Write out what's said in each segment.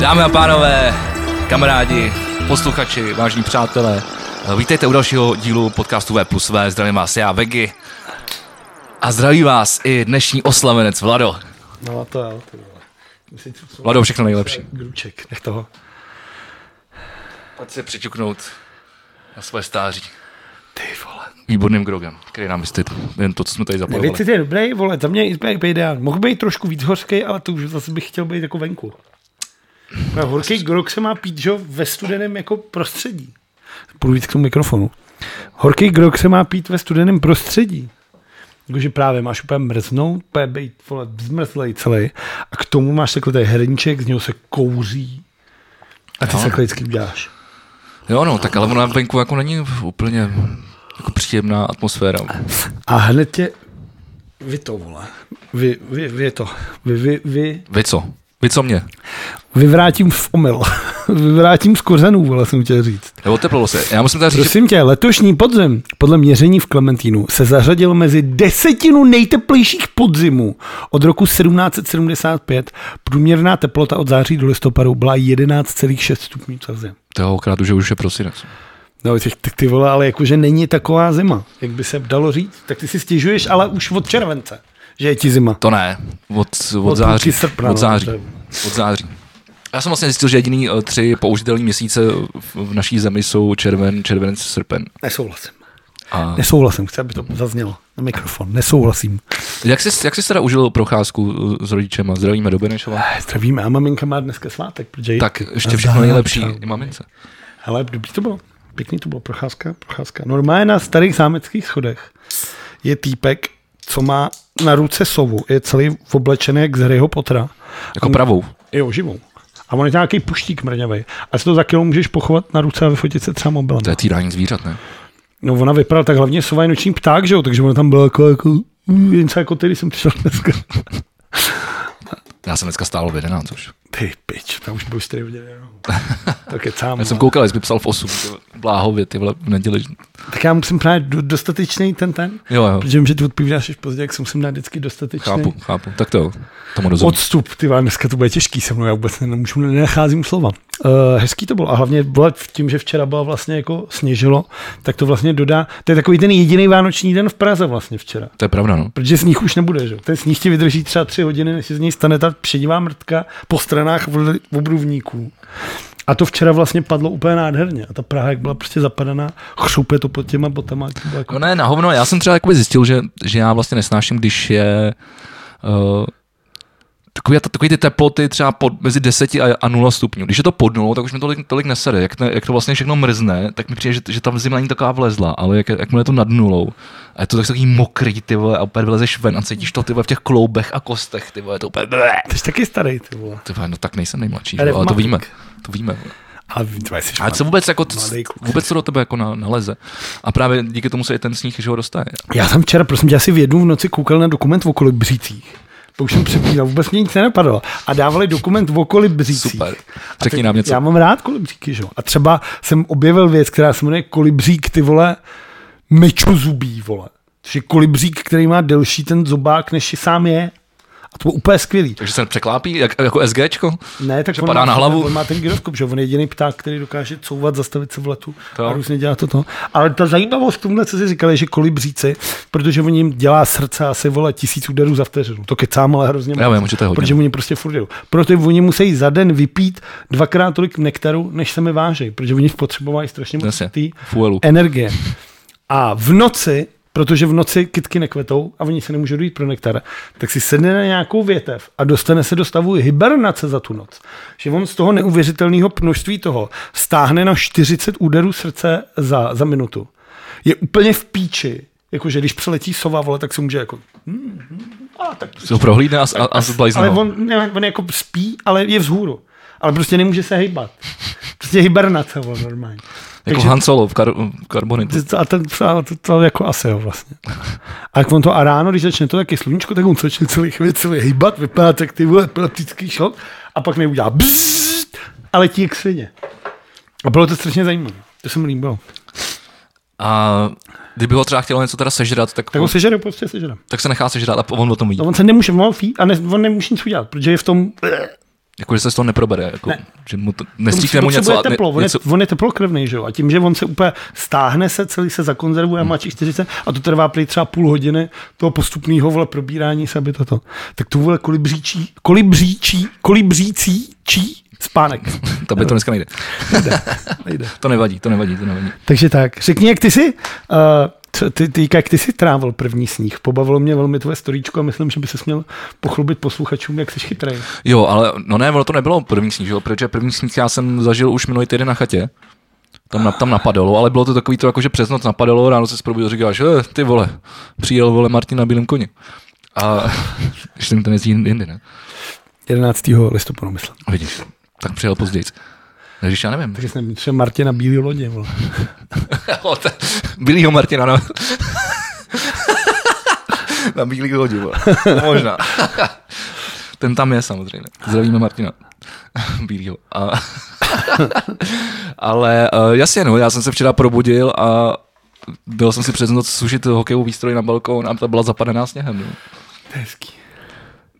Dámy a pánové, kamarádi, posluchači, vážní přátelé, vítejte u dalšího dílu podcastu V plus V. Zdravím vás já, Vegy. A zdraví vás i dnešní oslavenec Vlado. No to jo, ty vole. Musím si Vlado, všechno nejlepší. Gruček, nech toho. Pojď se přičuknout na své stáří Ty vole. výborným grogem, který nám vystyd. Jen to, co jsme tady zapalovali. Věci je dobrý, vole, za mě je by ideální. Mohl být trošku víc hořký, ale to už zase bych chtěl být jako venku. A horký grog se má pít, že jo, ve studeném jako prostředí. Půjdu víc k tomu mikrofonu. Horký grog se má pít ve studeném prostředí. Jakože právě máš úplně mrznout, úplně být vole, zmrzlej celý. A k tomu máš takhle ten hrníček, z něho se kouří. A ty Jo. se takhle vždycky uděláš. No. Jo, no, tak ale ona venku jako není úplně jako příjemná atmosféra. A hned tě... Vy to, vole. Vy, vy, vy to. Vy, vy, vy. Vy co? Vy co mě? Vyvrátím v omyl. Vyvrátím z kořenů, vole, jsem chtěl říct. Nebo teplo se. Já musím teda říct, že Prosím tě, letošní podzim podle měření v Klementínu se zařadil mezi desetinu nejteplejších podzimů od roku 1775. Průměrná teplota od září do listopadu byla 11,6 stupňů Celsia. toho krát že už je prosinec. No, ty, ty, ty vole, ale jakože není taková zima, jak by se dalo říct. Tak ty si stěžuješ, ale už od července, že je ti zima. To ne, od, od, Od září. půlky srpna, od no, září. to je- Od září. Já jsem vlastně zjistil, že jediný eh, tři použitelné měsíce v- v naší zemi jsou červen, červenec, srpen. Nesouhlasím. A Nesouhlasím, chci, aby to zaznělo na mikrofon. Nesouhlasím. jak jsi, jak jsi teda užil procházku eh, s rodičema? Zdravíme do Benešova. Eh, Zdravíme, a maminka má dneska svátek, protože Tak ještě Nazdar, všechno nejlepší čau. i mamince. Hele, dobrý to bylo. Pěkný to bylo, procházka, procházka. Normálně na starých zámeckých schodech je týpek, co má na ruce sovu. Je celý oblečený jak z Harryho Pottera. Jako pravou. Jo, živou. A on je nějaký puštík mrňavý. A si to za kilo můžeš pochovat na ruce a vyfotit se třeba mobilem. To je týrání zvířat, ne? No ona vypadala tak hlavně sova je noční pták, že jo? Takže ona tam byla jako, jako mm, jen co jako tedy jsem přišel dneska. Já jsem dneska stál v 11 už. Ty pič, tam už byl 4 hodiny. no. Tak je no. sám. Já jsem koukal, jestli psal v 8, ty vole, bláhově, ty vole, v neděli. Tak já musím právě do- dostatečný ten ten. Jo, jo, Protože vím, že ty odpovídáš až později, jak jsem musím dát vždycky dostatečný. chápu, chápu. Tak to jo, tomu rozumím. Odstup, ty vole, dneska to bude těžký se mnou, já vůbec nemůžu, nenacházím slova. Uh, hezký to bylo a hlavně vole, v tím, že včera bylo vlastně jako sněžilo, tak to vlastně dodá, to je takový ten jediný vánoční den v Praze vlastně včera. To je pravda, no. Protože sníh už nebude, že? jo? Ten sníh ti vydrží třeba tři hodiny, než se z něj stane ta šedivá mrtka po stranách vl- obruvníků. A to včera vlastně padlo úplně nádherně. A ta Praha, jak byla prostě zapadaná, chřupe to pod těma botama. jak to bylo No Jako... ne, na hovno, já jsem třeba jakoby zjistil, že, že já vlastně nesnáším, když je uh, takový, ta- takový ty teploty třeba pod, mezi 10 a, a 0 stupňů. Když je to pod 0, tak už mi tolik, tolik nesede. Jak, ne, jak to vlastně všechno mrzne, tak mi přijde, že, že tam zima není taková vlezla, ale jak, jakmile je to nad nulou, a je to tak takový mokrý, ty vole, a opět vylezeš ven a cítíš to, ty vole, v těch kloubech a kostech, ty vole, je to úplně bleh. Ty jsi taky starý, ty vole. Ty vole, no tak nejsem nejmladší, že Ale jo, ale to matik. víme, to víme. vole. Ale ty jsi A co vůbec, jako, c- Mladý kluk. vůbec co do tebe jako na- naleze. A právě díky tomu se i ten sníh, že ho dostaje. Já jsem včera, prosím tě, asi v jednu v noci koukal na dokument o okolí břících. To už jsem přepínal, vůbec mě nic nenapadlo. A dávali dokument o okolí břících. Super. A Řekni teď- nám něco. Já mám rád kolibříky, že jo. A třeba jsem objevil věc, která se jmenuje kolibřík, ty vole, meču zubí, vole. Což je kolibřík, který má delší ten zobák, než je sám je. A to bylo úplně skvělý. Takže se překlápí, jak, jako SGčko? Ne, tak Že padá má, na hlavu? On má ten gyroskop, že jo, on je jediný pták, který dokáže couvat, zastavit se v letu To. to. a různě dělá toto. Ale ta zajímavost k tomhle, co jsi říkal, je, že kolibříci, protože oni jim dělá srdce asi vole tisíc úderů za vteřinu. To kecám, ale hrozně Já vím, že to je hodně. Protože oni prostě furt jdou. Proto oni musí za den vypít dvakrát tolik nektaru, než se mi váží, protože oni potřebovají strašně moc Jasně, té fuelu. energie. A v noci, protože v noci kytky nekvetou a oni se nemůžou dojít pro nektar, tak si sedne na nějakou větev a dostane se do stavu hibernace za tu noc. Že on z toho neuvěřitelného množství toho stáhne na 40 úderů srdce za, za minutu. Je úplně v píči, jakože když přeletí sova, vole, tak se může jako... "Hmm, hmm, a tak Se ho prohlídne a, a, a no. zblajzne ale ho. on, ne, on jako spí, ale je vzhůru. Ale prostě nemůže se hejbat. Prostě hibernace, vole, normálně. Jako Han Solo v, kar, v Carbonitu. Ty- to- A ten, a to, to jako asi jo vlastně. A jak on to a ráno, když začne to taky sluníčko, tak on se začne celý chvíli celý hýbat, vypadá tak ty vole epileptický šok a pak neudělá bzzzt, a letí jak svině. A bylo to strašně zajímavé. To se mi líbilo. A kdyby ho třeba chtělo něco teda sežrat, tak, Tak ho sežere, prostě sežere. tak se nechá sežrat a on o tom ví. No on se nemůže, on, fí, a ne, on nemůže nic udělat, protože je v tom Jako, že se z toho neprobere, jako, Ne. že mu to, nestříkne mu něco. potřebuje a ne- teplo, on, něco něco... Je, on je teplokrvný, že jo? A tím, že on se úplně stáhne se, celý se zakonzervuje a má těch 40 a to trvá prý třeba půl hodiny toho postupného vole probírání se, aby toto. Tak to vole kolibříčí, kolibříčí, kolibřící, čí spánek. to by to dneska nejde. Nejde, nejde. To nevadí, to nevadí, to nevadí. Takže tak, řekni, jak ty jsi, uh, co, ty, ty, jak ty jsi trávil první sníh. Pobavilo mě velmi tvoje storíčko a myslím, že by se měl pochlubit posluchačům, jak jsi chytrej. Jo, ale no ne, ono to nebylo první sníh, že jo, protože první sníh já jsem zažil už minulý týden na chatě. Tam, na- tam napadalo, ale bylo to takový to, jako, že přes noc napadalo, ráno se zprobudil, říkal, že eh, ty vole, přijel vole Martin na bílém koni. A ještě jsem ten jezdí jindy, ne? 11. listopadu, myslím. Vidíš, tak přijel později. Takže já nevím. Takže jsem třeba Martina Bílý lodě. Vole. Jo, to- Bílýho Martina, no. Na bílý lodi, vole. No, možná. Ten tam je samozřejmě. Zdravíme Martina. Bílýho. A... Ale uh, jasně, no, já jsem se včera probudil a byl jsem si přes noc sušit hokejovou výstroj na balkón a ta byla zapadená sněhem. No. To je hezký.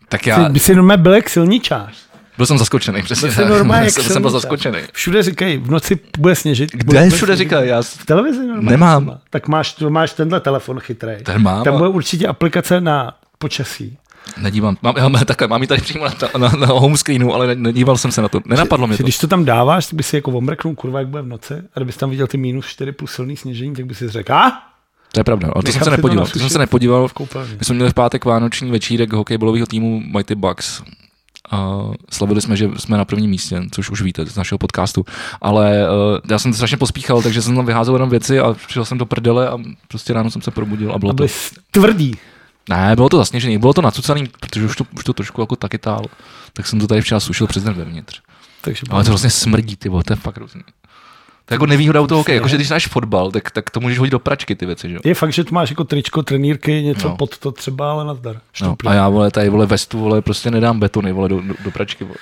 Tak Já... já By si normálně byl jak silničář. byl jsem zaskočený, přesně. Byl jsi normálně jak jsem, jsem byl silničář. zaskočený. Všude říkají, v noci bude sněžit. bude Kde všude sněžit. říkal, já V televizi normálně. Nemám. třeba. Tak máš, to máš tenhle telefon chytrej. Ten mám, Tam ale- bude určitě aplikace na počasí. nedívám, mám, já mám, takhle, mám ji tady přímo na, ta- na, na home screenu, ale ne- nedíval jsem se na to, nenapadlo mě Že to. Když to tam dáváš, tak by si jako omrknul, kurva, jak bude v noci, a kdybys tam viděl ty minus 4 plus silný sněžení, tak by si řekl, a? To je pravda, ale to jsem Nechám se si to nepodíval. To nasušit jsem se nepodíval. v koupelně. My jsme měli v pátek vánoční večírek hokejbalového týmu Mighty Bucks. A slavili jsme, že jsme na prvním místě, což už víte z našeho podcastu. Ale uh, já jsem to strašně pospíchal, takže jsem tam vyházel jenom věci a přišel jsem do prdele a prostě ráno jsem se probudil a bylo A to. byli tvrdý. Ne, bylo to zasněžený, bylo to nacucaný, protože už to, už to trošku jako taky tál. Tak jsem to tady včera sušil přes den vevnitř. Takže Ale to vlastně smrdí, ty vole, to je fakt hrozný. To je jako nevýhoda u toho hokeje, jakože když znáš fotbal, tak, tak to můžeš hodit do pračky ty věci, že jo? je fakt, že tu máš jako tričko, trenýrky, něco No. no. pod to třeba, ale nazdar. No, Štuplík. a já vole, tady vole vestu, vole, prostě nedám betony, vole, do, do, do pračky, vole.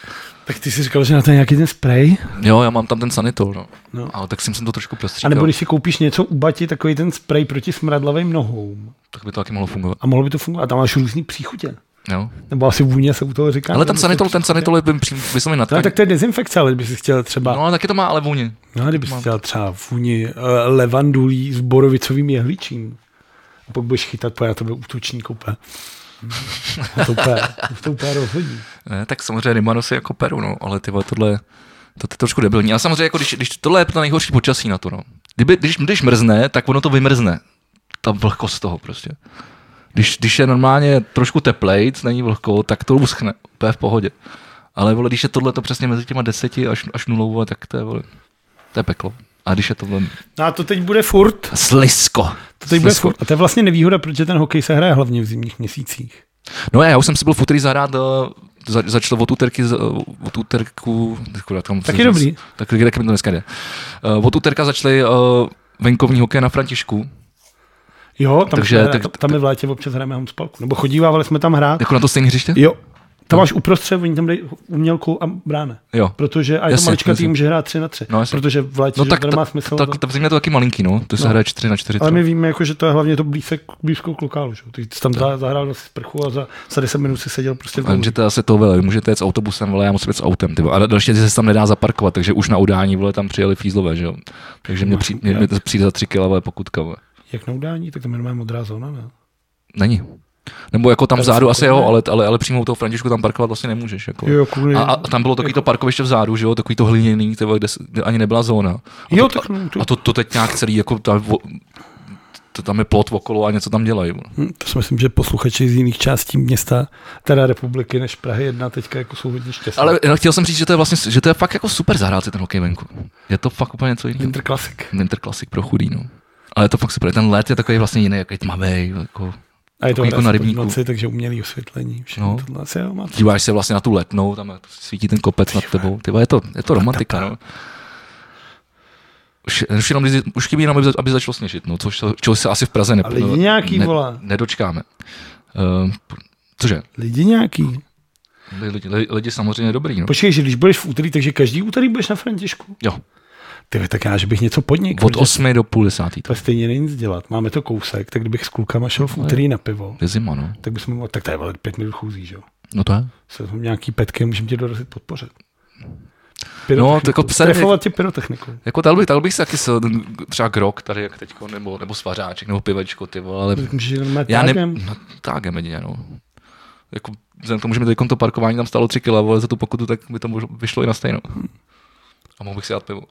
Tak ty jsi říkal, že na to je nějaký ten spray? Jo, já mám tam ten sanitol, no. No. no. Ale tak jsem jsem to trošku A prostříkal, nebo nebo... když si koupíš něco u Bati, takový ten spray proti smradlavým nohou. tak by to taky mohlo fungovat, A mohlo by to fungovat. A tam máš různý příchutě. jo. Nebo asi vůně se u toho říká. Ale ten Nebo sanitol, to- ten sanitol je bym přím- vysloveně na No, tkaní. tak to je dezinfekce, ale kdyby si chtěl třeba, No, no, ale taky to má ale vůni. no kdyby si chtěl třeba vůni uh, levandulí s borovicovým jehličím. A pak budeš chytat, po na tebe útočník úplně. A to úplně, to úplně rozhodí. Ne, tak samozřejmě Rimanus je jako Peru, no, ale ty vole, tohle, to je trošku debilní. A samozřejmě, jako když, když tohle je to nejhorší počasí na to, no. Kdyby, když, když mrzne, tak ono to vymrzne. Ta vlhkost toho prostě. Když, když je normálně trošku teplejc, není vlhko, tak to uschne, to je v pohodě. Ale vole, když je tohle to přesně mezi těma deseti až, až nulou, vole, tak to je, vole, to je peklo. A když je tohle No a to teď bude furt. slisko. To teď bude furt. A to je vlastně nevýhoda, protože ten hokej se hraje hlavně v zimních měsících. No a já už jsem si byl v úterý zahrát, eh, za, začal od úterky, z- eh, od úterku, kurva, tam Tak je dobrý. Tak, tak, tak mi to dneska jde. Eh, Od úterka začaly eh, venkovní hokej na Františku. Jo, tam, Takže- Takže, hraje, tak- tak, tam je v létě občas hrajeme homespalku. Nebo chodívávali jsme tam hrát. Jako na to stejné hřiště? Jo. Tam máš uprostřed, oni tam dají umělku a bráne. Jo. Protože a je to Jasně, malička jasně. tým může hrát 3 na 3. No, jasně. protože v létě, No že tak, to nemá smysl. tak, to- tak, tak v zimě je to taky malinký, no. To se hraje 4 na 4. ale my víme, jako, že to je hlavně to blízek, blízko k lokálu. Že? jo. Ty jsi tam za- zahrál asi sprchu a za, za 10 minut si seděl prostě v Jenže to je asi to vele, Vy můžete jet s autobusem, vole, já musím jet s autem, ty vole. A další se tam nedá zaparkovat, takže už na udání, vole, tam přijeli fízlové, že jo. Takže No, mě, přijde, mě, mě to přijde za 3 kg, vole, pokutka, vole. Jak na udání, tak tam je normálně modrá zóna. no. Ne? Není. Nebo jako tam vzadu jsou asi jo, ale, ale, ale přímo u toho Františku tam parkovat vlastně nemůžeš. Jako. Jo, kvůli- jako- a, a, tam bylo takový to parkoviště vzadu, že jo, takový to hliněný, tyvo, kde, s- kde, ani nebyla zóna. A Jo, to, tak no, to- a to, to, teď nějak celý, jako ta, vo- to, tam je plot okolo a něco tam dělají. vole. Hm, To si myslím, že posluchači z jiných částí města, teda republiky než Prahy 1, teďka jako jsou hodně šťastní. Ale no, chtěl jsem říct, že to je vlastně, že to je fakt jako super zahrát si ten hokej venku. Je to fakt úplně něco jiného. Interklasik. Interklasik pro chudý, no. Ale je to fakt super. Ten let je takový vlastně jiný, jaký tmavý, jako A je to Takový jako jako na na rybníku. Noci, takže umělý osvětlení. Všechno No. no. tohle asi jo, má to. díváš se vlastně na tu letnou, tam svítí ten kopec nad tebou. Ty vole, je to, je to romantika, no. Už, už, jenom, když- už chybí jenom, aby, za- aby začalo sněžit, no, což, se- čeho se asi v Praze ne, Ale je nějaký, No, ne, vole. nedočkáme. Uh, cože? Lidi nějaký. Lidi, lidi, lidi samozřejmě dobrý, no. Počkej, že když budeš v úterý, takže každý úterý budeš na Františku. Jo, Ty vole, tak já, že bych něco podnikl. od že 8 do půl desátý. To To stejně není nic dělat. Máme to kousek, tak kdybych s klukama šel v úterý na pivo, je zima, no. tak bychom, tak to je vole, pět minut chůzí, že jo. No to je. Jsou tam nějaký petky, můžeme tě dorazit podpořit. No, tak jako psa- Trefovat tě pyrotechnikou. Jako tal bych, tal bych si taky s, třeba grok tady jak teďko, nebo, nebo svařáček, nebo pivečko, ty vole, ale Tak Můžeš jenom já já ne... ne... No, tágem jedině, no. Jako, vzhledem k tomu, že mi teď to parkování tam stálo 3 kg, ale za tu pokutu, tak by to možno, vyšlo i na stejno. A mohl bych si dát pivo.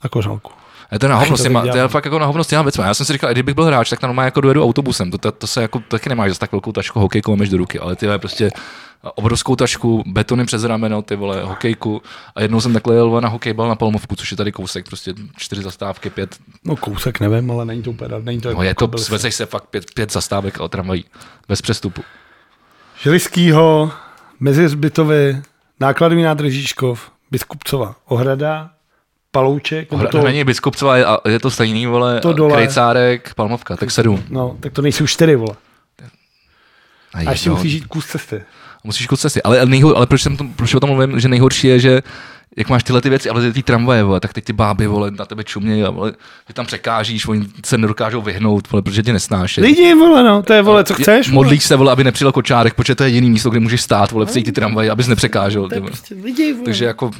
A kořálku. A to je na hovno, s to těma- bych to je dělal. fakt jako na hovno s těma věcma. Já jsem si říkal, i kdybych byl hráč, tak tam normálně jako dojedu autobusem. To, to, to se jako taky nemáš zase tak velkou tašku hokejkou máš do ruky, ale ty vole, prostě obrovskou tašku, betony přes rameno, ty vole, hokejku. A jednou jsem takhle jel vole, na hokejbal na Palmovku, což je tady kousek, prostě čtyři zastávky, pět. No kousek nevím, ale není to úplně dal- není to No, je to, jako byli- svezeš se fakt pět, pět zastávek ale tramvají bez přestupu. Žiliskýho, Meziřbitovi, nákladový nádržíškov, Biskupcova, Ohrada, Palouček, nebo To, není Biskupcová, je, a je to stejný, vole, To dole. Krejcárek, Palmovka, tak sedm. No, tak to nejsou čtyři, vole. je A ještě to- musíš žít kus cesty. Musíš kus cesty. Ale, nejhor, ale proč, jsem to, proč o tom mluvím, že nejhorší je, že jak máš tyhle ty věci, ale ty- ty tramvaje, vole, tak teď ty báby, vole, na tebe čumějí a vole, ty tam překážíš, oni se nedokážou vyhnout, vole, protože tě nesnáší. Lidi, vole, no, to je, vole, co chceš? vole. Modlíš se, vole, aby nepřijel kočárek, protože to je jediný místo, kde můžeš stát, vole, v ty tramvaje, abys nepřekážel. To Ty, je vole. prostě lidi, vole. Takže jako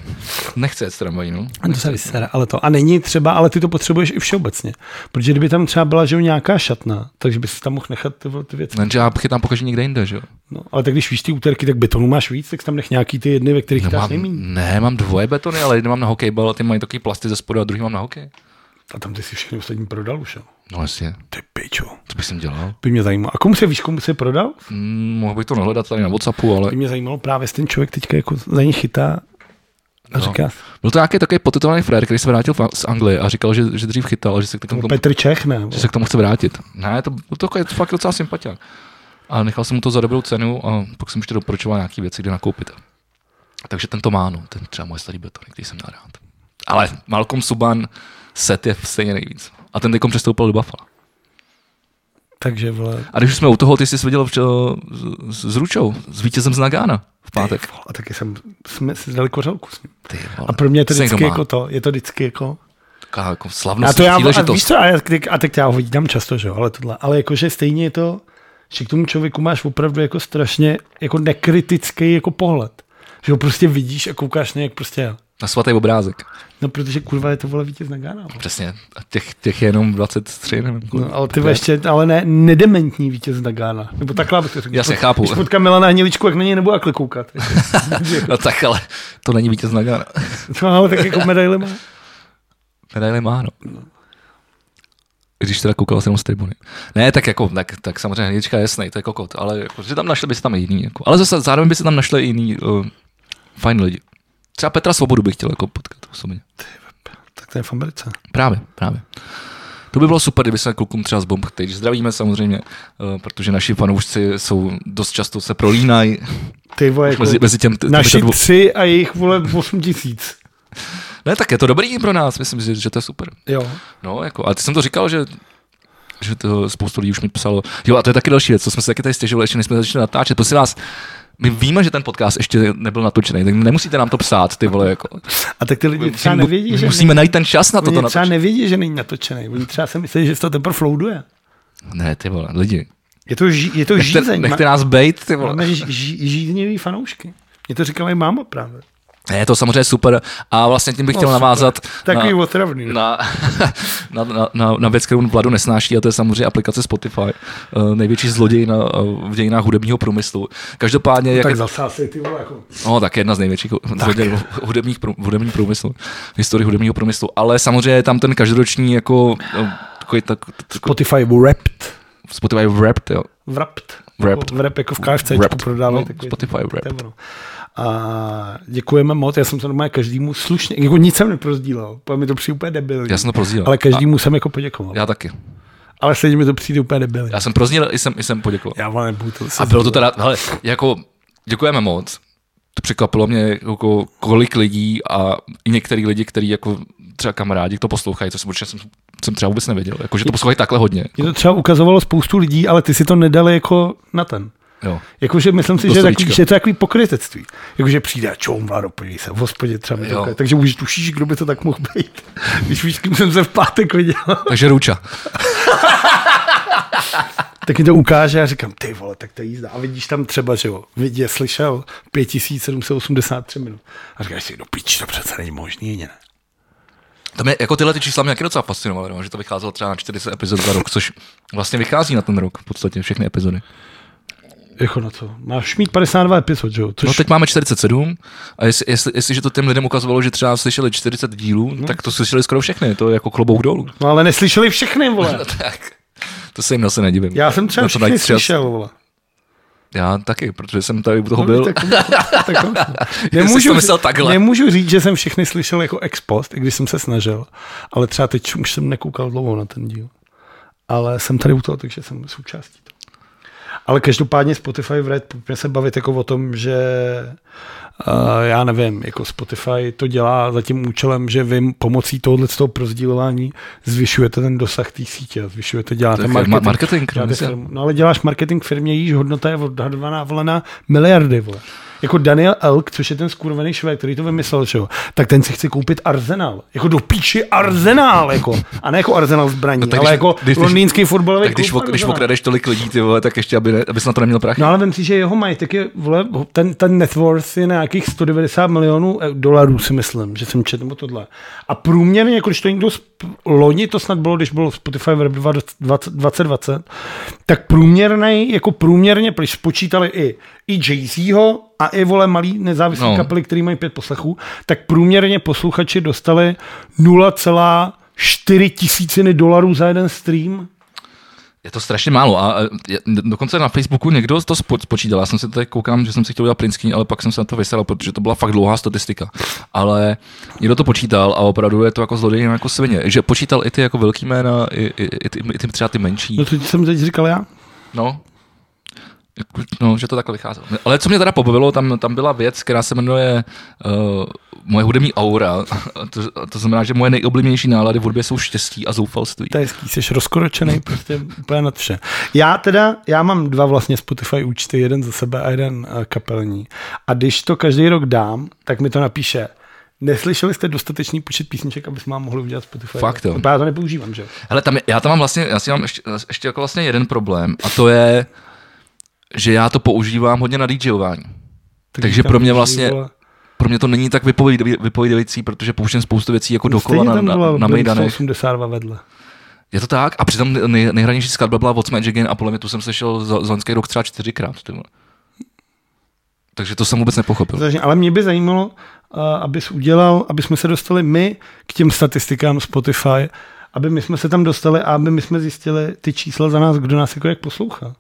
nechce jet s tramvají, no. A To se vysere, ale to. A není třeba, ale ty to potřebuješ i všeobecně. Protože kdyby tam třeba byla že jo, nějaká šatna, takže bys tam mohl nechat ty, vole, ty věci. Jenže já chytám pokaždé někde jinde, že jo. No, ale tak když víš ty úterky, tak betonu máš víc, tak tam nech nějaký ty jedny, ve kterých No, dáš mám, nejméně. ne, mám dvoje betony, ale jeden mám na hokejbal a ty mají takový plasty ze spodu a druhý mám na hokej. A tam ty si všechny ostatní prodal už, jo. No jasně, Ty pičo. co bych jsem dělal? By mě zajímalo. A komu se víš, komu se prodal? Mm, mohl bych to nahledat tady na Whatsappu, ale By mě zajímalo právě, jestli ten člověk teďka jako za ně chytá a No. říká, Byl to nějaký takový potetovaný frér, který se vrátil fa- z Anglie a říkal, že, že dřív chytal, že se, k tomu, no, Petr Čech, ne? že se k tomu chce vrátit. Ne, to byl to je fakt docela sympatiák. A nechal jsem mu to za dobrou cenu a pak jsem ještě doporučoval nějaké věci, kde nakoupit. Takže ten to má, no, ten třeba moje starý beton, který jsem měl rád. Ale Malcolm Suban set je stejně nejvíc. A ten teďkom přestoupil do Buffalo. Takže vole, A když už jsme u toho, ty jsi viděl včel, s, s Ručou, s vítězem z Nagána v pátek. vole, a taky jsem, jsme si dali kořelku s ním. Ty, vole, A pro mě je to se někdo vždycky má jako to, je to vždycky jako, Taková jako a slavnostní to já, a příležitost. víš co, a, já, teď- a tak já ho vidím často, že jo, ale tohle, ale jakože stejně je to, že k tomu člověku máš opravdu jako strašně jako nekritický jako pohled. Že ho prostě vidíš a koukáš na něj, jak prostě, Na svatý obrázek. no protože kurva je to vole vítěz na Ghana. vole. Přesně. A těch, těch je jenom 23, nevím. kolik. No, ale ty vole, ještě, ale ne, nedementní vítěz na Ghana. Nebo takhle bych to řekl. Jasně, Když chápu. Když potkám Milana Hniličku, jak na něj nebudu takhle koukat. No tak ale to není vítěz Nagana. no, ale tak jako medaile má. Medaile má, no. Když teda koukal jsem jenom z tribuny. Ne, tak jako, tak, tak samozřejmě hnědička je jasný, to je kokot, ale jako, že tam našli by se tam i jiný. Jako. Ale zase zároveň by se tam našli i jiný uh, fajn lidi. Třeba Petra Svobodu bych chtěl jako potkat osobně. Tak to je v Americe. Právě, právě. To by bylo super, kdyby se klukům třeba z Bomb teď zdravíme samozřejmě, eh, protože naši fanoušci jsou dost často se prolínají Ty vole, už jako mezi, mezi těm, těmi naši dvou- tři a jejich vole 8 tisíc. Ne, tak je to dobrý pro nás, myslím, že, že to je super. Jo. No, jako, ale ty jsem to říkal, že že to spoustu lidí už mi psalo. Jo, a to je taky další věc, co jsme se taky tady stěžovali, ještě než jsme začali natáčet. Prosím vás, my víme, že ten podcast ještě nebyl natočený, tak nemusíte nám to psát, ty vole, jako. A tak ty lidi třeba Musím- nevědí, že musíme najít ten čas na Oni toto třeba natočit. nevědí, že není natočený. Oni třeba si myslí, že se to teprve flouduje. Ne, ty vole, lidi. Je to, ži, je to Nechte, žízeň. nechte nás bejt, ty vole. Máme ži, ži, žíznivý fanoušky. Mě to říkala i máma právě. Ne, je to samozřejmě super. A vlastně tím bych chtěl No, super. navázat Takový na, otravný. no. na, na, na, na, na věc, kterou Vladu nesnáší, a to je samozřejmě aplikace Spotify. Eh, Největší zloděj na, eh, v dějinách hudebního průmyslu. Každopádně, jak, No, Tak zasásej ty vole. Jako. No, tak jedna z největších zlodějů hudebních, prů- hudební průmyslu, v historii hudebního průmyslu. Ale samozřejmě je tam ten každoroční jako eh, takový tak, takový Spotify Wrapped. Spotify Wrapped, jo. Wrapped. Wrapped. Jako, wrap jako v KFC Wrapped. prodávají. No, Spotify Wrapped. Wrapped. A děkujeme moc, já jsem to normálně každému slušně, jako nic jsem neprozdílel, protože mi to přijde úplně debilní. Já jsem to prozdílel. Ale každému jsem jako poděkoval. A, já taky. Ale stejně mi to přijde úplně debilní. Já jsem prozněl i jsem, i jsem poděkoval. Já vám nebudu to A bylo to teda, hele, jako děkujeme moc. To překvapilo mě, jako kolik lidí a i některý lidi, kteří jako třeba kamarádi to poslouchají, to jsem, určitě jsem, jsem třeba vůbec nevěděl, jako, že to poslouchají takhle hodně. Mě to třeba ukazovalo spoustu lidí, ale ty si to nedali jako na ten. Jo. Jakože myslím si, Do že, je stolíčka. takový, že je to takový pokrytectví. Jakože přijde a čoum, Vlado, podívej se, v hospodě třeba mi to Jo. ukáže. Takže už tušíš, kdo by to tak mohl být. Když víš, s kým jsem se v pátek viděl. Takže ruča. tak mi to ukáže a říkám, ty vole, tak to je jízda. A vidíš tam třeba, že jo, vidě, slyšel 5783 minut. A říkáš si, no piči, to přece není možný, ne? To mě, jako tyhle ty čísla mě taky docela fascinovaly, no, že to vycházelo třeba na 40 epizod za rok, což vlastně vychází na ten rok v podstatě, všechny epizody. Jako na co? Máš mít 52 epizod, že jo? Což... No teď máme 47 a jestli, jestli, jestliže to těm lidem ukazovalo, že třeba slyšeli 40 dílů, Mhm. no. tak to slyšeli skoro všechny, to je jako klobouk dolů. No ale neslyšeli všechny, vole. No, tak. To se jim zase nedivím. Já jsem třeba Na to najít všechny třeba- slyšel, vole. Já taky, protože jsem tady u toho No, byl. tak- tak- tak- jsi to nemůžu, myslel takhle. nemůžu říct, že jsem všechny slyšel jako ex post, i když jsem se snažil, ale třeba teď už jsem nekoukal dlouho na ten díl. Ale jsem tady u toho, takže jsem součástí toho. Ale každopádně Spotify v Red, pojďme se bavit jako o tom, že uh, já nevím, jako Spotify to dělá za tím účelem, že vy pomocí tohohle z toho prozdílování zvyšujete ten dosah té sítě, zvyšujete, děláte Tak je, ma- marketing. marketing, no, děláte myslím. firmu. No ale děláš marketing firmě, jejíž hodnota je odhadovaná vole, na miliardy. Vole. Jako Daniel Elk, což je ten skurvený švéd, který to vymyslel, že jo, tak ten si chce koupit Arsenal. Jako do píči Arsenal, jako. A ne jako Arsenal zbraní, no, tak ale když- když, jako když- když, když- londýnský fotbalový Tak když, klub ok- když Arsenal. okradeš tolik lidí, ty vole, tak ještě, aby, ne, aby na to neměl prachy. No ale vem si, že jeho majetek je, vole, ten, ten net worth je nějakých 190 milionů e- dolarů, si myslím, že jsem četl o tohle. A průměrně, jako když to někdo, sp- loni to snad bylo, když bylo Spotify Web 2020, tak průměrný, jako průměrně, když spočítali i, i Jay-Zho a i vole malý nezávislý No. no. kapely, který mají pět poslechů, tak průměrně posluchači dostali 0,4 tisíciny dolarů za jeden stream. Je to strašně málo a a je- dokonce na Facebooku někdo to spo- spočítal. Já jsem si to tady koukám, že jsem si chtěl udělat print screen, ale pak jsem se na to vysel, protože to byla fakt dlouhá statistika. Ale někdo to počítal a opravdu je to jako zloděj jako svině. Že počítal i ty jako velký jména, i, i, i, ty, i ty třeba ty menší. No to jsem teď říkal já. No. Jako, No, že to takhle vycházelo. Ale co mě teda pobavilo, tam, tam byla věc, která se jmenuje uh, moje hudební aura. to, to znamená, že moje nejoblíbenější nálady v hudbě jsou štěstí a zoufalství. To je hezký, jsi rozkoročený prostě úplně nad vše. Já teda, já mám dva vlastně Spotify účty, jeden za sebe a jeden eh, kapelní. A když to každý rok dám, tak mi to napíše, neslyšeli jste dostatečný počet písniček, aby jsme vám mohli udělat Spotify. Fakt jo. Protože Já to nepoužívám, že? Hele, tam je, já tam mám vlastně, já si mám ještě, ještě jako vlastně jeden problém a to je, že já to používám hodně na DJování. Takže tam pro mě můžeš, vlastně vole, Pro mě to není tak vypovídají- vypovídající, protože pouštím spoustu věcí jako dokola No, stejně na, tam na, byla na Blink Mejdanech. 182 vedle. Je to tak? A přitom nej, nejhranější skladba byla What's Magic Again a podle mě tu jsem slyšel za, za loňský rok třeba čtyřikrát. ty vole. Takže to jsem vůbec nepochopil. Zdražně, ale mě by zajímalo, eh, abys udělal, aby jsme se dostali my k těm statistikám Spotify, aby my jsme se tam dostali a aby my jsme zjistili ty čísla za nás, kdo nás jako jak poslouchá.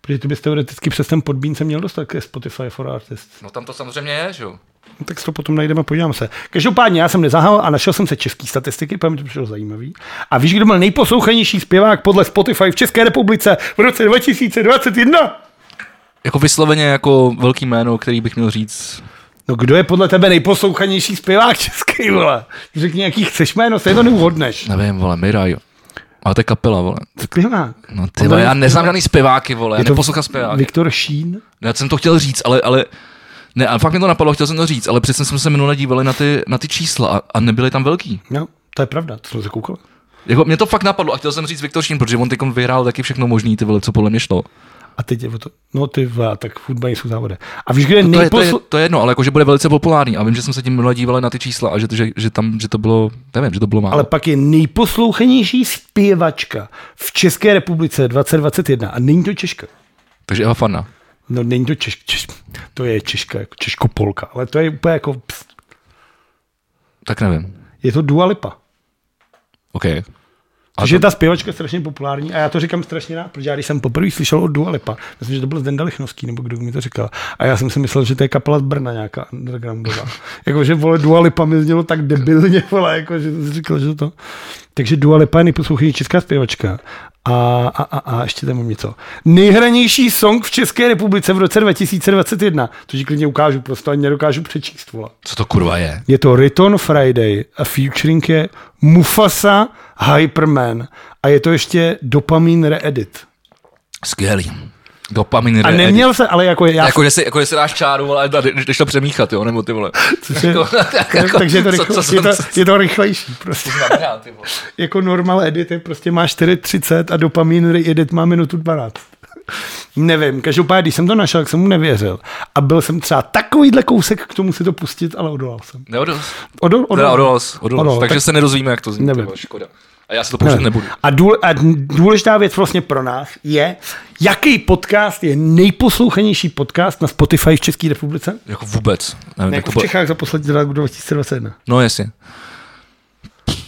Protože ty bys teoreticky přes ten podbín se měl dostat ke Spotify for Artists. No tam to samozřejmě je, že jo? No, tak si to potom najdeme a podívám se. Každopádně já jsem nezahal a našel jsem se český statistiky, protože mi to přišlo zajímavý. A víš, kdo byl nejposlouchanější zpěvák podle Spotify v České republice v roce 2021? Jako vysloveně jako velký jméno, který bych měl říct. No kdo je podle tebe nejposlouchanější zpěvák český, vole? Řekni, jaký chceš jméno, se to neuhodneš. Nevím, vole, Mira, jo. Ale to je kapela, vole. Zpěvák. No ty vole, já neznám žádný zpěváky, vole, já Je to neposlouchám zpěváky. Viktor Šín. Já jsem to chtěl říct, ale, ale ne, ale fakt mi to napadlo, chtěl jsem to říct, ale přece jsme se minule dívali na ty, na ty čísla a, a nebyly tam velký. No, to je pravda, to jsme se koukali. Jako, mě to fakt napadlo a chtěl jsem říct Viktor Šín, protože on teď vyhrál taky všechno možný, ty vole, co podle mě šlo. A teď je o to. No ty vole, tak fotbal jsou závody. A víš, kde je To je, to, je, nejposl... to je jedno, ale jako, že bude velice populární a vím, že jsem se tím minule díval na ty čísla a že, že, že, tam, že to bylo, nevím, že to bylo málo. Ale pak je nejposlouchanější zpěvačka v České republice 2021. A není to Češka. Takže Eva Fana. No není to Češ... Češ... To je Češka, jako Češko-Polka. Ale to je úplně jako... Pst. Tak nevím. Je to Dua Lipa. OK. Což je ta zpěvačka strašně populární a já to říkám strašně rád, protože já když jsem poprvé slyšel od Dua Lipa, myslím, že to byl Zdenda Lichnovský, nebo kdo mi to říkal, a já jsem si myslel, že to je kapela z Brna nějaká undergroundová. Jakože vole Dua Lipa mi znělo tak debilně, vole, jako, že jsem si říkal, že to. Takže Dua Lipa je nejposlouchanější česká zpěvačka. A, a, a, a ještě tam mám něco. Nejhranější song v České republice v roce 2021, což ti klidně ukážu, prostě ani nedokážu přečíst, vole. Co to kurva je? Je to Return Friday a featuring je Mufasa Hyperman a je to ještě Dopamin Reedit. Skvělý. Dopamin A neměl se, ale jako já... Jako, že si, jako, že si dáš čáru, ale jdeš to přemíchat, jo, nebo ty vole. což je, jako, takže je to, rychle, je, to, je to rychlejší prostě. znamená, ty vole. Jako normal edit je prostě má 4.30 a dopamin edit má minutu 12. Nevím, každopádně, když jsem to našel, tak jsem mu nevěřil. A byl jsem třeba takovýhle kousek k tomu si to pustit, ale odolal jsem. Neodol, Odol, odolal. teda odolal, jsi, odolal, Odolal, odolal, takže tak- se nedozvíme, jak to zní. Nevím. Nevím. Škoda. A já se to pouštět nebudu. A, důl, a důležitá věc vlastně pro nás je, jaký podcast je nejposlouchanější podcast na Spotify v České republice? Jako vůbec. Nevím, Ne, jako jako v po- Čechách za poslední rok 2021. No jasně.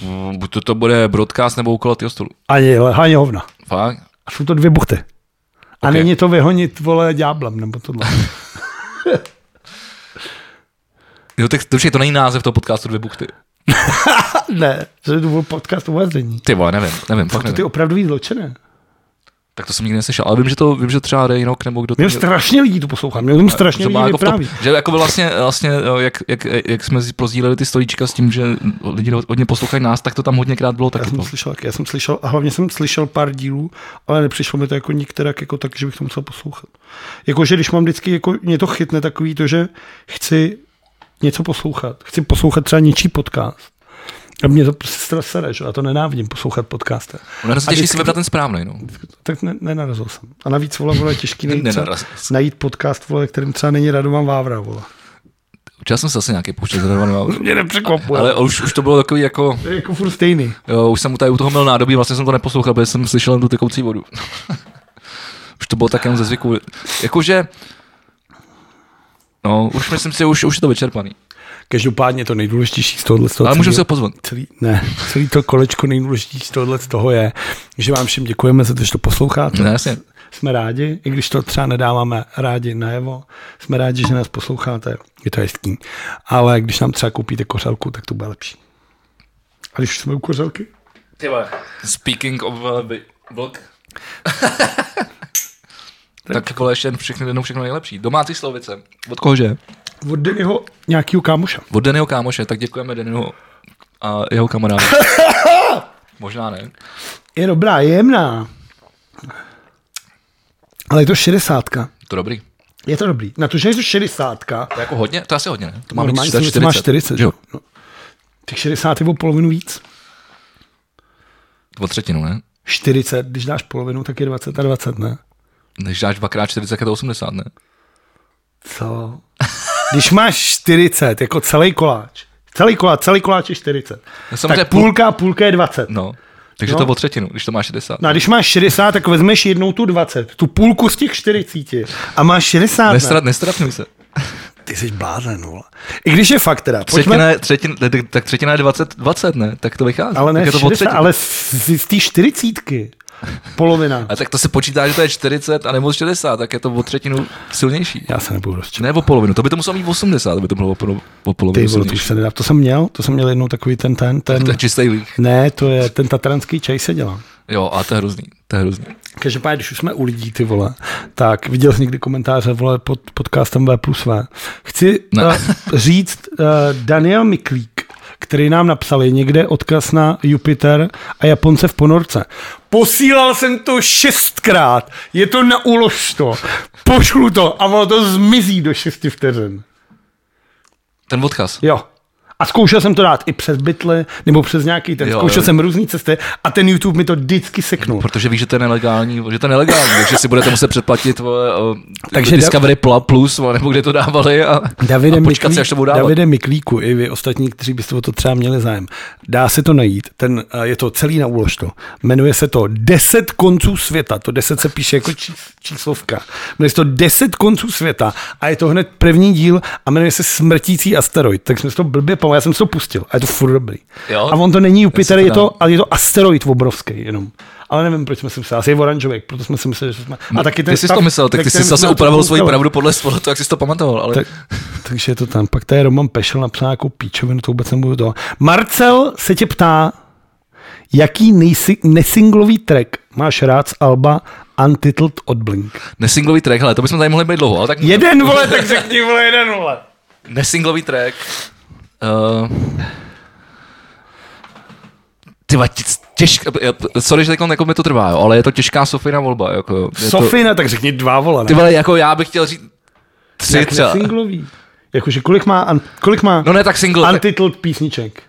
Mm, Buď to, to bude broadcast nebo úkol tyho stolu. Ani, ale háně hovna. Fakt? A jsou to dvě buchty. A Ok. není to vyhonit, vole, ďáblem, nebo tohle. Jo, tak to, to není název toho podcastu Dvě buchty. ne, to je to byl podcast o vazení. Ty vole, nevím, nevím, fakt To ty nevím. opravdový zločiny. Tak to jsem nikdy neslyšel, ale vím, že to, vím, že třeba Rejnok nebo kdo to Měl strašně lidí to poslouchám, měl jsem strašně že lidí má jako v top, vypráví. že jako vlastně, vlastně eh, jak, jak, jak, jsme si prozdíleli ty stolíčka s tím, že lidi hodně poslouchají nás, tak to tam hodněkrát bylo Já taky. jsem no. slyšel, taky, já jsem slyšel, a hlavně jsem slyšel pár dílů, ale nepřišlo mi to jako nikterak jako tak, že bych to musel poslouchat. Jakože když mám vždycky, jako mě to chytne takový to, že chci něco poslouchat. Chci poslouchat třeba něčí podcast. A mě to prostě stra- sere, že? Já to nenávidím poslouchat podcasty. Ono je hrozně A těžké vždycky- si vybrat ten správný. No. Tak ne, nenarazil jsem. A navíc, vole, vole, je těžký najít, třeba, Nenarazil jsem. najít podcast, vole, kterým třeba není Radovan Vávra, vole. Včera jsem se zase nějaký pouštěl zrovna, Mě nepřekvapuje. ale už, už to bylo takový jako, To je jako furt stejný. jo, už jsem u tady u toho měl nádobí, vlastně jsem to neposlouchal, protože jsem slyšel jen tu tekoucí vodu. už to bylo tak jenom ze zvyku. Jakože, no, už myslím si, už, už je to vyčerpaný. Každopádně to nejdůležitější z tohohle z toho Ale můžeme celého- se ho pozvat. celý, ne, celý to kolečko nejdůležitější z tohohle z toho je, že vám všem děkujeme za to, že to posloucháte. Ne, jasně. Jsme rádi, i když to třeba nedáváme rádi najevo, jsme rádi, že nás posloucháte, je to hezký. Ale když nám třeba koupíte kořelku, tak to bude lepší. A když už jsme u kořelky? Ty vole. Speaking of eh, vlog. tak vole, ještě všechno, jednou všechno nejlepší. Domácí slovice. Od kohože? Od Dennyho nějakýho kámoša. Od Daniho kámoše, tak děkujeme Daniho a jeho kamaráda. Možná ne. Je dobrá, je jemná. Ale je to šedesátka. To dobrý. Je to dobrý. Na to, že je to šedesátka, To je jako hodně? To asi hodně, ne? To má Normálně být jsem myslel, že má 40. že Jo, No. Těch 60 je o polovinu víc. o třetinu, ne? 40, když dáš polovinu, tak je 20 a 20, ne? Když dáš dvakrát 40, tak je to 80, ne? Co? Když máš 40, jako celý koláč, celý koláč, celý koláč je 40, No tak samozřejmě půl- půlka a půlka je 20. No. Takže No. to o třetinu, když to máš 60. No a když máš 60, tak vezmeš jednou tu 20, tu půlku z těch 40 a máš 60. ne? Nestrad, nestrapnuj se. Ty jsi blázen, vole. I když je fakt teda, pojďme, Třetina, je- třetin, ne, tak- tak třetina je 20, 20, ne? Tak to vychází. ale tak ne je to o 60, třetinu. ale z, z té 40 polovina. A tak to se počítá, že to je 40 a nebo 60, tak je to o třetinu silnější. Já se nebudu rozčílit. Ne o polovinu, to by to muselo mít 80, aby to bylo o, polo- o polovinu Ty vole, to už silnější. se nedá. To jsem měl, to jsem měl jednou takový ten, ten, ten. To je čistý lík. Ne, to je ten tatranský čaj se dělá. Jo, a to je hrozný, to je hrozný. Každopádně, když už jsme u lidí, ty vole, tak viděl jsi někdy komentáře, vole, pod podcastem V plus V. Chci Ne. uh, říct uh, Daniel Miklík, který nám napsal, je někde odkaz na Jupiter a Japonce v ponorce. Posílal jsem to šestkrát, je to na uložto, pošlu to a ono to zmizí do šesti vteřin. Ten odkaz. Jo. A zkoušel jsem to dát i přes bytle, nebo přes nějaký ten. Jo, zkoušel jo. jsem různé cesty a ten YouTube mi to vždycky seknul. Protože víš, že to je nelegální, že to je nelegální, takže si budete muset předplatit vole, o, Takže Takže da- Discovery Pla Plus, vole, nebo kde to dávali a, Davide a počkat si, až to budou dávat. Davide Miklíku, i vy ostatní, kteří byste o to třeba měli zájem, dá se to najít. Ten, eh, je to celý na úložto. Jmenuje se to 10 konců světa. To 10 se píše jako čís, číslovka. Jmenuje se to 10 konců světa a je to hned první díl a jmenuje se Smrtící asteroid. Tak jsem si to blbě pamatoval, já jsem si to pustil a je to furt dobrý. Jo? A on to není Jupiter, si to je to, dám. ale je to asteroid obrovský jenom. Ale nevím, proč jsme si mysleli, asi je oranžový, proto jsme si mysleli, že jsme... A taky ten No, ty jsi stav, to myslel, ve tak ty jsi kterém jsme zase na to upravil svoji koukali. pravdu podle spolu, to, jak jsi to pamatoval, ale Tak, takže je to tam. Pak tady Roman Pešel napsal nějakou píčovinu, to vůbec nebudu to. Marcel se tě ptá, jaký nejsi, nesinglový track máš rád z Alba Untitled od Blink? nesinglový track, hele, to bychom tady mohli být dlouho, ale tak Jeden, vole, tak řekni, vole, jeden, vole. Nesinglový eh, track. Uh, ty vole, ti- těžká, sorry, že takhle jako mi to trvá, jo, ale je to těžká Sofina volba. Jako, jo. je to, Sofina, tak řekni dva vole, ne? ty vole, jako já bych chtěl říct tři Jak třeba. singlový. Jakože kolik má, an, kolik má No ne, tak single, tak, untitled písniček?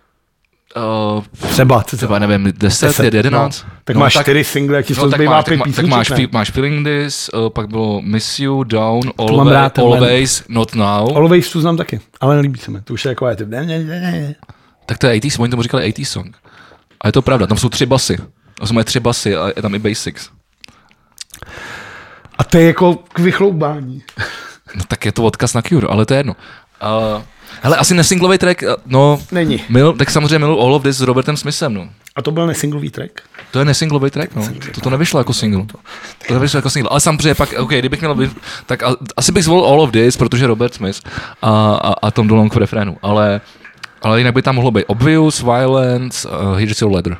uh, Třeba, co třeba nevím, 10, 11. No, tak máš čtyři single, jak ti to no, tak, zbývá máš, pět tak, má- tak písniček, máš, ne? fi- máš Feeling This, uh, pak bylo Miss You, Down, mám Always, rád, ten always Not Now. Always tu znám taky, ale nelíbí se mi. To už je taková, je to... Ne, ne, ne, ne. Tak to je 80, oni tomu říkali 80 song. A je to pravda, tam jsou tři basy. To jsou moje tři basy a je tam i basics. A to je jako k vychloubání. No tak je to odkaz na Cure, ale to je jedno. Uh, hele, asi nesinglový track, eh, no, Není. mil, tak samozřejmě milu All of This s Robertem Smithem, no. A to byl nesinglový track? To je nesinglový track, no. To, to nevyšlo jako single. To nevyšlo jako single. Ale samozřejmě pak, OK, kdybych měl, vy- tak a, asi bych zvolil All of This, protože Robert Smith a, a, a Tom DeLonge v refrénu. Ale, ale jinak by tam mohlo být Obvious, Violence, uh, Here's Your Letter.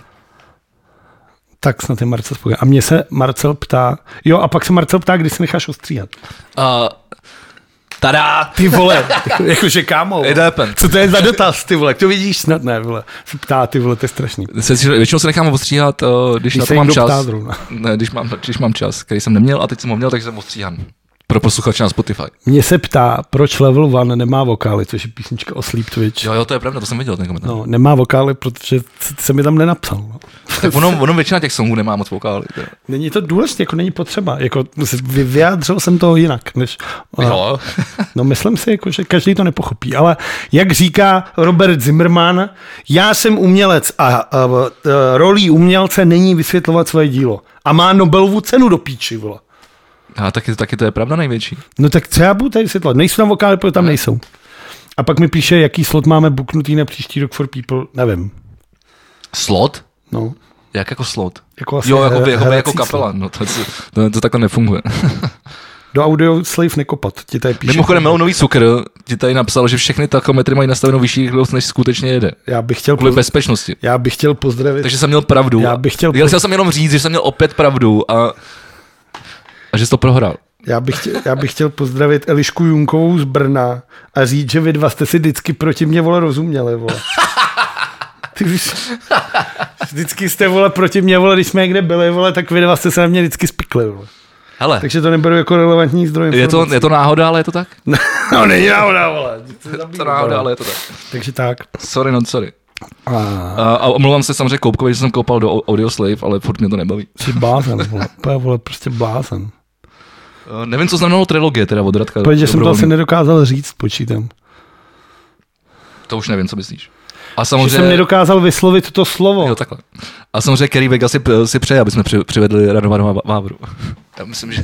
Tak snad je Marcel spokojený. A mě se Marcel ptá, jo a pak se Marcel ptá, kdy si necháš ostříhat. Uh, tada! Ty vole, jakože kámo. It happened. Co to je za dotaz, ty vole, to vidíš snad ne, vole. Se ptá, ty vole, to je strašný. Se, většinou se nechám ostříhat, eh, když, Když na se to mám někdo čas. ptá zrovna. Ne, když mám, když mám čas, který jsem neměl a teď jsem ho měl, takže jsem ostříhám. Pro posluchače na Spotify. Mě se ptá, proč Level One nemá vokály, což je písnička o Sleep Twitch. Jo, jo, to je pravda, to jsem viděl ten komentář. No. No, nemá vokály, protože se mi tam nenapsal. No. Tak ono, ono většina těch songů nemá moc vokály. To. Není to důležité, jako není potřeba. Jako, se- vy- vyjádřil jsem to jinak, než... Jo. No myslím si, jako, že každý to nepochopí, ale jak říká Robert Zimmerman, já jsem umělec a, a, a rolí umělce není vysvětlovat svoje dílo. A má Nobelovu cenu do píči, vole. A taky, taky to je pravda největší. No tak co já budu tady vysvětlovat? Nejsou tam vokály, protože tam nejsou. A pak mi píše, jaký slot máme buknutý na příští Rock for People, nevím. Slot? No, Jak jako slot? jako asi Jo, jako, he- by, jako, by, herecí jako kapela, no, to, to, to takhle nefunguje. slot. Do audio slave nekopat, ti tady píše. Mimochodem, Melonový cukr ti tady napsal, že všechny tachometry mají nastavenou vyšší rychlost, než skutečně jede. já bych chtěl, Kvůli poz- bezpečnosti. já bych chtěl pozdravit. Takže jsem měl pravdu. Já bych chtěl- Já chtěl jsem jenom říct, že jsem měl opět pravdu a, a že jsi to prohrál. Já bych, chtěl, já bych chtěl pozdravit Elišku Junkovou z Brna a říct, že vy dva jste si vždycky proti mě, vole, rozuměli, vole. Ty víš, vždycky jste, vole, proti mě, vole, když jsme někde byli, vole, tak vy dva jste se na mě vždycky spikli, vole. Hele, Takže to neberu jako relevantní zdroj. je to, informací. je to náhoda, ale je to tak? No, není náhoda, vole. To je Je to náhoda, ale je to tak. Takže tak. Sorry, not sorry. A A, a omlouvám se samozřejmě Koupkovi, že jsem koupal do Audio Slave, ale furt mě to nebaví. jsi blázen, vole. To je, vole, prostě blázen. Eh, Nevím, co znamenalo trilogie, teda od Radka. Pojď, že jsem to asi Dobrovolný. nedokázal říct, počítám. To už nevím, co myslíš. A Že jsem samozřejmě... nedokázal vyslovit to slovo. Jo, takhle. A samozřejmě Kerry Vega si, eh, si přeje, aby jsme při, přivedli Radovana Vá- Vávru. Já myslím, že...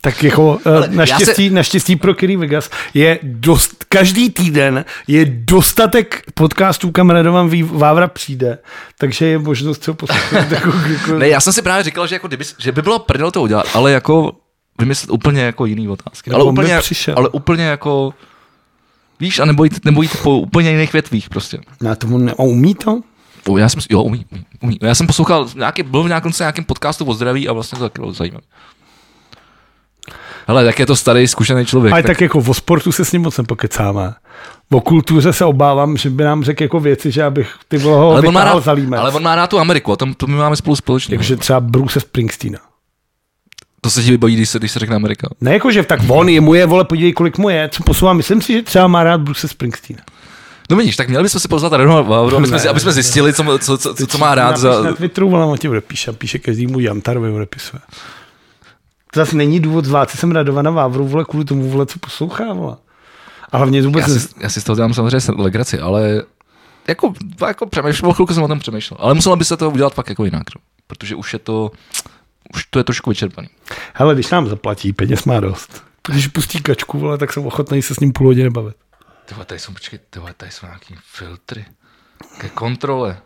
Tak jako eh, naštěstí, se... naštěstí pro Kerry Vegas je dost, každý týden je dostatek podcastů, kam Radovan Ví- Vávra přijde, takže je možnost ho poslouchat jako kdykoliv. Ne, já jsem si právě říkal, že, jako kdyby, že by bylo prdel to udělat, ale jako vymyslet úplně jako jiný otázky. Nebo Ale on by úplně, přišel. ale úplně jako... Víš, a nebo jít, nebo jít po úplně jiných větvích prostě. Na tomu ne, a umí to? O, já jsem, si- jo, umí, umí, umí. Já jsem poslouchal, nějaký, byl v nějakém, nějakém podcastu o zdraví a vlastně to taky bylo zajímavé. Hele, tak je to starý, zkušený člověk. Ale tak jako o sportu se s ním moc nepokecáme. O kultuře se obávám, že by nám řekl jako věci, že abych ty vole ho ale, on má vytáhl rád, za límec. ale on má rád tu Ameriku, a tam to my máme spolu společně. Jakože třeba Bruce Springsteena. To se ti vybojí, když se, když se řekne Amerika. Ne jakože tak on je mu je, vole, podívej, kolik mu je, co posouvá. Myslím si, že třeba má rád Bruce Springsteena. No vidíš, tak měli bychom si pozvat Radoma Vávru, aby jsme, Ne. si- aby jsme zjistili, co, co, co, co, co má rád Napiš za... na Twitteru, ale on ti odepíše, píše každému Jantarovi odepisuje. To zase není důvod zvát, si jsem radovaná Vávru, vole, kvůli tomu, vole, co poslouchá, vole. A hlavně vůbec... Já si, já si z toho dělám samozřejmě s- legraci, ale jako, jako přemýšlel, chvilku jsem o tom přemýšlel. Ale muselo by se to udělat fakt jako jinak, no. protože už je to, už to je trošku vyčerpaný. Hele, když nám zaplatí, peněz má dost. Když pustí kačku, vole, tak jsem ochotný se s ním půl hodiny bavit. Ty vole, tady jsou, počkej, ty vole, tady jsou nějaký filtry ke kontrole.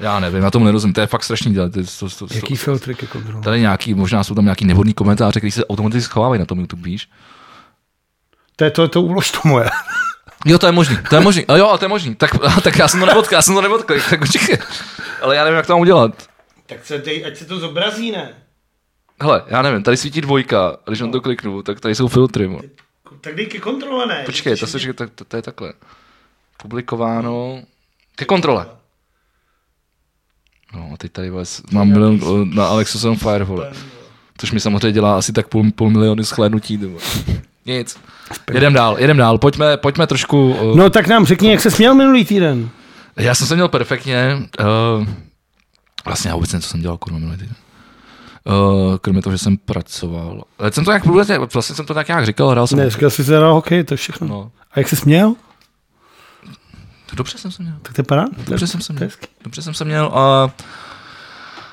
Já nevím, já tomu nerozumím, to je fakt strašný. To, to, to, to, to, Jaký filtr ke kontrolu? tady nějaký, možná jsou tam nějaký nevhodný komentáře, který se automaticky schovávají na tom YouTube, víš? To je to, to ulož to moje. Jo, to je možný, to je možný, a jo, a to je možný. Tak, a, tak já jsem to nepotkal, já jsem to nepotkal, tak počkej. Ale já nevím, jak to mám udělat. tak se dej, ať se to zobrazí, ne? Hele, já nevím, tady svítí dvojka, a když na to kliknu, tak tady jsou filtry. Mo. Tak dej ke kontrole, ne? Počkej, to, se, říká- to, to, to je takhle. Publikováno. Ke kontrole. No a teď tady vole, s- mám milion o, na Alexu jsem Fire, vole. Což mi samozřejmě dělá asi tak půl, půl milionu schlédnutí. ty vole. Nic. Jedem dál, jedem dál. Pojďme, pojďme trošku... eh, o, No tak nám řekni, jak se směl minulý týden. Já jsem se měl perfektně. Uh, vlastně já vůbec nevím, co jsem dělal, kurva, minulý týden. Uh, kromě toho, že jsem pracoval. Ale jsem to jak průhledně, vlastně jsem to tak nějak říkal, hrál jsem. Ne, říkal jsi, že hrál hokej, to je všechno. No, A jak se směl? to dobře jsem se měl. Tak to je pará? Dobře jsem se to je měl. hezký. Dobře jsem se měl a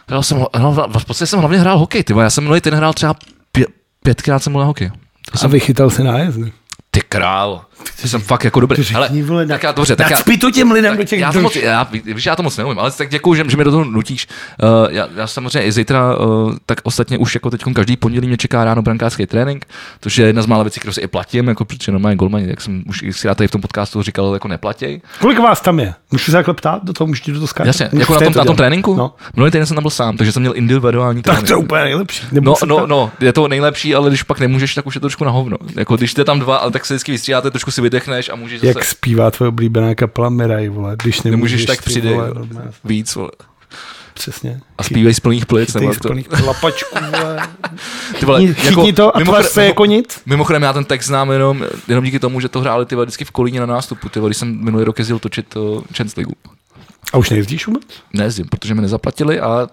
hrál jsem, no, v podstatě jsem hlavně hrál hokej, ty vole. já jsem minulý týden hrál třeba pě, pětkrát jsem byl na hokej. To A jsem, vychytal se nájezd. ne? ty král, ty jsem fakt jako dobrý. Řekni, Hele, vole, tak na- já, dobře, tak já, Nacpi to těm lidem do těch já, to drž. moc, já, víš, já to moc neumím, ale tak děkuji, že, že mi do toho nutíš. Uh, já, já, samozřejmě i zítra, uh, tak ostatně už jako teď každý pondělí mě čeká ráno brankářský trénink, což je jedna z mála věcí, kterou si i platím, jako protože normálně golmani, jak jsem už i si já tady v tom podcastu říkal, jako neplatěj. Kolik vás tam je? Můžu se takhle ptát? Do toho můžete do toho skákat? Jasně, Můžu jako na v té tom, to na tom dělat? tréninku? No. Minulý týden jsem tam byl sám, takže jsem měl individuální Tak trénink. to je úplně nejlepší. Nebudu No, se no, ptát. no, je to nejlepší, ale když pak nemůžeš, tak už je to trošku na hovno. Jako když jste tam dva, ale tak se vždycky vystřídáte, trošku si vydechneš a můžeš Jak zase zpívá tvoje oblíbená kapela Miraj, vole, když nemůžeš, nemůžeš, tak ty, přidej vole, vole, normálně. víc vole. Přesně. a zpívej z plných plic. Nebo Chytej jak z to, plných lapačků, vole. ty vole, Chytni- Chytni to a tvář se mimo- jako nic. Mimochodem, já ten text znám jenom, jenom díky tomu, že to hráli ty vole, vždycky v kolíně na nástupu. Ty vole, když jsem minulý rok jezdil točit uh, Chance Ligu. A už nejezdíš vůbec? Nejezdím, protože mi nezaplatili a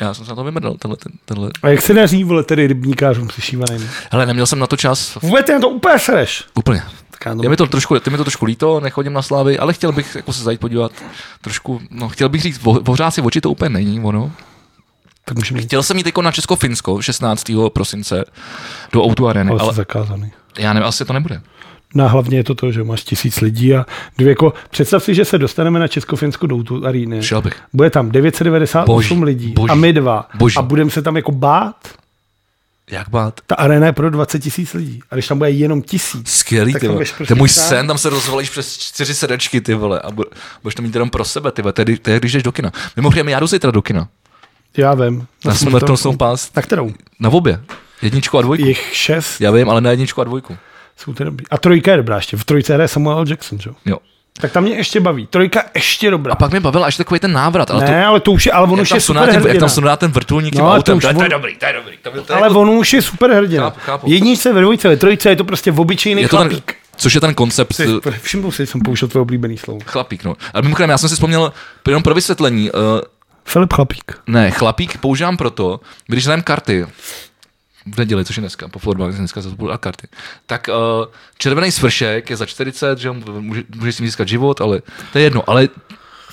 já jsem se na to vymrdal. Tenhle, ten, tenhle. A jak se daří, vole, tedy rybníkářům přešívaným? Hele, neměl jsem na to čas. Vůbec ty na to úplně sereš. Úplně. Tak já Je to... mi to trošku, je mi to trošku líto, nechodím na slávy, ale chtěl bych jako se zajít podívat trošku, no chtěl bych říct, vo- vohřát si oči to úplně není, ono. Tak můžeme jít. Chtěl jsem jít jako na Česko-Finsko 16. prosince do Outu Areny, Ale, ale... ale zakázaný. já nevím, asi to nebude. No a hlavně je to to, že máš tisíc lidí a dvě jako, představ si, že se dostaneme na Česko-Finsko do tu aríny. Šel bych. Bude tam 998 Boží, lidí boží, a my dva. boží. A budeme se tam jako bát. Jak bát? Ta arena je pro 20 tisíc lidí. A když tam bude jenom tisíc, Skvělý, Tak ty tam vole. budeš To je můj prostě sám. sen, tam se rozvalíš přes čtyři sedačky, ty vole, a bu- budeš to mít jenom pro sebe, ty vole, to je, kdy- to je když jdeš do kina. Mimochodem, já jdu zítra do kina. já vím. Na smrtnou pás, Na kterou? na obě. Jedničku a dvojku. Jich šest. Já vím, ale na jedničku a dvojku. Jsou to dobrý. A trojka je dobrá ještě. V trojce hraje Samuel L. Jackson, že? jo? Jo. Tak tam mě ještě baví. Trojka ještě dobrá. A pak mi bavil až takový ten návrat, ale to, ne, ale to už je, ale on jak už je tam, sundá super ten, jak hrdina. tam sundá ten vrtulník tím No, ale to autem, už to, je- to, je on- dobrý, to je dobrý. To, je- to je, Ale on už je super hrdina. Chápu, chápu. Jedničce ve dvojce, ve trojce je to prostě obyčejný je to ten, chlapík. což je ten koncept eh, Ten... Všiml si, že jsem použil tvoje oblíbený slovo. chlapík. No. Ale mimochodem, já jsem si vzpomněl, jenom pro vysvětlení, eh, Filip Chlapík. Ne, chlapík používám proto, když hrajeme karty, v neděli, což je dneska, po florbách, dneska se a karty, tak uh, červený svršek je za 40, že jo, může, může si získat život, ale to je jedno, ale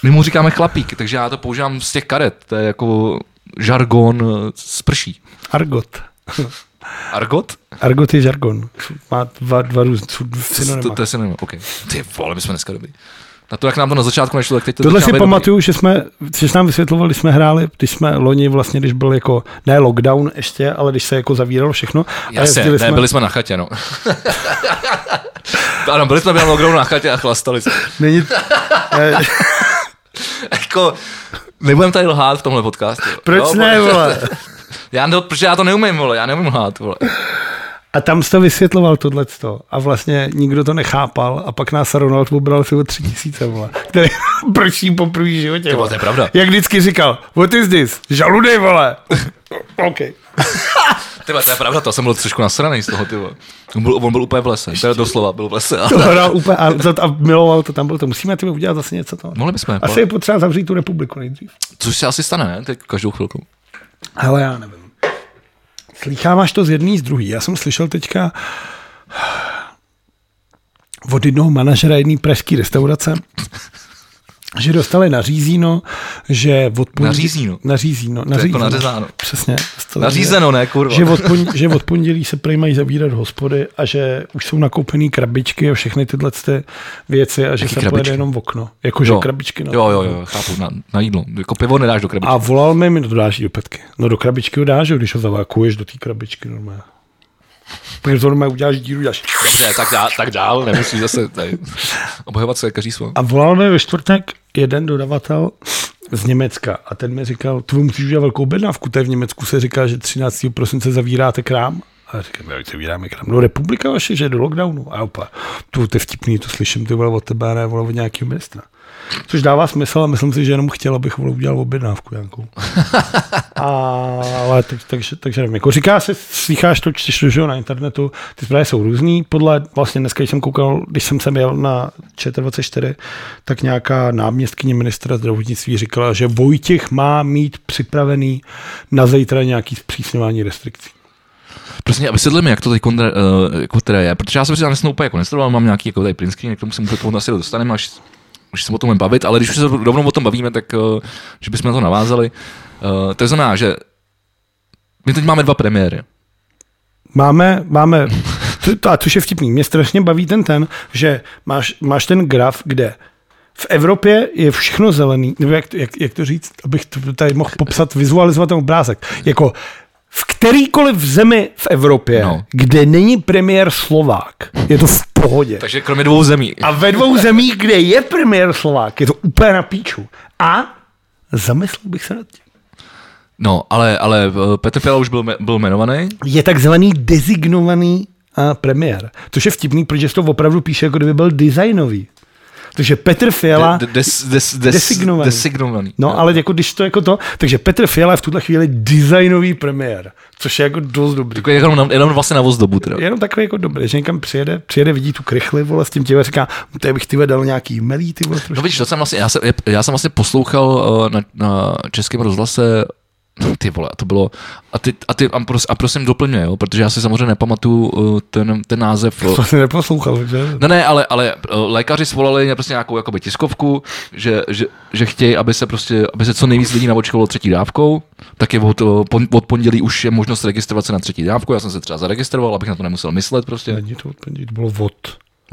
my mu říkáme chlapík, takže já to používám z těch karet, to je jako žargon eh, sprší. Argot. Argot? Argot je žargon. Má dva, dva různé To, to, synonyma. je synonym, OK. Ty vole, my jsme dneska dobrý. Na to, jak nám to na začátku nešlo, tak teď to Tohle začíná si být dobrý. pamatuju, že jsme, že jsi nám vysvětlovali, když jsme hráli, když jsme loni vlastně, když byl jako, ne lockdown ještě, ale když se jako zavíralo všechno. a Jasně, ne, jezdili jsme... byli jsme na chatě, no. ano, byli jsme na na chatě a chlastali jsme. Není, eh, jako, nebudem tady lhát v tomhle podcastu. proč Jo, ne, bo- vole? Já, no, protože já to neumím, vole, já neumím lhát, vole. A tam jste vysvětloval tohleto a vlastně nikdo to nechápal a pak nás Ronald ubral si o tři tisíce, vole, který prší po první životě. Tyvo, to je pravda. Jak vždycky říkal, what is this? Žaludej, vole. OK. Tyba, to je pravda, to jsem byl trošku nasraný z toho, ty vole. On byl, on byl úplně v lese, teda doslova byl v lese. To hrál úplně a, a miloval to tam byl. To musíme ty udělat zase něco toho. Mohli bychom, jako- Asi je potřeba zavřít tu republiku nejdřív. což se asi stane, ne? Teď každou chvilku. Ale já nevím. Slycháváš to z jedný z druhý. Já jsem slyšel teďka od jednoho manažera jedné pražské restaurace, že dostali nařízeno, že od pondělí... Nařízíno. Nařízíno. To je nařízíno. jako nařezáno. Přesně. dostali- Nařízeno, ne, kurva. Že od, pon, že od pondělí se prej mají zavírat hospody a že už jsou nakoupený krabičky a všechny tyhle ty věci a že Jaký se krabičky? pojede jenom v okno. Jakože krabičky no. na Jo, jo, jo, chápu, na, na jídlo. Jako pivo nedáš do krabičky. a volal mi, mi to dáš do petky. No do krabičky ho dáš, jo, když ho zavákuješ do té krabičky normálně. Protože to normálně uděláš díru, dáš. Dobře, tak, dá, tak dál, nemusíš zase tady obhajovat se každý svůj. A volal mi ve čtvrtek jeden dodavatel z Německa a ten mi říkal, tu musíš udělat velkou objednávku, tady v Německu se říká, že 13. prosince zavíráte krám a A říkám, "No, já se vydáme k nám do republika vaše, že do lockdownu. A opa, tu to je vtipný, to slyším ty vole od tebe, a ne vole od nějakého ministra. Což dává smysl a myslím si, že jenom chtěl, abych vole udělal objednávku nějakou. a, ale tak, takže, takže nevím, jako říká se, slycháš to, čteš to, že jo, na internetu, ty zprávy jsou různý, podle, vlastně dneska, když jsem koukal, když jsem sem jel na ČT24, tak nějaká náměstkyně ministra zdravotnictví říkala, že Vojtěch má mít připravený na zítra nějaký zpřísňování restrikcí. Prostě a vysvětli mi, jak to teď uh, jako teda je, protože já jsem si nesnu úplně jako nesledoval, mám nějaký jako tady print screen, k tomu se můžu tomu asi dostaneme, až už se o tom budeme bavit, ale když už se rovnou o tom bavíme, tak uh, že bychom na to navázali. Uh, to znamená, že my teď máme dva premiéry. Máme, máme, to, a což je vtipný, mě strašně baví ten ten, že máš, máš ten graf, kde v Evropě je všechno zelený, nebo jak, jak, jak to říct, abych to tady mohl popsat, vizualizovat ten obrázek. Jako v kterýkoliv zemi v Evropě, No. no. kde není premiér Slovák, je to v pohodě. Takže kromě dvou zemí. A ve dvou zemích, kde je premiér Slovák, je to úplně na píču. A zamyslel bych se nad tím. No, ale, ale eh, Petr Fiala už byl, me- byl jmenovaný. Je takzvaný designovaný a, premiér. Což je vtipný, protože se to opravdu píše, jako kdyby byl designový. Takže Petr Fiala... De- des, des, des, Designovaný. designovaný. No, ale jako když to jako to, takže Petr Fiala je v tuhle chvíli designový premiér, což je jako dost dobrý. Jako Jenom, na- jenom vlastně na vozdobu teda. Jenom takový jako dobrý, že někam přijede, přijede, vidí tu krychli, vole, s tím těle říká, tady bych ty vole, dal nějaký melý, ty vole, trošku. No vidíš, to jsem vlastně, já, jsem, já jsem vlastně poslouchal eh, na, na českém rozhlase no, ty vole, a to bylo, a, ty, a, ty, a, pros, a prosím doplňuje, jo, protože já si samozřejmě nepamatuju eh, ten, ten název. eh, To jsem neposlouchal, takže... Ne, ne, ale, ale eh, lékaři svolali prostě nějakou jakoby, tiskovku, že, že, že chtějí, aby se, prostě, aby se co nejvíc lidí naočkovalo třetí dávkou, tak je od, eh, pon- od pondělí už je možnost registrovat se na třetí dávku. Já jsem se třeba zaregistroval, abych na to nemusel myslet prostě. Není to od pondělí, to bylo od...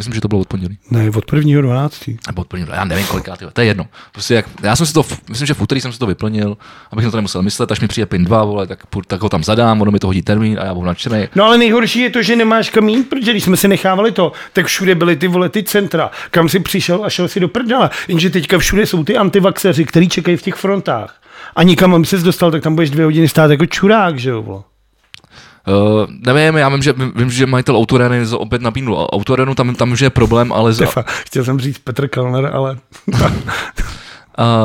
Myslím, že to bylo od pondělí. Ne, od prvního 12. Nebo od prvního, já nevím koliká, tyhle, to je jedno. Prostě jak, já jsem si to, v- myslím, že v úterý jsem si to vyplnil, abych na to nemusel myslet, až mi přijde PIN 2, vole, tak, půjdu- tak ho tam zadám, ono mi to hodí termín a já budu nadšený. Eh, No ale nejhorší je to, že nemáš kam jít, protože když jsme si nechávali to, tak všude byly ty vole ty centra, kam si přišel a šel si do prdele. Jenže teďka všude jsou ty antivaxeři, kteří čekají v těch frontách. A nikam, aby ses dostal, tak tam budeš dvě hodiny stát jako čurák, že jo, vole. Uh, nevím, já vím, že, vím, že majitel autoreny z- opět nabídnul autorenu, tam, tam že je problém, ale za, Tefa, chtěl jsem říct Petr Kalner, ale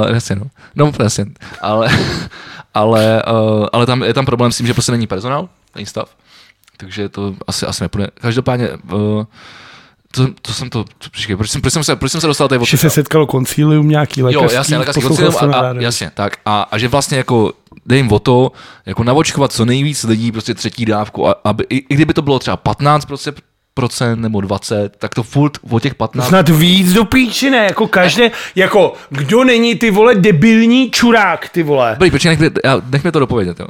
Uh, jasně, no. No, jasně. Ale, ale, uh, ale tam, je tam problém s tím, že prostě není personál, není stav. Takže to asi, asi nepůjde. Každopádně, uh, to, to jsem to, to počkej, proč, jsem, proč, jsem se, proč jsem se dostal tady od že se setkalo koncilium nějaký lékařský, Jo, jasně, lékařský poslouchal koncilium jsem a, na a, rádiu. jasně, tak. A, a, že vlastně jako jde jim o to, jako navočkovat co nejvíc lidí prostě třetí dávku, a, aby, i, i, kdyby to bylo třeba 15 procent nebo 20, tak to furt o těch 15 Snad víc do píči, ne? Jako každé, jako kdo není ty vole debilní čurák, ty vole. Dobrý, počkej, nech, mě- já- nech mě to dopovědět. Jo.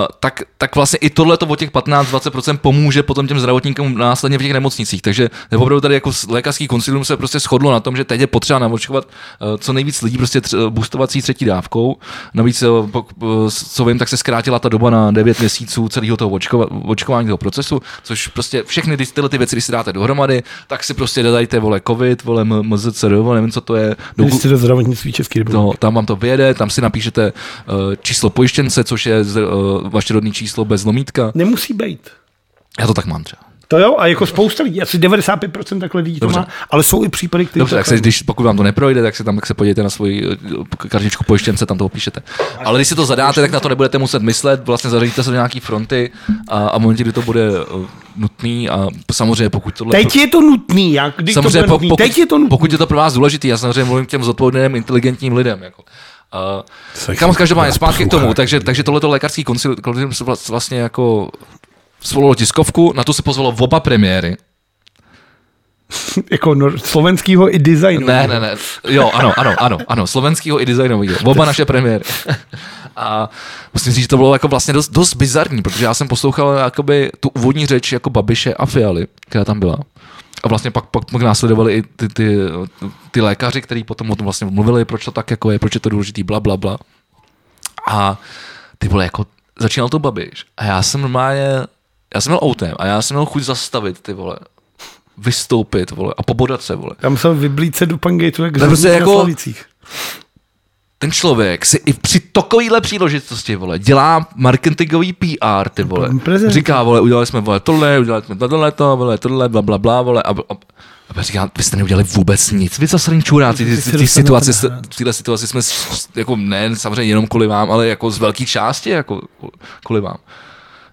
Uh, tak, tak vlastně i tohle to o těch 15-20% pomůže potom těm zdravotníkům následně v těch nemocnicích. Takže opravdu tady jako s- lékařský koncilium se prostě shodlo na tom, že teď je potřeba namočkovat uh, co nejvíc lidí prostě tř- boostovací třetí dávkou. Navíc, eh, pok- eh, s- co vím, tak se zkrátila ta doba na 9 měsíců celého toho očkova, očkování toho procesu, což prostě všechny ty- tyhle ty věci, když si dáte dohromady, tak si prostě dodajte vole COVID, vole M- MZCR, vole nevím, co to je. Vy jste do zdravotnictví České republiky. No, tam vám to vyjede, tam si napíšete uh, číslo pojištěnce, což je z, uh, vaše rodné číslo bez lomítka. Nemusí být. Já to tak mám třeba. To jo, a jako spousta lidí, asi 95% takhle lidí Dobře. to má, ale jsou i případy, které Dobře, tak se, když, pokud vám to neprojde, tak se tam tak se podívejte na svoji eh, kartičku pojištěnce, tam to opíšete. Ale když si to zadáte, tak na to nebudete muset myslet, vlastně zařadíte se do nějaký fronty a, a v momentě, kdy to bude eh, nutný a samozřejmě pokud tohle... Teď je to nutný, jak když samozřejmě, to bude po- nutný. pokud, Teď je to nutný. pokud je to pro vás důležitý, já samozřejmě mluvím k těm zodpovědným, inteligentním lidem. Jako. Uh, kam každopádně zpátky k tomu, takže, takže tohleto lékařský koncilium se vla- vlastně jako svolalo tiskovku, na to se pozvalo oba premiéry. Jako no, slovenskýho i designu. Ne, ne, ne. Jo, ano, ano, ano, ano. Slovenskýho i designového. Oba naše premiéry. A musím říct, že to bylo jako vlastně dost, dost bizarní, protože já jsem poslouchal jakoby tu úvodní řeč jako Babiše a Fialy, která tam byla. A vlastně pak, pak, pak následovali i ty, ty, ty lékaři, kteří potom o tom vlastně mluvili, proč to tak jako je, proč je to důležitý, bla, bla, bla. A ty vole, jako začínal to Babiš. A já jsem normálně, já jsem měl autem a já jsem měl chuť zastavit, ty vole vystoupit, vole, a pobodat se, vole. Já musel vyblít se do Pangatu, jak prostě zrovna na jako- Slavicích. ten člověk si i při takovýhle příležitosti, vole, dělá marketingový PR, ty vole. Prezentace. Říká, vole, udělali jsme, vole, tohle, udělali jsme tohle, to, vole, tohle, bla, bla, bla, vole, a, a, a pak říká, vy jste neudělali vůbec nic, vy zasraní čuráci, ty, ty, ty dostanete situace, na jste- v téhle situaci jsme, s- s- jako ne, samozřejmě jenom kvůli vám, ale jako z velké části, jako kvůli vám.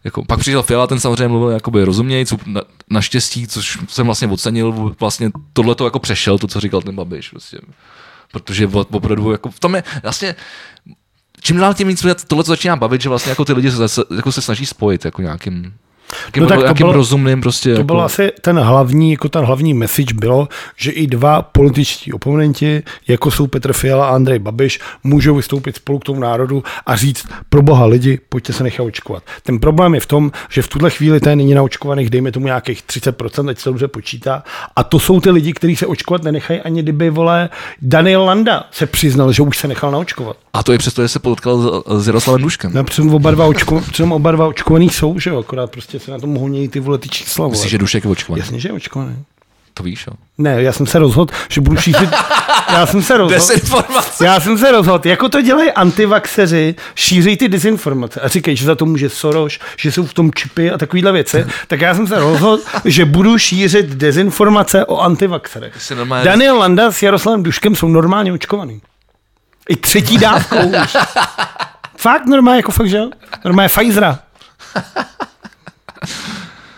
Jako, pak přišel Fiala, ten samozřejmě mluvil jakoby rozumějíc, na, naštěstí, což jsem vlastně ocenil, vlastně tohle to jako přešel, to, co říkal ten Babiš. Prostě. Protože o- opravdu, jako, v tom je, vlastně, čím dál tím víc mě tohle to začíná bavit, že vlastně jako ty lidi se, zase- jako se snaží spojit jako nějakým, nějakým, No no tak to nějakým bylo- rozumným prostě. To jako, byl asi ten hlavní, jako ten hlavní message bylo, že i dva političtí oponenti, jako jsou Petr Fiala a Andrej Babiš, můžou vystoupit spolu k tomu národu a říct, pro boha lidi, pojďte se nechat očkovat. Ten problém je v tom, že v tuhle chvíli ten není naočkovaných, dejme tomu nějakých 30%, ať se dobře počítá. A to jsou ty lidi, kteří se očkovat nenechají, ani kdyby, vole, Daniel Landa se přiznal, že už se nechal naočkovat. A to je přesto, že se potkal s, s Jaroslavem Duškem. No, přitom oba dva, očko, přitom oba dva očkovaný jsou, že jo, akorát prostě se na tom honí ty vole ty čísla, vole. Myslíš, že Dušek je očkovaný? Jasně, že je očkovaný. To víš, jo. Ne, já jsem se rozhodl, že budu šířit... Já jsem se No. rozhodl... Desinformace. Já jsem se rozhodl, jako to dělají antivaxeři, šíří ty disinformace a říkají, že za to může Soros, že jsou v tom čipy a takovéhle věci, tak já jsem se rozhodl, že budu šířit dezinformace o antivaxerech. jsi normálně- Daniel Landa s Jaroslavem Duškem jsou normálně očkovaný. I třetí dávkou už. Fakt normálně, jako fakt, že jo? Normálně Pfizera.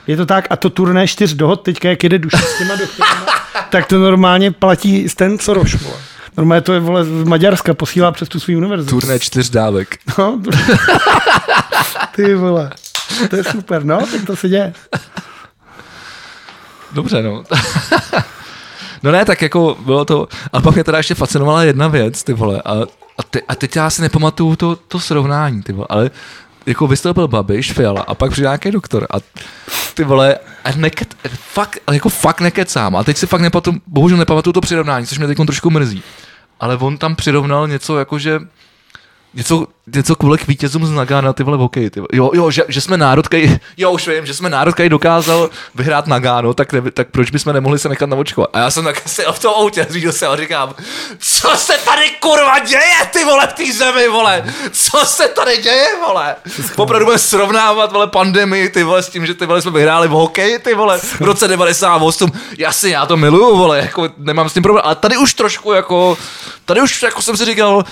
Je to tak a to turné čtyř dohod teďka, jak jede duše s těma doktorama, tak to normálně platí ten Soros, vole. Normálně to je, vole, z Maďarska posílá přes tu svou univerzitu. Turné čtyř dávek. No, tur... Ty vole, to je super, no, tak to se děje. Dobře, no. no ne, tak jako bylo to... A pak mě teda ještě fascinovala jedna věc, ty vole. A, a, te, a teď já si nepamatuju to, to srovnání, ty vole. Ale jako vystoupil Babiš, Fiala a pak přijde nějaký doktor a ty vole, a neket, fakt, ale jako fakt nekecám. A teď si fakt nepamatuju, bohužel nepamatuju to přirovnání, což mě teď trošku mrzí. Ale on tam přirovnal něco jako, že Něco, něco kvůli k vítězům z Nagana, ty vole, v hokeji, ty vole. Jo, jo, že, že jsme národ, který, jo, už vím, že jsme národ, který dokázal vyhrát Nagano, tak, ne, tak proč bychom nemohli se nechat naočkovat? A já jsem tak seděl v tom autě, řídil se a říkám, co se tady kurva děje, ty vole, v té zemi, vole, co se tady děje, vole? Opravdu budeme srovnávat, vole, pandemii, ty vole, s tím, že ty vole jsme vyhráli v hokeji, ty vole, v roce 98. Jasně, já to miluju, vole, jako nemám s tím problém, ale tady už trošku, jako, tady už, jako jsem si říkal,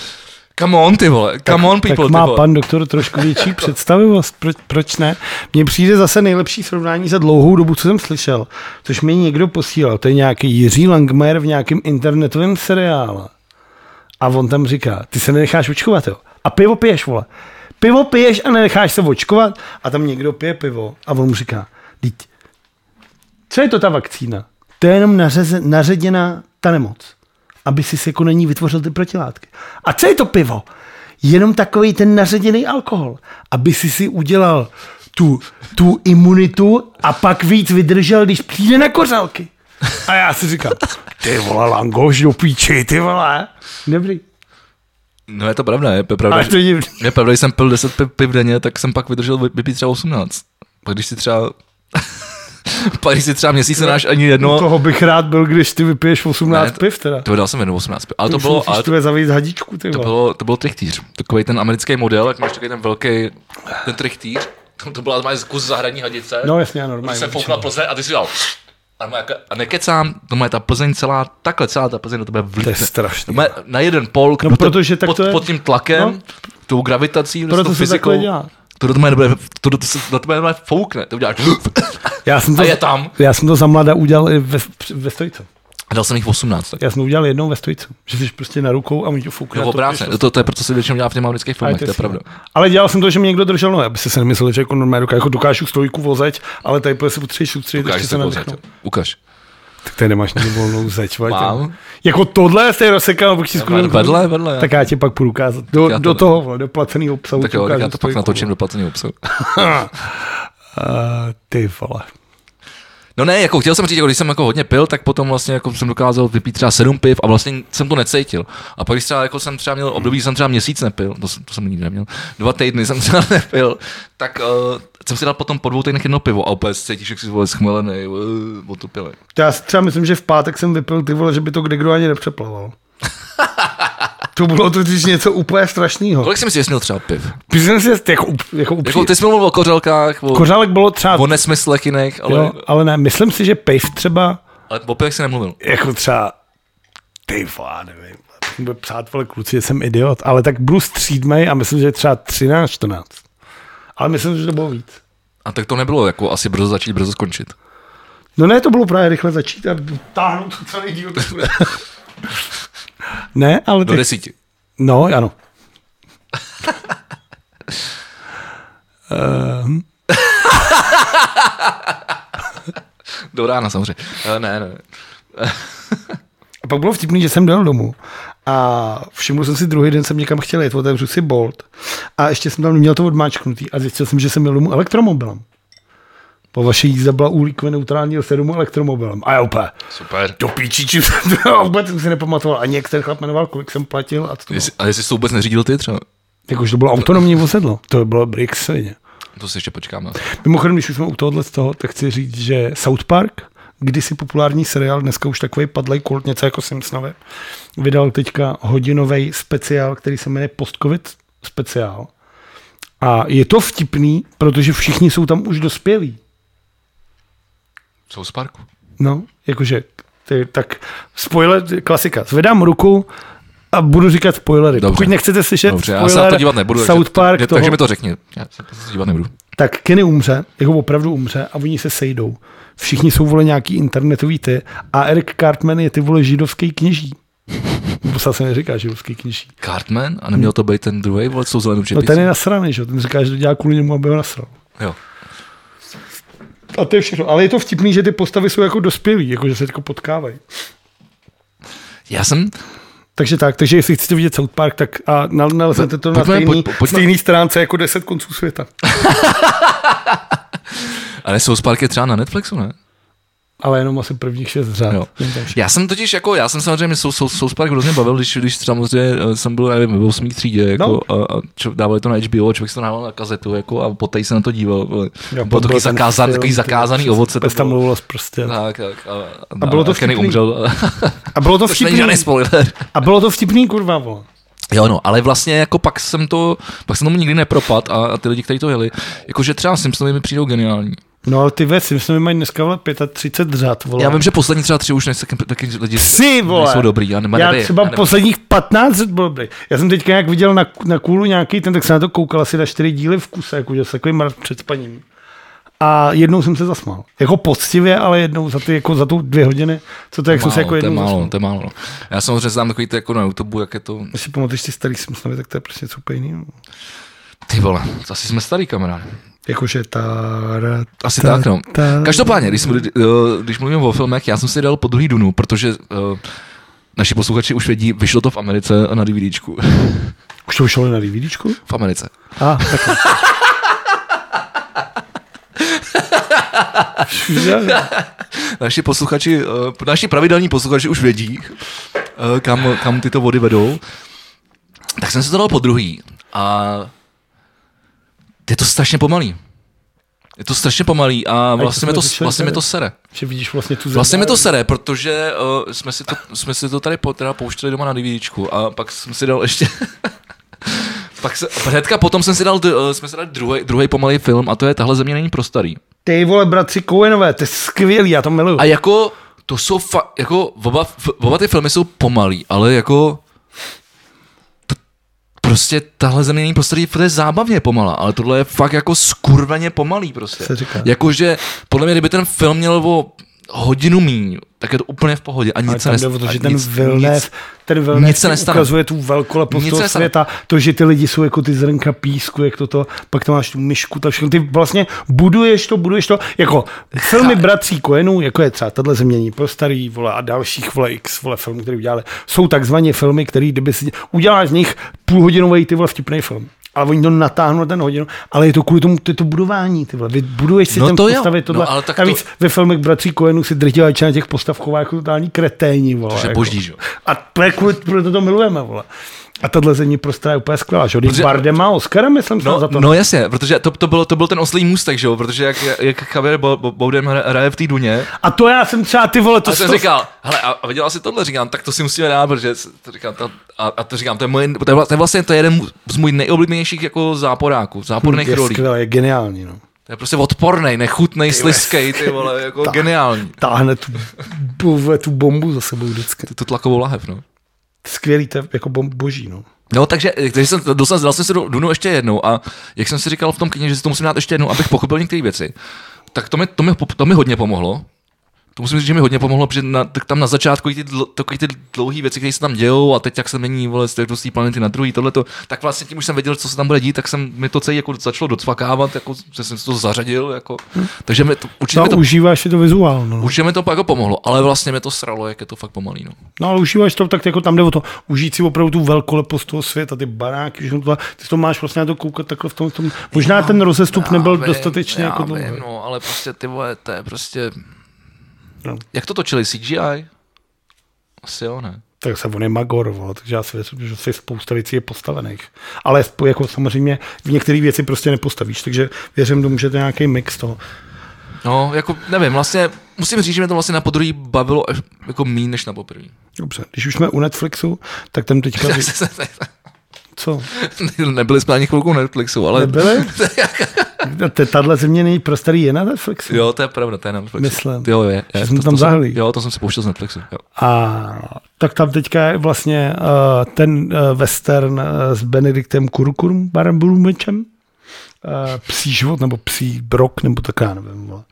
Come on, ty vole. Come on, people, tak ty má vole. pan doktor trošku větší představivost, proč, proč ne? Mně přijde zase nejlepší srovnání za dlouhou dobu, co jsem slyšel, což mi někdo posílal. To je nějaký Jiří Langmer v nějakém internetovém seriálu. A on tam říká, ty se nenecháš očkovat, jo? A pivo piješ, vole. Pivo piješ a nenecháš se očkovat? A tam někdo pije pivo a on mu říká, "Vždyť, co je to ta vakcína? To je jenom nařeze, naředěná ta nemoc, aby si jako na ní vytvořil ty protilátky. A co je to pivo? Jenom takový ten naředěný alkohol, aby si si udělal tu, tu imunitu a pak víc vydržel, když přijde na kořálky. A já si říkám, ty vole, langoš do píči, ty vole. Dobrý. No je to pravda, je pravda. Ale že- to je divný. Je pravda, když jsem pil 10 piv, piv denně, tak jsem pak vydržel vy- vypít třeba 18. Pak když si třeba... pak když si třeba měsíc nedáš ani No, jedno... toho bych rád byl, když ty vypiješ 18 Ne, ne, piv teda. To dal jsem jenom 18 piv. Ale to Už bylo, musíš ale to, tebe zavít hadičku, ty to vole. bylo, to bylo trichtýř. Takový ten americký model, jak máš takový ten velký ten trichtýř. To, to byla normálně kus zahradní hadice. No jasně, já Když normálně. jsem foukla Plzeň a ty si dal... A, má jaká- a nekecám, to má ta Plzeň celá, takhle celá ta Plzeň do tebe To vlítne. je strašný. Má na jeden pol, no, protože tak pod, to je- pod tím tlakem, no. no. tou gravitací, Proto tou se fyzikou, takhle dělá. to do tebe nebude, to do, to se do tebe nebude foukne, to uděláš Já jsem to, a je tam. Já jsem to za mladá udělal i ve, ve stojce. A dal jsem jich 18, tak. Já jsem to udělal jednou ve stojce. Že jsi prostě na rukou a oni tě foukne. Nebo a to obráceně, píšou. to, to, to je proto No, se většinou dělá v těch amerických A filmech, to je silný. pravda. Ale dělal jsem to, že mě někdo držel nohy, aby si se nemyslel, že jako normálně dokážu, jako dokážu stojku vozeť, ale tady se potřebuješ soustředit, Ukáž ještě se se pořád, nadechnout. ukáž. Tak tady nemáš ani volnou zeď, vole, Mám. těma. Jako tohle jste rozsekal, abych ti zkusil. Vedle, vedle. Tak Tak, já ti pak půjdu ukázat. Do, Já to do ne. toho, vole, do placeného obsahu. tak ti jo, tak ukážu já to pak stojku, natočím vole. do placení obsahu. A, ty vole. No ne, jako chtěl jsem říct, jako když jsem jako hodně pil, tak potom vlastně jako jsem dokázal vypít třeba sedm piv a vlastně jsem to necítil. A pak když třeba, jako jsem třeba měl období, že jsem třeba měsíc nepil, to, jsem- to jsem nikdy neměl, dva týdny jsem třeba nepil, tak uh, jsem si dal potom po dvou týdnech jedno pivo a úplně cítíš, jak jsi vole schmelený, uh, otopilý. To Já si třeba myslím, že v pátek jsem vypil ty vole, že by to kde kdo ani nepřeplaval. To bylo totiž něco úplně strašného. Kolik jsem si jesnil třeba piv? Pizen si jako, up- jako, upří... Jako, ty jsi mluvil o kořelkách, o, Kořálek bylo třeba... o nesmyslech jiných, ale, jo, ale ne, myslím si, že piv třeba ale o pivech jsi nemluvil. jako třeba, ty vole, nevím, bude psát, vole, kluci, že jsem idiot, ale tak byl střídmej a myslím, že třeba 13, 14. Ale myslím, že to bylo víc. A tak to nebylo jako asi brzo začít, brzo skončit. No ne, to bylo právě rychle začít a táhnout to celý díl. do konce. ne, ale Do ty... desíti. No, ano. Ehm, Do rána samozřejmě. Eh, Ne, ne. A pak bylo vtipný, že jsem dal domů. A všiml jsem si, druhý den jsem někam chtěl jet, otevřu si Bolt. A ještě jsem tam měl to odmáčknutý a zjistil jsem, že jsem jel domů elektromobilem. Po vaší jízda byla uhlíkově neutrální, jel jsem domů elektromobilem. A já úplně, Super. do píči, čím jsem to a vůbec jsem si nepamatoval. Ani jak ten chlap jmenoval, kolik jsem platil a co to bylo. Jestli, a jestli jsi to vůbec neřídil ty třeba? Tak už to bylo autonomní vozidlo. To bylo Brick svině. To si ještě počkáme. Mimochodem, když už jsme u tohohle z toho, tak chci říct, že South Park, kdysi populární seriál, dneska už takový padlej kult, něco jako Simpsonovi, vydal teďka hodinový speciál, který se jmenuje Postcovid speciál. A je to vtipný, protože všichni jsou tam už dospělí. Jsou z parku. No, jakože, ty, tak spoiler, klasika. Zvedám ruku a budu říkat spoilery. Dobře. Dobře. Pokud nechcete slyšet Dobře, já spoiler, se na to dívat nebudu. takže- South Park, takže, toho, takže mi to řekni. Já se na to dívat nebudu. tak Kenny umře, jako opravdu umře a oni se sejdou. Všichni jsou vole nějaký internetový ty a Eric Cartman je ty vole židovský kněží. Posa se neříká židovský kněží. Cartman? A neměl to být ten druhý vole, co zelenou No čepicí? ten je nasraný, že? jo? Ten říká, že to dělá kvůli němu, aby ho nasral. Jo. A to je všechno. Ale je to vtipný, že ty postavy jsou jako dospělí, jako že se jako potkávají. Já jsem, Takže tak, takže jestli chcete vidět South Park, tak a nal- naleznete to na No, Pojďme, stejný, pojď- pojďme. stejný stránce jako 10 konců světa. ale jsou z parky třeba na Netflixu, ne? Ale jenom asi prvních šest řád. Jo. Jen tak. Já jsem totiž jako, já jsem samozřejmě sou, sou, sou Park hrozně bavil, když, když samozřejmě eh, jsem byl, nevím, v 8. třídě, jako, No. a, a čo, dávali to na HBO, člověk se to dával na kazetu, jako, a poté se na to díval. vole. Bylo to Jo, byl takový, ten zakázan, film, takový ty- zakázaný ovoce. To Pes tam bylo. No. mluvil s prstem. Tak, tak. A, a, A bylo to Kenny vtipný. umřel. A bylo to Což není žádný vtipný. spoiler. A bylo to vtipný, kurva, vole. Jo, no, ale vlastně jako pak jsem to, pak jsem tomu nikdy nepropad a, a ty lidi, kteří to jeli, jakože třeba Simpsonovi mi přijdou geniální. No ale ty ve Simpsonovi mají dneska vole 35 řád, vole. Já vím, že poslední třeba tři už nejsem taky lidi Psi, vole. nejsou dobrý, já nemám já nevím, třeba já nevím. posledních 15 řad byl dobrý. Já jsem teďka jak viděl na, na kůlu nějaký ten, tak jsem na to koukal asi na čtyři díly v kuse, jako že s takovým mrt před spaním. A jednou jsem se zasmál. Jako poctivě, ale jednou za ty, jako za tu dvě hodiny, co to, jak jsem se jako málo, to je jednou málo, zasmál. to je málo. no. Já samozřejmě znám takový ty jako na YouTube, jak je to, Když si pamatuješ ty starý Simpsonovi, tak to je prostě něco úplně jiného. ty vole, to asi jsme starý kamarád. Jakože ta... Asi tak, no. Každopádně, když, jsme, eh, když mluvím o filmech, já jsem si dal po druhý Dunu, protože eh, naši posluchači už vědí, vyšlo to v Americe na DVDčku. Už to vyšlo na DVDčku? V Americe. A, takhle. Všude. Naši posluchači, eh, naši pravidelní posluchači už vědí, eh, kam, kam tyto vody vedou. Tak jsem si to dal po druhý a je to strašně pomalý. Je to strašně pomalý a vlastně jsme mi to, začali vlastně mi tady. to sere. Že vidíš vlastně tu zem. Vlastně mi to sere, protože uh, jsme, si to, jsme si to tady po, teda pouštěli doma na DVDčku a pak jsem si dal ještě... pak se, hnedka potom jsem si dal, uh, jsme si dali druhý, druhý pomalý film a to je Tahle země není pro starý. Ty vole, bratři Coenové, to je skvělý, já to miluju. A jako, to jsou fa- jako oba, f- oba ty filmy jsou pomalý, ale jako t- prostě tahle země není prostředí, protože je zábavně pomalá, ale tohle je fakt jako skurveně pomalý prostě. Se říká. Jakože, podle mě, kdyby ten film měl o hodinu míň, tak je to úplně v pohodě. A Ale nic se tam nest- jde o to, a že ten nic- Vilnév, nic- ten Vilnév nic se ti nestane. ukazuje tu velkolepost Nic toho se nestane. světa, to, že ty lidi jsou jako ty zrnka písku, jak toto, pak tam máš tu myšku, ta všechno, ty vlastně buduješ to, buduješ to, jako filmy bratří Koenů, jako je třeba tahle zemění pro starý, vole, a dalších, vole, x, vole, filmů, které udělali, jsou takzvaně filmy, které, kdyby si uděláš z nich půlhodinový ty vole vtipný film. Ale oni to natáhnou na ten hodinu, ale je to kvůli tomu, to je to budování, ty vole. Vy buduješ si No ten to jo, postavy, no tohle. ale tak to- Navíc ve filmech Bratří Koenů si drtivače na těch postav chová jako totální kreténi, vole. Což je jako. boží, že jo. A to je kvůli, proto to milujeme, vole. A tahle země prostá je úplně skvělá, že? Když Protože- Bardem a Oscara, myslím, no, za No, to. no jasně, protože to, to, byl, to byl ten oslý můstek, že jo? Protože jak, jak Javier Bo- Bo- Bowden hra- hraje v té duně, A to já jsem třeba, ty vole, to... a jsem to... říkal, hele, a a viděla jsi tohle, říkám, tak to si musíme dát, protože s- to říkám, to, a, a, to říkám, to je, moje, to je vla- to je vlastně to je jeden z mojich nejoblíbenějších jako záporáků, záporných je rolí. skvělé, je geniální, no. To je prostě odporný, nechutnej, sliskej, ty vole, jako Tak. geniální. Táhne tu, tu, tu bombu za sebou vždycky. Tu, tu tlakovou lahev, no. Skvělý, to je jako bom, boží, no. No, takže, takže jsem, dostal, dal jsem si do Dunu ještě jednou a jak jsem si říkal v tom kyně, že si to musím dát ještě jednou, abych pochopil některé věci, tak to mi, to, mi, po- to mi hodně pomohlo. To musím říct, že mi hodně pomohlo, protože na, tak tam na začátku i ty, dl, takový ty dlouhé věci, které se tam dějou a teď jak se mění vole, z této z té planety na druhý, tohleto, tak vlastně tím už jsem věděl, co se tam bude dít, tak jsem mi to celé jako začalo docvakávat, jako, že jsem si to zařadil. Jako, takže mi to, určitě, mi No, to, užíváš si to vizuálno. No. určitě mi to pak jako pomohlo, ale vlastně mi to sralo, jak je to fakt pomalý. No. no, ale užíváš to, tak jako tam jde o to, užít si opravdu tu velkolepost toho světa, ty baráky, všechno to, ty to máš vlastně na to koukat takhle v tom, v tom. možná ten rozestup nebyl vím, dostatečně já jako vím, dlouhý. no, ale prostě ty vole, to je prostě... No. Jak to točili? CGI? Asi jo, ne. tak se on je Magor, vole, takže já si myslím, že si spousta věcí je postavených. Ale sp- jako samozřejmě v některé věci prostě nepostavíš, takže věřím tomu, že to je nějaký mix toho. No, jako nevím, vlastně musím říct, že mě to vlastně na podruhý bavilo až jako mín než na poprvé. Dobře, když už jsme u Netflixu, tak tam teďka... Co? Nebyli jsme ani chvilku na Netflixu, ale Nebyli? No, t- Tahle země není pro starý, je na Netflixu. jo, to je pravda, to je na Netflixu. Myslím. Jo, je. je Že jsme tam zahlí. Jo, to jsem si pouštěl z Netflixu. Jo. A tak tam teďka je vlastně uh, ten uh, western uh, s Benediktem Kurkurum, Barem Brumečem. Uh, psí život, nebo psí brok, nebo tak já nevím. Vole.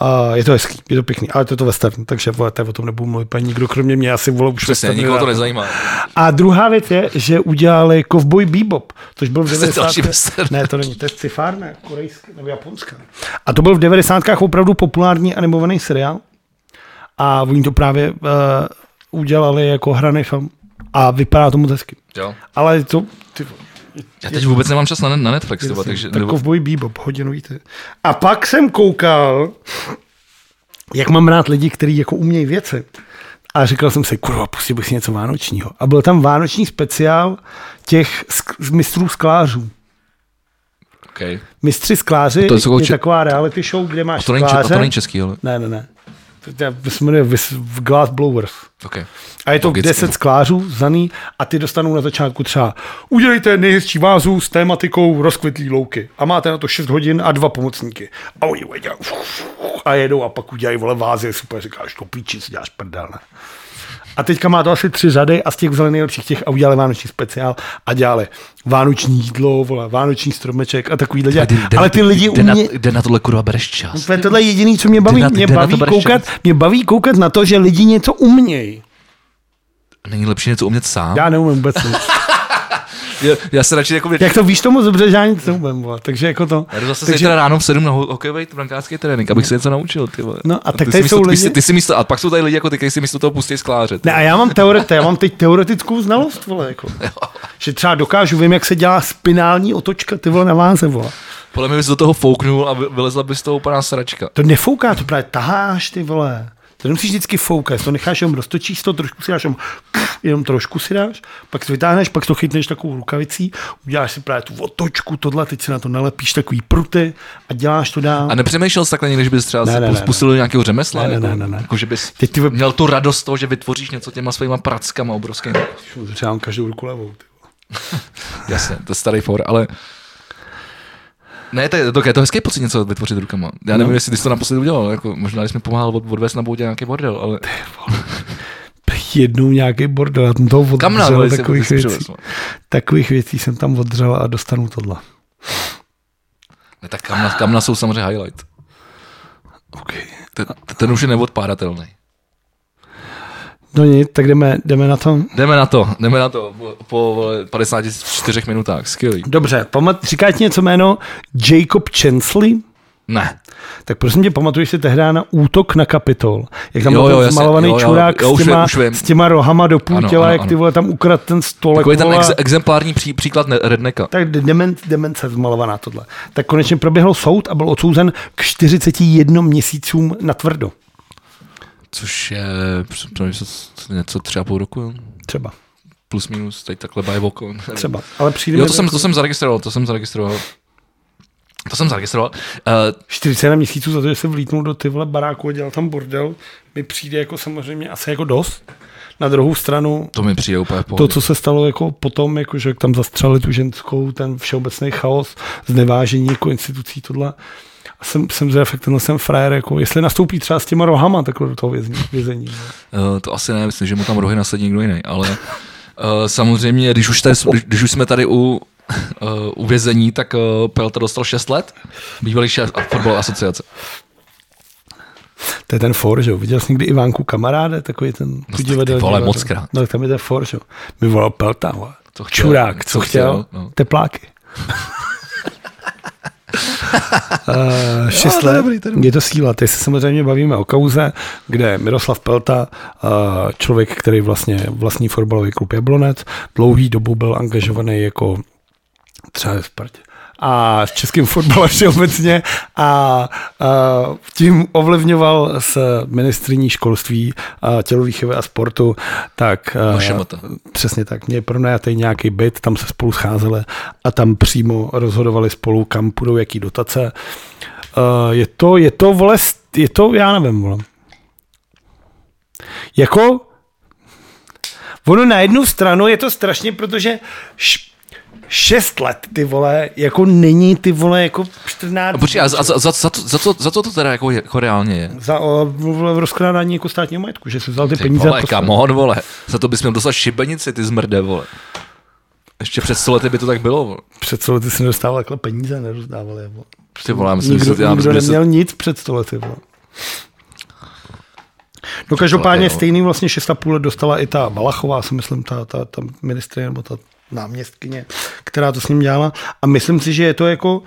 Uh, je to hezký, je to pěkný, ale to je to western, takže vole, tady o tom nebudu mluvit, paní, nikdo kromě mě asi volal už Přesně, western nikoho to nedá. nezajímá. A druhá věc je, že udělali Cowboy Bebop, což byl v To je další 90. western. Ne, to není, to je cifár, ne, korejská nebo japonská. A to byl v 90. opravdu populární animovaný seriál a oni to právě uh, udělali jako hraný film a vypadá to moc hezky. Jo. Ale je to, ty, vole, Já teď vůbec nemám čas na, na Netflix, tyba, takže... tak nebo- Cowboy Bebop, hodinový ty. A pak jsem koukal, jak mám rád lidi, kteří jako umějí věci. A říkal jsem si, kurva, pustil bych si něco vánočního. A byl tam vánoční speciál těch sk- mistrů sklářů. okay. Mistři skláři to to je, je jako je če- taková reality show, kde máš To není, če- a skláře. to není český, ale... Ne, ne, ne. To- To je- se jmenuje Vis- Glass Blowers. Okay. A je to Logicky. 10 sklářů zaný a ty dostanou na začátku třeba udělejte nejhezčí vázu s tématikou rozkvetlý louky a máte na to 6 hodin a dva pomocníky. A oni udělají a jedou a pak udělají vole vázy, super, říkáš to píči, si děláš prdel, ne? A teďka má to asi tři řady a z těch vzali nejlepších těch a udělali vánoční speciál a dělali vánoční jídlo, vole, vánoční stromeček a takovýhle. dělali. Ale ty lidi kde, umějí... na, kde na tohle kurva bereš čas? To je tohle jediný, co mě baví. na- Mě jde na to baví, bereš koukat, mě baví koukat na to, že lidi něco umějí. Není lepší něco umět sám? Já neumím vůbec nic. Já, já se radši jako... Jak to víš, to moc dobře, že já nic neumím, vole. takže jako to. Já jdu zase Takže... takže, zítra ráno v 7 na ho- hokejový brankářský trénink, abych se něco naučil. Ty vole. No a tak ty tady si místo, jsou ty, lidi- si, ty si místo, a pak jsou tady lidi, jako ty, kteří si místo toho pustí skláře. ty. ne, a já mám teoret, já mám teď teoretickou znalost, vole, jako. že třeba dokážu, vím, jak se dělá spinální otočka, ty vole, na váze, vole. Podle mě bys do toho fouknul a vy- vylezla by z toho úplná sračka. To nefouká, to právě taháš, ty vole. To nemusíš vždycky foukat, to necháš jenom roztočíš to, trošku si dáš jenom, jenom trošku si dáš, pak to vytáhneš, pak to chytneš takovou rukavicí, uděláš si právě tu otočku, tohle, teď si na to nalepíš takový pruty a děláš to dál. A nepřemýšlel jsi takhle někdy, že bys třeba Ne, ne, ne, ne, ne, ne. spustil do nějakého řemesla? Ne, ne, jako, ne, ne, ne. Jako, že bys Teď ty ve- měl tu radost z toho, že vytvoříš něco těma svýma prackama obrovskými. Třeba mám každou ruku levou. Ty. vole. Jasně, to je starý for, ale... Ne, to je, to, je to hezký pocit něco vytvořit rukama. Já No. nevím, jestli ty jsi to naposledy udělal. Jako, možná, když jsi mi pomáhal od, odvést na boudě nějaký bordel, ale Jednou nějaký bordel, já jsem toho kam na odřel jsi- takových jsi věcí. přivez, no? Takových věcí jsem tam odřel a dostanu tohle. Ne, tak kamna, kamna jsou samozřejmě highlight. Okay. Ten, ten už je neodpádatelný. No nic, tak jdeme, jdeme na to. Jdeme na to, jdeme na to po, po vole, 54 minutách, skvělý. Dobře, pamat, říká ti něco jméno Jacob Chansley? Ne. Tak prosím tě, pamatuješ si tehdy na útok na Kapitol? Jak tam Jo, byl jo, ten jasně, malovaný jo, jo, čurák jo, s, už těma, vím, už vím. s těma rohama do půl Ano, těla, ano, jak ty ano. vole tam ukrad ten stolek. Takový ten vole. ex, exemplární pří, příklad ne- redneka. tak dement, demence zmalovaná tohle. Tak konečně proběhl soud a byl odsouzen k 41 měsícům na tvrdo. Což je př- př- něco, něco tři a půl roku, jo? Třeba. plus minus, teď takhle by oko. Třeba. Ale přijde Jo, mi to jsem, to jsem zaregistroval, to jsem zaregistroval. To jsem zaregistroval. Uh, 41 měsíců za to, že jsem vlítnul do ty vole baráku a dělal tam bordel, mi přijde jako samozřejmě asi jako dost. Na druhou stranu to mi přijde úplně v pohodě. to, co se stalo jako potom, jako že jak tam zastřelili tu ženskou, ten všeobecný chaos, znevážení jako institucí, tohle. A jsem, jsem zvědav, jak tenhle jsem frajer, jako jestli nastoupí třeba s těma rohama takhle do toho vězení. vězení no. Eh, to asi ne, myslím, že mu tam rohy nasadí někdo jiný, ale eh, samozřejmě, když už, tady, když už jsme tady u eh, u vězení, tak eh, Pelta dostal 6 let, bývalý šéf a fotbalové asociace. To je ten for, že jo. Viděl jsi někdy Ivánku kamaráde, takový ten No, tak ty vole, moc krát. No tak tam je ten for, že jo. Mi volal Pelta, vole. Co chtěl, Čurák, co co, chtěl, chtěl, no. tepláky. Uh, šest to je let. dobrý, to je dobrý. Je to síla. Teď se samozřejmě bavíme o kauze, kde Miroslav Pelta, uh, člověk, který vlastně vlastní fotbalový klub Jablonec, dlouhý dobu byl angažovaný jako třeba ve Spartě. A s českým fotbalem všeobecně a, a eh, tím ovlivňoval s ministriní školství, a tělovýchovy a sportu, tak eh, a, MŠMT. přesně tak, mě pronajatý nějaký byt, tam se spolu scházeli a tam přímo rozhodovali spolu, kam půjdou, jaký dotace. A, je to, je to, vole, st- je to, já nevím, vole. Jako, ono na jednu stranu je to strašně, protože š- šest let, ty vole, jako není, ty vole, jako 14 A počkej, a za, za, za, za, to- za, co, za co to teda jako, je, jako reálně je? za o, vole, v rozkrádání jako státního majetku, že si vzal ty, Ty peníze vole, a prostě poslal. kamon, vole. Za to bys měl dostat šibenici, ty zmrde, vole. Ještě před 100 lety by to tak bylo, vole. Před sto lety si nedostával takhle peníze, nerozdával je. Vole. Ty vole, já myslím, že Nikdo, se- já nikdo myslím, že se- neměl nic před sto lety. Vole. No každopádně jo. stejný vlastně 6,5 let dostala i ta Valachová, si myslím, ta, ta, ta ministrině nebo ta náměstkyně, která to s ním dělala. A myslím si, že je to jako...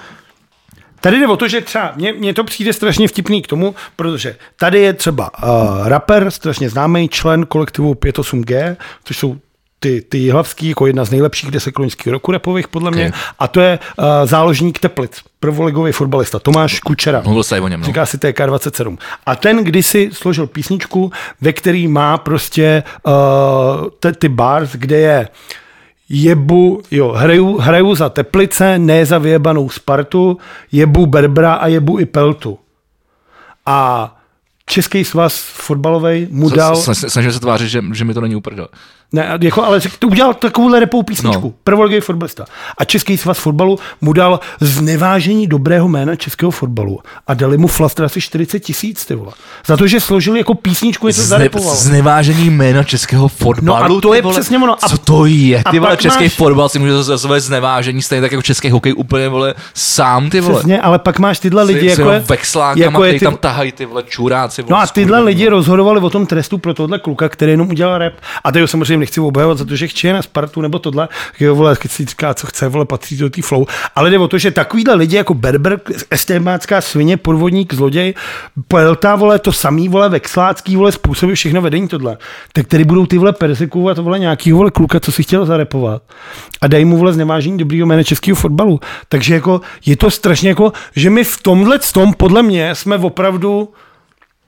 Tady jde o to, že třeba mně, mně to přijde strašně vtipný k tomu, protože tady je třeba uh, rapper, strašně známý člen kolektivu 58G, což jsou ty, ty jihlavský, jako jedna z nejlepších desekloňských roku repových, podle mě. Ok. A to je uh, záložník Teplic, prvoligový fotbalista Tomáš Kučera. Mluvil jsi tady o něm, no. Říká si TK27. A ten kdysi složil písničku, ve který má prostě uh, te- ty bars, kde je jebu, jo, hraju, hraju za Teplice, ne za vyjebanou Spartu, jebu Berbra a jebu i Peltu. A Český svaz fotbalový mu dal... Sna- sna- Snažil se tvářit, že, že mi to není uprdel. Ne, jako, ale řek, to udělal takovouhle repou písničku. No. No. Prvoligový fotbalista. A Český svaz fotbalu mu dal znevážení dobrého jména českého fotbalu. A dali mu flaster asi 40 tisíc, ty vole. Za to, že složil jako písničku, něco Zne, zarepoval. znevážení jména českého fotbalu. No a to ty je vole. přesně ono. A- Co to je? a Ty vole, pak český máš- fotbal si může za své znevážení, stejně tak jako český hokej úplně vole sám ty vole. Přesně, ale pak máš tyhle lidi, S- s jako jenom je, vexlákama, jako je který ty, tam tahají ty vole čuráci. Vole, No a tyhle skurvy, lidi rozhodovali o tom trestu pro tohle kluka, který jenom udělal rap. A teď ho samozřejmě nechci obhajovat za to, že chce na Spartu nebo tohle, že jo, vole, když si říká, co chce, vole, patří do té flow. Ale jde o to, že takovýhle lidi jako Berber, STMácká svině, podvodník, zloděj, Pelta, vole, to samý, vole, vexlácký, vole, způsoby všechno vedení tohle. Tak tedy budou ty vole persekovat, vole, nějaký vole kluka, co si chtěl zarepovat. A dají mu vole znevážení dobrýho jména českého fotbalu. Takže jako je to strašně jako, že my v tomhle tom, podle mě, jsme opravdu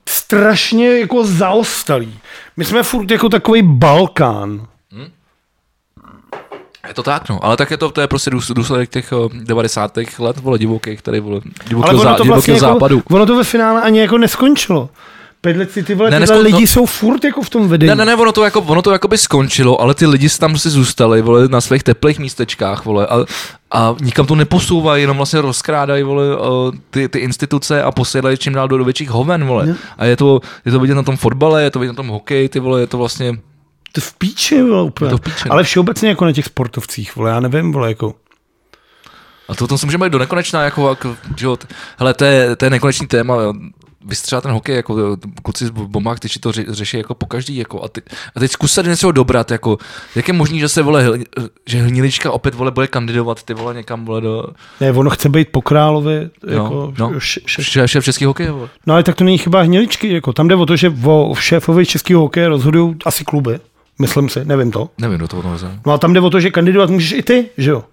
strašně jako zaostalí. My jsme furt jako takový Balkán. Je to tak, no, ale tak je to, to je prostě důs- důsledek těch eh, 90. let, vole, divokých, tady, vole, Ale divokého, ono zá, to divokého vlastně jako, západu. ono to ve finále ani jako neskončilo. Pedleci, ty vole, Ne, ne, tyhle neskon- lidi no- jsou furt jako v tom vedení. Ne, ne, ne, ono to, jako, ono to jakoby skončilo, ale ty lidi si tam prostě zůstali, vole, na svých teplých místečkách, vole, a, a nikam to neposouvají, jenom vlastně rozkrádají, vole, eh, ty, ty instituce a posílají čím dál do, do větších hoven, vole. A je to, je to vidět na tom fotbale, je to vidět na tom hokeji, ty vole, je to vlastně, To v píči, vole, úplně. Je to v píči, no. Ale všeobecně jako na těch sportovcích, vole, já nevím, vole, jako. a to o tom se můžeme jít do nekonečna, jako, jako že jo, t- hele, to je, to je nekonečný téma, jo. vystřelat ten hokej, jako jo, kluci z bombách, ty to ře, řeší jako po každý, jako, a, ty, a teď zkus se něco dobrat, jako, jak je možný, že se, vole, hl- že Hnilička opět, vole, bude kandidovat, ty vole, někam, vole, do, Ne, ono chce být po královi, No, jako, no. no. Š, š, Šéf, šéf český hokej, vole. no ale tak to není chyba hněličky, jako. Tam jde o to, že o šéfovi českého hokeje rozhodují asi kluby, myslím si, nevím to. Nevím, do toho to vzal. No a tam jde o to, že kandidovat můžeš i ty, že jo?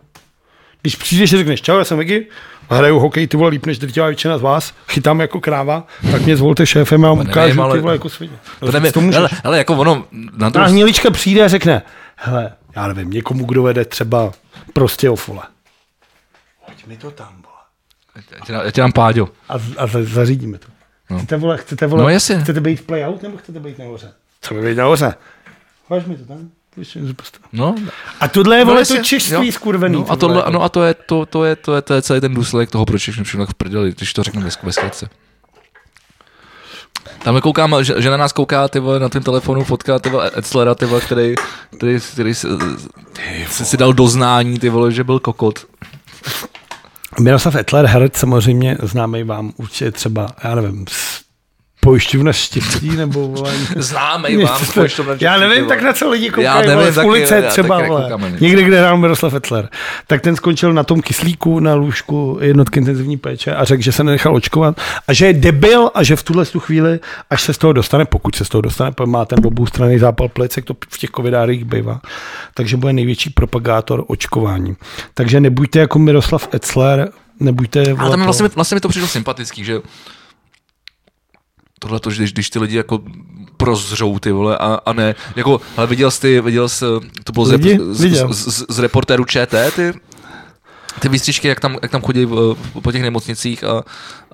Když přijdeš a řekneš, čau, já jsem Vegy, hraju hokej, ty vole, líp než drtivá většina z vás, chytám jako kráva, tak mě zvolte šéfem, já vám nevím, ukážu, ale- ty vole, jako svině. To nevím, To můžeš. ale, ale jako ono, na Ta druhou hnilička přijde a řekne, hele, já nevím, někomu, kdo vede třeba prostě o fole. Hoď mi to tam, vole. Já ti dám- Já ti dám páďo. A, z- a za- zařídíme to. Chcete, vole, chcete, vole, No, jasně. chcete být playout nebo chcete být nahoře? Chceme být nahoře. Hoď mi to tam. Půjď mi zupasta. No, A tohle je, no vole, jasně, to češství jo. skurvený. No, ty a, vole, tohle, jako. no, a to, je, to, to, je, to, je, to je celý ten důsledek toho, proč je všechno všechno tak v prdeli, když to řeknu ve- ve zkratce. Tam koukám, že, že na nás kouká ty vole, na tvém telefonu fotka ty vole, Etzlera, ty vole, který, který, který si, si, si, dal doznání, ty vole, že byl kokot. Miroslav Etler, herec samozřejmě známý vám určitě třeba, já nevím, z pojišťovna štěstí nebo vole, Známej vám, něco spoješ to to, já nevím, tak na co lidi Já koukají, nevím, vole, z taky, ulice já třeba, taky vole. nekoukám ani. někde, kde hrál Miroslav Etler, tak ten skončil na tom kyslíku na lůžku jednotky intenzivní péče a řekl, že se nenechal očkovat a že je debil a že v tuhle tu chvíli, až se z toho dostane, pokud se z toho dostane, protože má ten obou strany zápal plic, jak to v těch covidárích bývá, takže bude největší propagátor očkování. Takže nebuďte jako Miroslav Etler, nebuďte... Ale vole, tam to- vlastně, vlastně mi to přišlo sympatický, že tohle to, když, když ty lidi jako prozřou ty vole a, a ne, jako, ale viděl jsi, ty- viděl jsi, to bylo z, Lidi? rep- z, Viděl. z, z, z reportéru ČT, ty, ty výstřižky, jak tam, jak tam chodí v- po těch nemocnicích a, a,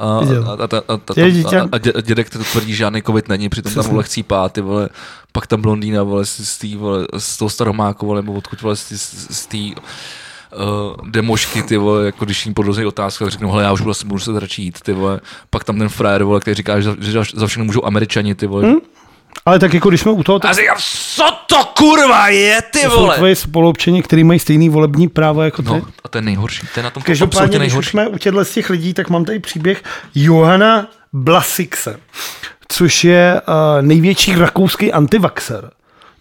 a, Viděl. a, a, a, Je a, dítě. a, a dě- dědek to tvrdí, že žádný covid není, přitom tam vole chcípá, ty vole, pak tam blondýna, vole, z, z, tý, vole, z toho staromáku, vole, nebo odkud, vole, z, z, z tý, uh, demošky, ty vole, jako když jim podrozí otázku, tak řeknou, hele, já už budu asi budu se radši jít, ty vole. Pak tam ten frajer, vole, který říká, že za, že za- za všechno můžou američani, ty Hm? vole. Hmm? Ale tak jako když jsme u toho, tak A říkám, co to kurva je, ty jsou vole? tvoji spoluobčani, kteří mají stejný volební právo jako ty. No, a ten nejhorší, ten na tom absolutně Každopádně, když už nejhorší. jsme u těchto z těch lidí, tak mám tady příběh Johana Blasikse, což je uh, největší rakouský antivaxer.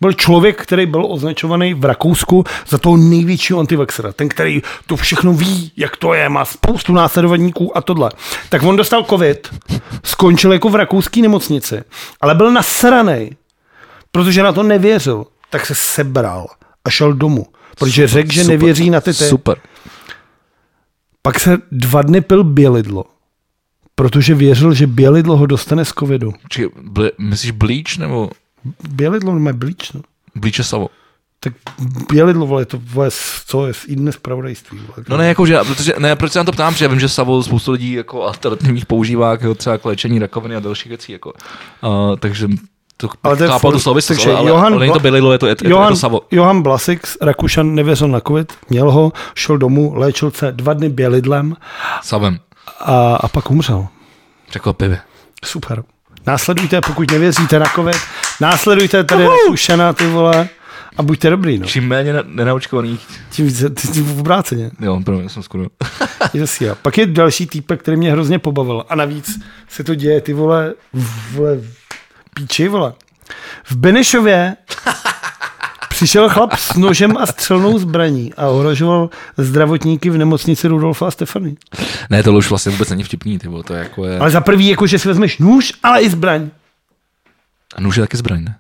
Byl člověk, který byl označovaný v Rakousku za toho největšího antivaxera. Ten, který to všechno ví, jak to je, má spoustu následovníků a tohle. Tak on dostal covid, skončil jako v rakouské nemocnici, ale byl nasranej, protože na to nevěřil, tak se sebral a šel domů. Protože řekl, že Super, nevěří na ty, ty. Super. Pak se dva dny pil bělidlo, protože věřil, že bělidlo ho dostane z covidu. Či, ble, myslíš blíč nebo Bělidlo má blíč, no. blíče savo? Tak bělidlo, vole, to vole, z- co je z jiné zpravodajství. Vole. No ne, jako, že, protože, ne, proč se na to ptám, protože já vím, že savo spoustu lidí jako alternativních používá jako třeba k léčení rakoviny a dalších věcí, jako. Uh, takže to, Ale to je chápal furt- tu souvislost, takže ale, ale, Johann ale, není to Bla- bylilo, je to, je, to- je, to- je Johan, to savo. Johan Blasix, Rakušan, nevěřil na covid, měl ho, šel domů, léčil se dva dny bělidlem Savem. a, a pak umřel. Překvapivě. Super. Následujte, pokud nevěříte na covid, následujte tady Rakušana, ty vole, a buďte dobrý, no. Čím méně ne- nenaučkovaných, Tím více, tím obráceně. jo, promiň, jsem skoro. Jasně. A Pak je další týpek, který mě hrozně pobavil. A navíc se to děje, ty vole, vole, píči, vole. V Benešově přišel chlap s nožem a střelnou zbraní a ohrožoval zdravotníky v nemocnici Rudolfa a Stefany. ne, tohle už vlastně vůbec není vtipný, ty vole, to je jako je... Ale za prvý, jako, že si vezmeš nůž, ale i zbraň. A nůž je taky zbraň, ne?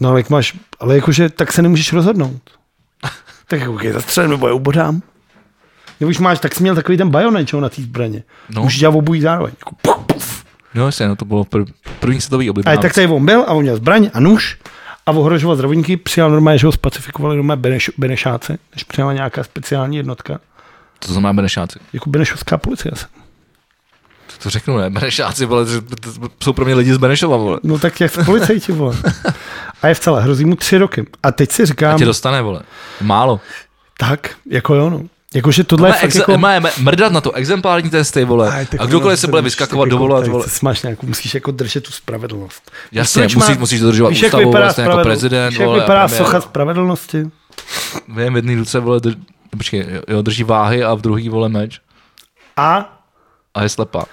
No ale jak máš, ale jakože tak se nemůžeš rozhodnout. Tak jako je zastřelím nebo je ubodám. Nebo už máš, tak jsi měl takový ten bajonet, čo, na té zbraně. No. No. Můžeš dělat obojí zároveň. Jako, puf, puf. No jasně, no to bylo prv, první světový A oblíbená. je, tak tady on byl a on měl zbraň a nůž a ohrožoval zdravotníky, přijal normálně, že ho spacifikovali doma Beneš, Benešáci, než přijala nějaká speciální jednotka, To znamená Benešáci. jako Benešovská policie. asi. To, to řeknu, ne? Benešáci, vole, to, to, to jsou pro mě lidi z Benešova, vole. No tak jak policajti, vole. A je v celé, hrozí mu tři roky. A teď si A říkám, tě dostane, vole. Málo. tak, jako jo, no. Jakože tohle je Ale fakt exe- jako... má, mrdat na to, exemplární testy, vole. Aj, tak A no, ono, kdokoliv se to bude musíš vyskakovat, tak jako- dovolovat, tady vole. to Máš nějakou, musíš jako držet tu spravedlnost. Jasně, Proč musíš- musíš dodržovat víš, jak ústavu, vypadá vlastně jako spravedl- prezident, Víš, jak vole, a vypadá premiér. no. socha spravedlnosti? Vím, v jedné ruce, vole, drž, počkej, jo, drží váhy a v druhý, vole, meč. A A je slepá.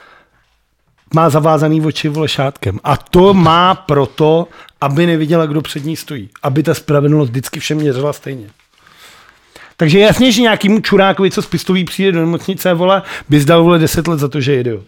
má zavázaný oči vole šátkem. A to má proto, aby neviděla, kdo před ní stojí. Aby ta spravedlnost vždycky všem měřila stejně. Takže je jasně, že nějakýmu čurákovi, co z pistolí přijde do nemocnice, vole, bys dal vole 10 let za to, že je idiot.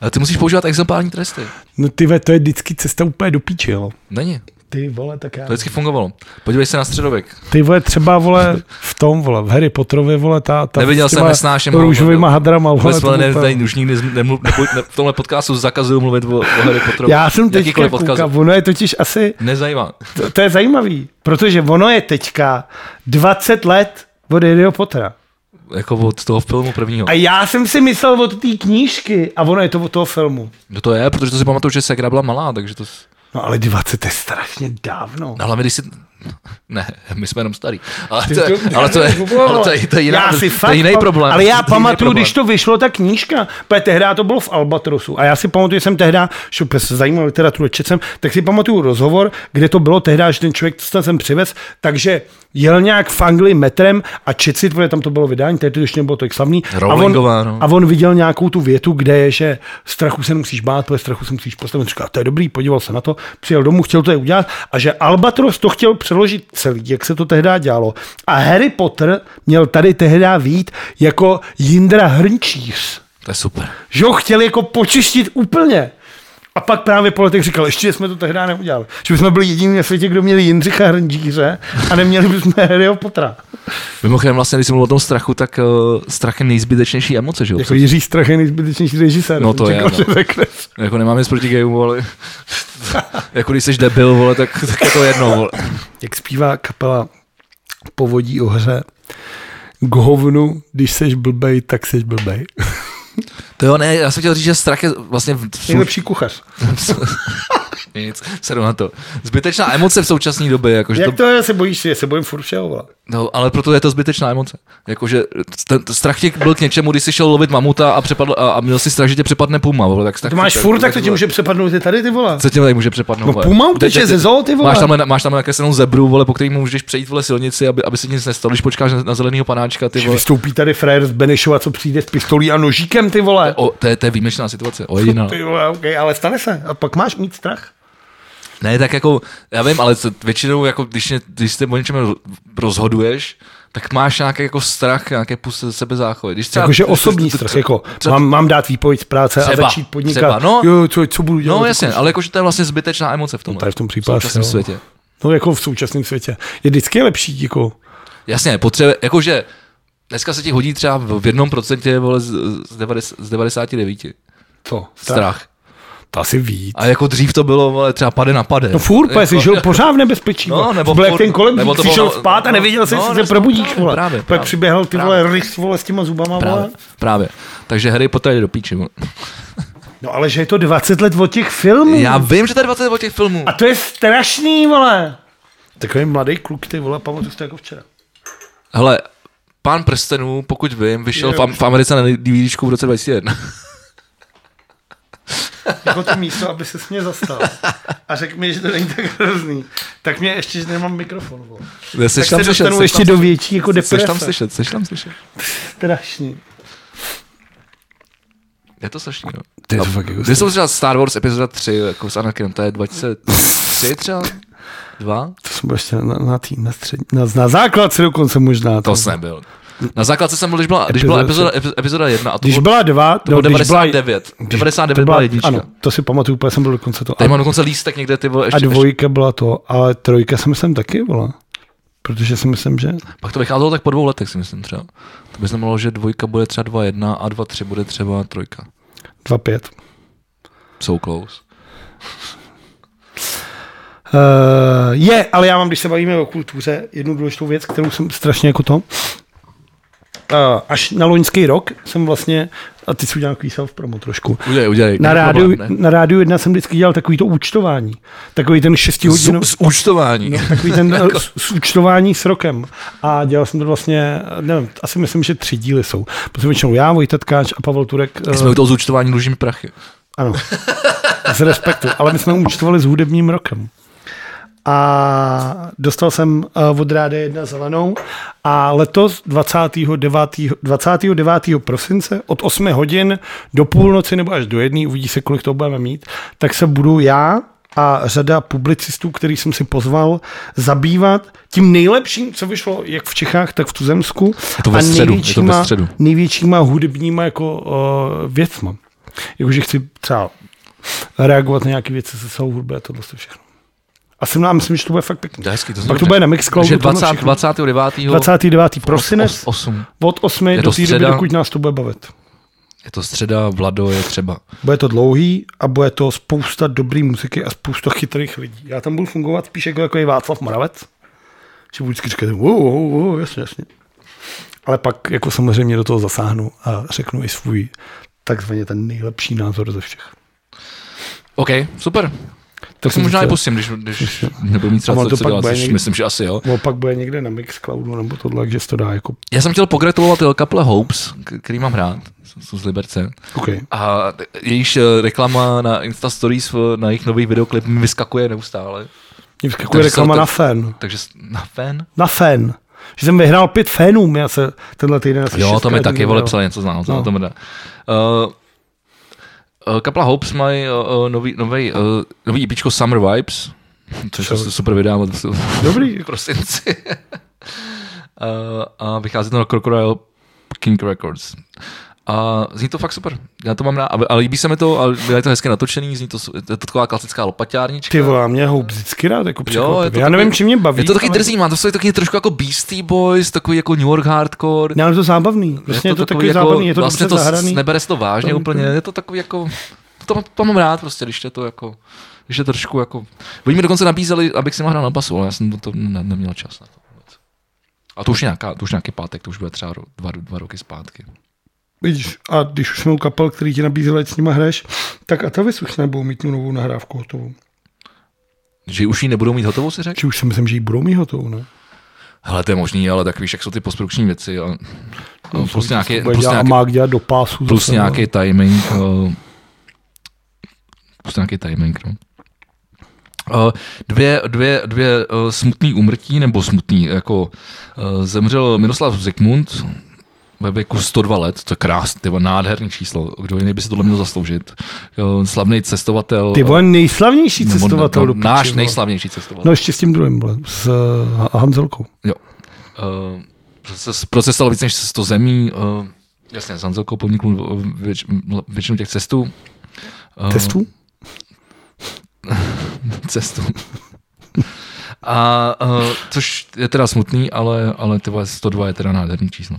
Ale ty musíš používat exemplární tresty. No ty ve, to je vždycky cesta úplně do píči, jo. Není. Ty vole, tak já... To vždycky fungovalo. Podívej se na středověk. Ty vole, třeba vole v tom, vole, v Harry Potterovi, vole, ta, ta Neviděl s jsem, těma nesnáším ho, růžovýma vole. hadrama, vole, Vůbec to vole, bylo ne, úplně- tady už nikdy nemluv, nebuď, ne, v tomhle podcastu zakazuju mluvit o, o Harry Potterovi. Já jsem teďka Jakýkoliv podcast. koukal, ono je totiž asi, Nezajímá. to, to je zajímavý, protože ono je teďka 20 let od Harryho Pottera. Jako od toho filmu prvního. A já jsem si myslel od té knížky a ono je to od toho filmu. No to je, protože to si pamatuju, že Segra byla malá, takže to... s- No ale 20 je strašně dávno. No, hlavně když si... Ne, my jsme jenom starý. Ale Ty to, je, to- ale to, je, já nevím, ale to, je, to je jiná, Jako- já si to fakt je jiný pam- problém. Ale To já je jiný pamatuju, problém. když to vyšlo, ta knížka, protože tehdy to bylo v Albatrosu a já si pamatuju, že jsem tehdy, že úplně se zajímal literaturu, četl jsem, tak si pamatuju rozhovor, kde to bylo tehdy, že ten člověk, co jsem přivez, takže jel nějak v Anglii metrem a čet si, protože tam to bylo vydání, tehdy ještě nebylo to slavný. A on, Rowlingová, no. a on viděl nějakou tu větu, kde je, že strachu se nemusíš bát, protože strachu se musíš postavit. Říká, to je dobrý, podíval se na to, přijel domů, chtěl to je udělat a že Albatros to chtěl přeložit celý, jak se to tehdy dělalo. A Harry Potter měl tady tehdy vít jako Jindra Hrnčíř. To je super. Že ho chtěl jako počistit úplně. A pak právě politik říkal, ještě jsme to tehdy neudělali. Že bychom byli jediní na světě, kdo měli Jindřicha Hrnčíře a neměli bychom Harryho Pottera. Mimochodem vlastně, když jsem mluvil o tom strachu, tak uh, strach je nejzbytečnější emoce, že jo? Jako Jiří Strach je nejzbytečnější režisér. No to Jsem je, čekal, no. že řekneš. Jako nemám nic proti gayům, ale jako když jsi debil, vole, tak, tak je to jedno, vole. Jak zpívá kapela Povodí o hře, k hovnu, když seš blbej, tak seš blbej. To jo, ne, já jsem chtěl říct, že strach je vlastně v, v, Nejlepší kuchař. nic, seru na to. Zbytečná emoce v současné době, jakože to, Jak to je, se bojíš, já se bojím furt všeho. vole. no, ale proto je to zbytečná emoce. Jakože ten ten strach tě byl k něčemu, když jsi šel lovit mamuta a, přepadl, a, a měl si strach, že tě přepadne puma, vole, tak strach. To máš furt, tak to tě může přepadnout i tady, ty vole. Co tě tady může přepadnout? No vole? puma Teď- uteče teď- ze zoo, ty vole. Máš tam, máš tam nakreslenou zebru, vole, po který můžeš přejít vole silnici, aby, aby se ti nic nestalo, když počkáš na, na zeleného panáčka, ty Že vole. vystoupí tady frajer z Benešova, co přijde s pistolí a nožíkem, ty vole. O, to, je, to je výjimečná situace, ojediná. Ty vole, okay, ale stane se. A pak máš mít strach. Ne, tak jako, já vím, ale co, většinou, jako, když, ně- když se o něčem roz- rozhoduješ, tak máš nějaký jako strach, nějaké pus sebezáchovy. Když třeba, Jakože osobní to- to- strach, jako co- mám, mám dát výpověď z práce a Třeba, začít podnikat. třeba, no. jo, co, co budu dělat? No jasně, ale jakože to je vlastně zbytečná emoce v tom. Tady v tom případě, V současném jo. světě. No jako v současném světě. Je vždycky lepší, jako. Jasně, potřebuje, jakože dneska se ti hodí třeba v v jednom procentě vole, z, z, 90, z 99. Co? Strach. To asi víc. A jako dřív to bylo, vole, třeba pade na pade. No furt, jako, jsi žil pořád v nebezpečí. No, No, nebo nebo byl jak furt- ten kolem, nebo to jsi bylo- šel spát a no, nevěděl jsi, no, jestli no, se probudíš, právě, vole. právě, Právě, právě. přiběhl ty vole Právě. rys, vole, s těma zubama, Právě, vole. právě. Takže Harry Potter je do píči. vole. No ale že je to 20 let od těch filmů. Já vím, že to je 20 od těch filmů. A to je strašný, vole. Takový mladý kluk, ty vole, pamatuju si to jako včera. Hele, Pán prstenů, pokud vím, vyšel v, Am- v Americe na DVDčku v roce 2001. Jako to místo, aby se mě zastal. A řekl mi, že to není tak hrozný. Tak mě ještě, že nemám mikrofon, vole. Ne, seš Tak se dostanu ještě do větší jako seš tam deprese. slyšet, seš tam slyšet. Strašný. Je to strašný, no. Ty to fakt jako Kde jsou třeba Star Wars epizoda 3, jako s Anakinem, to je 2003 třeba? Dva? To jsem byl ještě na, na, tý, na, střední, na, na základce dokonce možná. To jsem nebyl. Na základce jsem byl, když byla, když byla epizoda, Epizoda epizoda 1 a to Když bylo, byla dva, to bylo no, když byla, 99. Když- 99 to byla jednička. Ano, to si pamatuju, úplně jsem byl dokonce to. Tady A, mám dokonce lístek někde, ty vole, a ještě, ještě, dvojka byla to, ale trojka jsem myslím taky byla. Protože si myslím, že... pak to vycházelo tak po dvou letech, si myslím třeba. To by znamenalo, že dvojka bude třeba 2-1 a 2-3 bude třeba trojka. 2-5. So close. Uh, je, ale já mám, když se bavíme o kultuře, jednu důležitou věc, kterou jsem strašně jako to... Uh, až na loňský rok jsem vlastně, a ty si udělal takový self-promo trošku, Udělej, udělej. na není rádiu, problém, ne? na rádiu jedna jsem vždycky dělal takový to účtování. Takový ten 6 hodin. Z, z účtování. No, takový ten Jako- s- súčtování s rokem. A dělal jsem to vlastně, nevím, asi myslím, že tři díly jsou. Protože většinou já, Vojta Tkáč a Pavel Turek. My eh, jsme u toho zúčtování dlužíme prachy. Ano, z respektu. Ale my jsme účtovali s hudebním rokem. A dostal jsem eh, od rády jedna zelenou a letos 29. 29. prosince od 8 hodin do půlnoci nebo až do jedné, uvidí se, kolik to budeme mít, tak se budu já a řada publicistů, který jsem si pozval, zabývat tím nejlepším, co vyšlo jak v Čechách, tak v Tuzemsku. Je to ve a středu, je to ve největšíma- středu. největšíma hudebníma jako uh, věcma. Jakože chci třeba reagovat na nějaké věci se celou hudbou a tohle se všechno. A A jsem nám, myslím, že to bude fakt pěkný. To je hezký, to Pak to znamená. bude na Mixcloudu. Takže tohle 20, všechno. 29. 29. prosinec 8. od 8 Je do to té doby, středa. dokud nás to bude bavit. Je to středa, Vlado je třeba. Bude to dlouhý a bude to spousta dobrý muziky a spousta chytrých lidí. Já tam budu fungovat spíš jako, jako je Václav Moravec. Že budu vždycky říkat, wow, wow, wow, jasně, jasně. Ale pak jako samozřejmě do toho zasáhnu a řeknu i svůj takzvaně ten nejlepší názor ze všech. OK, super. Tak se jsem možná i chtěl. pustím, když, když nebudu mít A třeba ono co, to co pak dělat, bude což někdy- myslím, že asi jo. No pak bude někde na Mixcloudu nebo tohle, že se to dá jako, Já jsem chtěl pogratulovat El Kaple Hopes, k- který mám rád, jsou- jsou z Liberce. OK. A jejíž eh, reklama na Insta Stories v- na jejich nový videoklip mi vyskakuje neustále. Mně vskakuje Takže se reklama to- na fén. Takže s- na fen? Na fén. Že jsem vyhrál pět fénů, já se tenhle týden asi Jo, to mi šestkrát taky vyhrál. vole psali něco znám, No. to mi dá. Eh, Kapla Hopes mají eh, eh, nový, nový, eh, nový EPčko Summer Vibes, což je super vydá od Dobrý. v prosinci. Eh, a vychází to na Crocodile King Records. A zní to fakt super. Já to mám rád. A- A líbí se mi to, ale je to hezky natočený, zní to, s- je to taková klasická lopaťárnička. Ty vole, mě ho vždycky rád jako je to překvapivě. Já taky- nevím, čím mě baví. Je to taky ale- drzý, má to jsou taky trošku jako Beastie Boys, takový jako New York hardcore. Ne, ale to je zábavný. Vlastně je to, takový, zábavný, je to vlastně dobře to s- zahraný. nebere se to vážně To- úplně, je to takový jako, to, to mám rád prostě, když je to jako, když je trošku jako, oni mi dokonce nabízeli, abych si mohl hrát na basu, ale já jsem to, to ne, neměl čas na to vůbec. A to už, je nějaká, to už nějaký pátek, to už bude třeba ro- dva, dva roky zpátky. Vidíš, a když už jsme u kapel, který ti nabízel, ať s nima hraješ, tak a ta už nebudou mít tu novou nahrávku hotovou. Že už ji nebudou mít hotovou, si řekl? Či už si myslím, že ji budou mít hotovou, ne? Hele, to je možný, ale tak víš, jak jsou ty postprodukční věci. A, no, prostě nějaký, Bude prostě dělat, nějaký a má dělat do pásu. Plus zase, no. nějaký timing. Uh, plus nějaký timing, no. Uh, dvě dvě, dvě uh, smutný úmrtí, nebo smutný, jako uh, zemřel Miroslav Zikmund ve věku 102 let, to je krásný, ty vole, nádherný číslo, kdo jiný by si tohle měl zasloužit. Uh, slavný cestovatel. no. Ty vole, nejslavnější nebo- cestovatel no, do Náš piči, vole. nejslavnější cestovatel. No ještě s tím druhým, vole, s eh, Hanzelkou. Jo. Uh, proces, procestoval víc než 100 zemí. Uh, jasně, s Hanzelkou podnikl věč, většinu těch cestů. Eh, Testů? cestu. A uh, což je teda smutný, ale, ale ty vole 102 je teda nádherný číslo.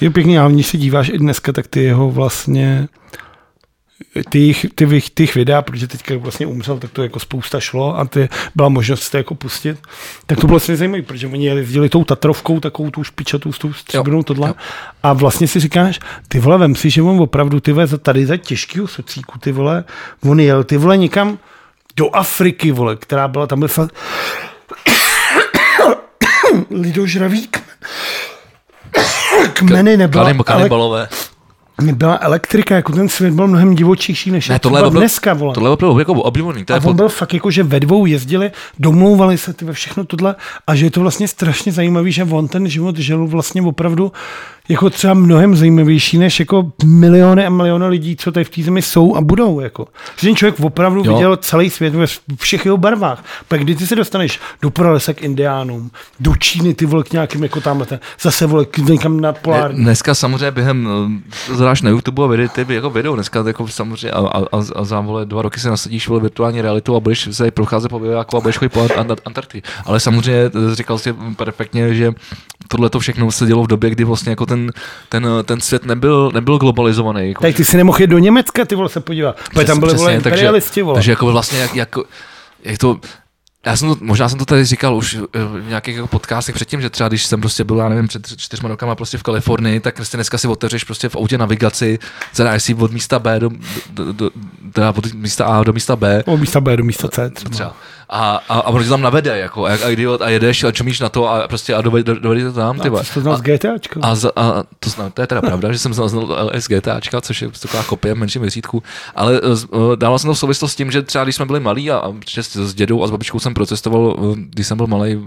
Je pěkný, ale když se díváš i dneska, tak ty jeho vlastně ty jich, ty, vych- ty jich videa, protože teďka vlastně umřel, tak to jako spousta šlo a ty, byla možnost si to jako pustit. Tak to bylo vlastně zajímavé, protože oni jezdili tou Tatrovkou, takovou tou špičatou, s tou stříbrnou tohle. jo. A vlastně si říkáš, ty vole, vem si, že on opravdu ty vole za tady za těžkýho socíku, ty vole, on jel ty vole někam do Afriky, vole, která byla tam fa... lidožravý kmen- kmeny nebyla, Kanim, ale kanibalové. Byla elektrika, jako ten svět byl mnohem divočejší, než Ne, je tohle je třeba opravdu, dneska, vole. tohle je opravdu jako oblíbený. To a je on pod, byl fakt jako, že ve dvou jezdili, domlouvali se ty ve všechno tohle a že je to vlastně strašně zajímavý, že on ten život žil vlastně opravdu jako třeba mnohem zajímavější, než jako miliony a miliony lidí, co tady v té zemi jsou a budou. Jako. Že ten člověk opravdu Jo. jo. viděl celý svět ve všech jeho barvách. Pak kdy ty se dostaneš do pralesa k indiánům, do Číny ty vole k nějakým jako tamhle, ten- zase vole k někam na polární. dneska samozřejmě během, eh, zvlášť na YouTube a videa, ty jako video, dneska jako samozřejmě a, a, a, a za vole, dva roky se nasadíš vole virtuální realitu a budeš se procházet po jako a budeš chodit po Ant- Ant- Antarktidě. Ale samozřejmě eh, říkal jsi perfektně, že tohle to všechno se dělo v době, kdy vlastně jako ten, ten, eh, ten svět nebyl, nebyl globalizovaný. Jako, Tak ty si nemohl jít do Německa, ty vole, se podívat. Protože tam byly vole imperialisti, vole. Takže jako vlastně jak, jako, jak to, já jsem to, možná jsem to tady říkal už eh, v nějakých jako podcastech předtím, že třeba když jsem prostě byl, já nevím, před čtyřma rokama prostě v Kalifornii, tak prostě dneska si otevřeš prostě v autě navigaci, zadáš si od místa B do, do, do, teda od místa A do místa B, Od místa B do místa C. třeba. A, a, a ono tě tam navede, jako, a, a, idiot, a jedeš a čumíš na to a prostě a dovede, dovede to tam, ty vole. No, To znal z GTAčka. A, za, a to, znám, to je teda pravda, že jsem znal LS GTAčka, což je prostě taková kopie v menším měřítku, ale eh, z- eh, dával jsem to v souvislost s tím, že třeba když jsme byli malí a, a že s, s dědou a s babičkou jsem procestoval, eh, když jsem byl malý,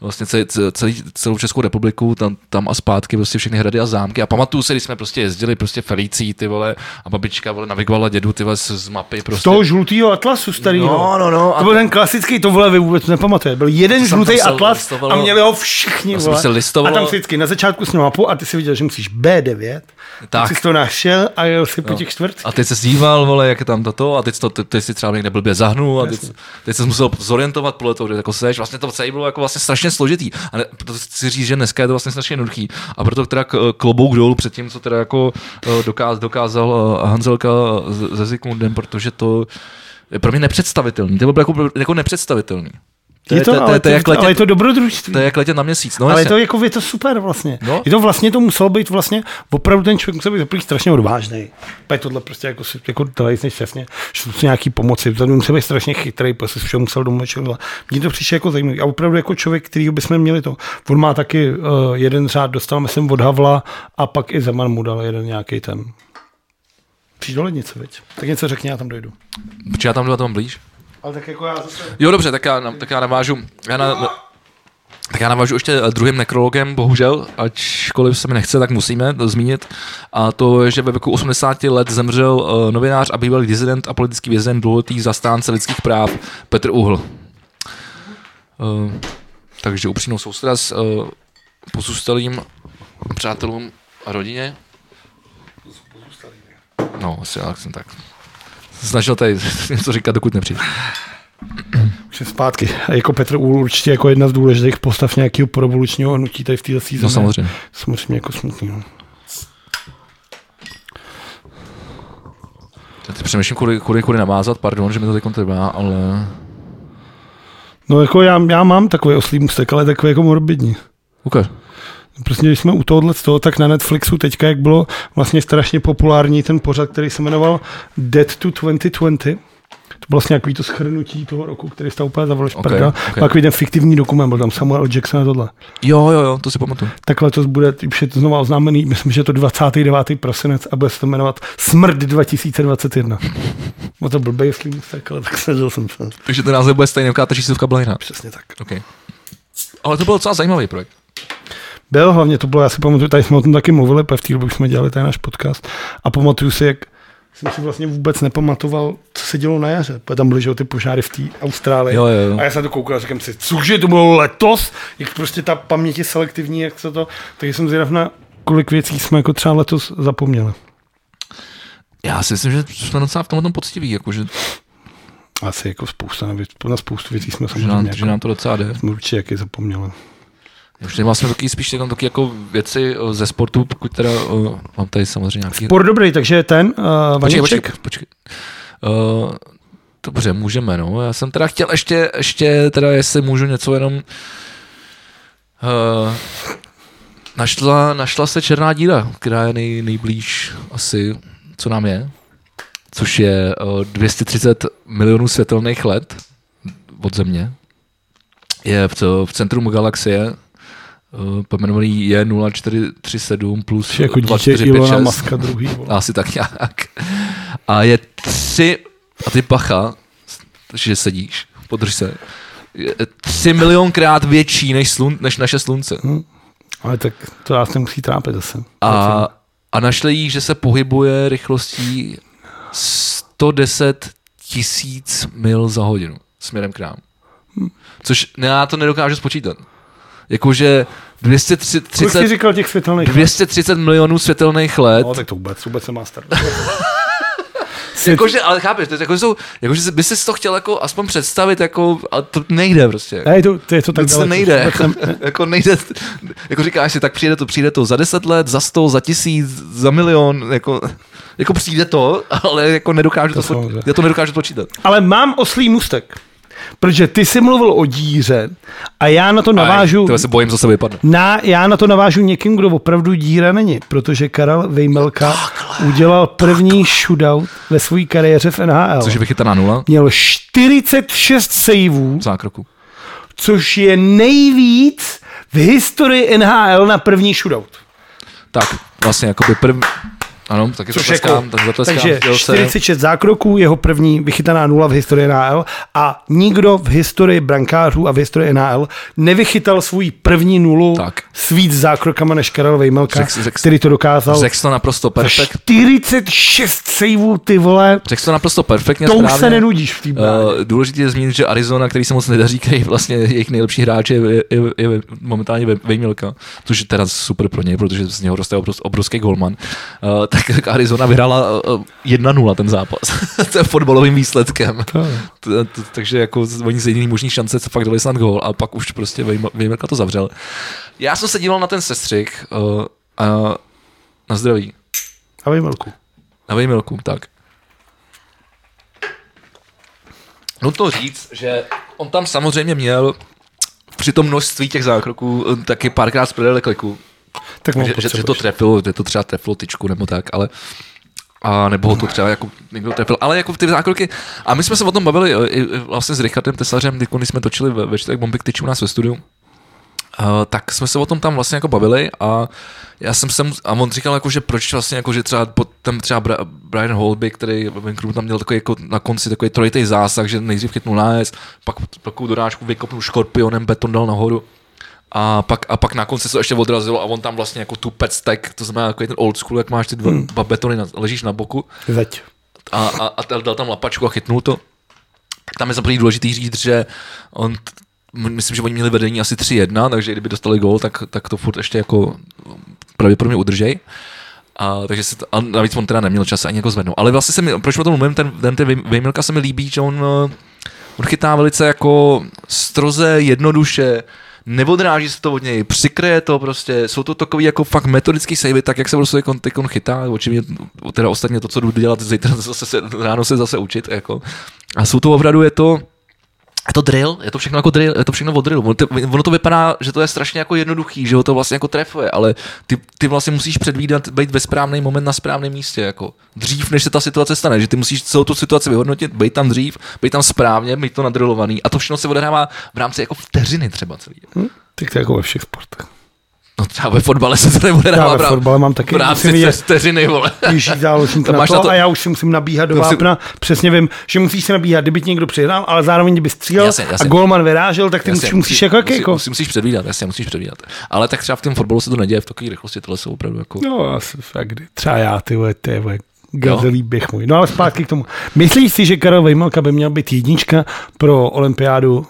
vlastně ce- ce- celý, celou Českou republiku, tam, tam a zpátky, prostě všechny hrady a zámky. A pamatuju se, když jsme prostě jezdili prostě Felicí, ty vole, a babička vole, navigovala dědu, ty vole, z, z mapy prostě. Z toho žlutýho atlasu starýho. No, no, no, To a- byl ten klasický to vole vy vůbec nepamatuje. Byl jeden Jsem žlutý tam se atlas listovalo- a měli ho všichni. Já jsem Vole. se listovalo- A tam si vždycky na začátku s mapu a ty si viděl, že musíš B9. Tak. No. Tak. Ty jsi to našel a jel si po těch čtvrtcích. A teď se díval, vole, jak je tam toto, a teď, to, te- teď si třeba někde blbě zahnul, a teď, teď se musel zorientovat podle toho, kde jako seš. Vlastně to celé bylo jako vlastně strašně složitý. A ne, to chci říct, že dneska je to vlastně strašně jednoduchý. A proto teda k- eh, klobouk dolů před tím, co teda jako eh, dokáz, dokázal eh, Hanzelka z- se Zikmundem, protože to je pro mě nepředstavitelný. To bylo jako, jako nepředstavitelný. Je to, ale to- jak ale je letět- to dobrodružství. to je jak letět na měsíc. No, Ale je jasně. to, jako, je to super vlastně. No. No? Je to vlastně, to muselo být vlastně, opravdu ten člověk musel být opravdu strašně odvážný. Pak tohle prostě jako, si- jako tady jsi šťastně, šel si nějaký pomoci, to musel být strašně chytrý, protože si všeho musel domlčit. Mně to přišlo jako zajímavý. A opravdu jako člověk, který bychom měli to. On má taky uh, jeden řád, dostal myslím od Havla a pak i Zeman mu dal jeden nějaký ten. Přijď do lednice, viď? Tak něco řekni, já tam dojdu. Protože já tam jdu a tam blíž. Ale tak jako já zase... Jo, dobře, tak já, tak já navážu. Já na, na, tak já navážu ještě eh, druhým nekrologem, bohužel, ačkoliv se mi nechce, tak musíme to zmínit. A to, je, že ve věku 80 let zemřel uh, novinář a bývalý dizident a politický vězen dlouhotý zastánce lidských práv Petr Uhl. Uh, takže upřímnou soustrast uh, pozůstalým přátelům a rodině. No, asi já jsem tak. Snažil tady něco říkat, dokud nepřijde. Při zpátky. A jako Petr Úl určitě jako jedna z důležitých postav nějakého provolučního hnutí tady v této sezóně. No samozřejmě. Samozřejmě jako smutný. No. Já teď přemýšlím, kudy, kudy, kudy navázat, pardon, že mi to teď trvá, ale no jako já, já mám takový oslý mustek, ale takový jako morbidní. ukaž. Prostě když jsme u tohohle z toho, tak na Netflixu teďka, jak bylo vlastně strašně populární ten pořad, který se jmenoval Dead to 2020. To bylo vlastně nějaký to schrnutí toho roku, který jste úplně zavolal Ok, šprda. ok. Okay, okay. ten fiktivní dokument, byl tam Samuel L. Jackson a tohle. Jo, jo, jo, to si pamatuju. Tak letos bude, už je to znovu oznámený, myslím, že je to 29. prosinec a bude se to jmenovat Smrt 2021. No to blbý, jestli nic tak, ale tak snažil jsem se. Takže ten název bude stejný, jako ta číslovka Blajna. Přesně tak. Okay. Ale to byl docela zajímavý projekt. Byl hlavně to bylo, já si pamatuju, tady jsme o tom taky mluvili, protože v té době už jsme dělali ten náš podcast a pamatuju si, jak jsem si vlastně vůbec nepamatoval, co se dělo na jaře, protože tam byly že jo, ty požáry v té Austrálii. Jo, jo, jo. A já jsem na to koukal a říkám si, cože to bylo letos, jak prostě ta paměť je selektivní, jak se to, takže jsem zvědav na kolik věcí jsme jako třeba letos zapomněli. Já si myslím, že jsme docela v tomhle tom poctiví, jako, že, Asi jako spousta, nevě- na spoustu věcí jsme že, samozřejmě nám, jako, že nám to docela jde. jsme určitě jaký zapomněli. Už nemá jsme taky spíš taky, taky jako věci eh, ze sportu, pokud teda eh, mám tady samozřejmě nějaký... Por dobrý, takže ten uh, Počkej, počkej, počkej. Vaněček, počkej. Uh, dobře, můžeme, no. Já jsem teda chtěl ještě, ještě teda jestli můžu něco jenom... Uh, našla, našla se černá díra, která je nej, nejblíž asi, co nám je. Což je uh, 230 milionů světelných let od Země. Je v, co- v centrum galaxie, uh, pojmenovaný je 0437 plus Či jako dítě 2456. Ilona Maska druhý. vole. Asi tak nějak. A je tři, a ty pacha, že sedíš, podrž se, je tři milionkrát větší než, slun, než naše slunce. Hm, Ale tak to nás nemusí trápit zase. A, a našli jí, že se pohybuje rychlostí 110 tisíc mil za hodinu směrem k nám. Hm. Což já to nedokážu spočítat. Jakože Kolik jsi 230, říkal těch světelných? 230 milionů světelných let No, tak to vůbec, vůbec nemá starost. Jakože, ale chápeš, to je- jakože, jsou, jakože by si to chtěl jako aspoň představit, jako, ale to nejde prostě. Ne, to, to je to tak Tak to daleko. nejde. Vůbec Jako, nem- jako nejde, jako říkáš si, tak přijde to, přijde to za deset let, za sto, za tisíc, za milion, jako, jako přijde to, ale jako nedokážu to, to samozřejmě. poč- já to nedokážu počítat. Ale mám oslý mustek. Protože ty jsi mluvil o díře a já na to navážu... Aj, se bojím, zase vypadne. Na, já na to navážu někým, kdo opravdu díra není, protože Karel No, Vejmelka udělal první shootout ve své kariéře v NHL. Což je vychytaná nula Měl 46 saveů, v zákroku. což je nejvíc v historii NHL na první shootout. Tak, vlastně, jako by prv... Ano, taky Což zatleskám, jako- tak zatleskám. takže chtěl jsem. 46 zákroků, jeho první vychytaná nula v historii NHL a nikdo v historii brankářů a v historii NHL nevychytal svůj první nulu Tak. s víc zákrokama než Karel Vejmelka, Řek- řek- který to dokázal. Řekl jsi to naprosto perfekt. 46 saveů, ty vole, Řekl jsi to naprosto perfektně. to už správně. se nenudíš v té bráně. Uh, důležité je zmínit, že Arizona, který se moc nedaří, který je vlastně jejich nejlepší hráč, je, je, je, je momentálně Ve- Vejmilka, což je teda super pro něj, protože z něho roste obrovský, obrovský golman. Uh, tak Arizona vyhrála uh, 1-0 ten zápas to je fotbalovým výsledkem. T- t- Takže jako z- oni z jediný možný šance se fakt dali snad gól a pak už prostě Vejm- Vejmilka to zavřel. Já jsem se díval na ten sestřih uh, a na zdraví. A Vejmelku. Na Vejmilku, tak. Nutno říct, že on tam samozřejmě měl při tom množství těch zákroků eh, taky párkrát z kliku, Tak mám že, že, že, to trefilo, že to třeba trefilo tyčku nebo tak, ale a nebo ho to třeba jako někdo trefil, ale jako ty zákroky. A my jsme se o tom bavili eh, i i vlastně s Richardem Tesařem, kdy, když jsme točili ve, ve čtvrtek bomby k tyču u nás ve studiu, Uh, tak jsme se o tom tam vlastně jako bavili a já jsem se mu, a on říkal jako, že proč vlastně jako, že třeba pod, tam třeba Bra- Brian Holby, který ve Vancouveru tam měl takový jako na konci takový trojitý zásah, že nejdřív chytnul nájezd, pak takovou dorážku vykopnul škorpionem, beton dal nahoru a pak, a pak na konci se to ještě odrazilo a on tam vlastně jako tu pectek, to znamená jako ten old school, jak máš ty dva, dva betony, na, ležíš na boku Zeď. a, a, a dal- dal tam lapačku a chytnul to. Tak tam je za první důležitý říct, že on, t- m- myslím, že oni měli vedení asi 3-1, takže kdyby dostali gól, tak, tak to furt ještě jako pravděpodobně udržej. A, takže se to, a navíc on teda neměl čas ani jako zvednout. Ale vlastně se mi, proč o tom mluvím, ten, ten, ten Vej- Vejmilka se mi líbí, že on, eh, on chytá velice jako stroze, jednoduše, neodráží se to od něj, přikryje to prostě, jsou to takový jako fakt metodický savey, tak jak se prostě kon, kon chytá, očivně, teda ostatně to, co jdu dělat zítra, zase se, ráno se zase učit, jako. A jsou to opravdu, je to, je to drill, je to všechno jako drill, je to všechno od drillu. Ono, to- ono to vypadá, že to je strašně jako jednoduchý, že ho to vlastně jako trefuje, ale ty, ty vlastně musíš předvídat, být ve správný moment na správném místě, jako dřív, než se ta situace stane, že ty musíš celou tu situaci vyhodnotit, být tam dřív, být tam správně, být to nadrilovaný a to všechno se odehrává v rámci jako vteřiny třeba celý. Hm? Tak to jako ve všech sportech. No třeba ve fotbale se to neodehrává v Já ve rám- fotbale mám v taky, musím rámci vidět, vteřiny, vole. běží záložník To na máš to, na to- a já už si musím nabíhat do To si- vápna. Přesně vím, že musíš se nabíhat, kdyby ti někdo přihrál, ale zároveň kdyby střílel Jasně, jasně. a golman vyrážel, tak ty Jasně, musíš, musíš jako musí- jakýko. musí, musíš předvídat, jasně, musíš předvídat. Ale tak třeba v tom fotbalu se to neděje v takové rychlosti, tohle jsou opravdu jako... No, asi fakt, kdy. třeba já, ty vole, ty vole, gazelý běh můj. No ale zpátky k tomu. Myslíš si, že Karel Vejmelka by měl být jednička pro olympiádu?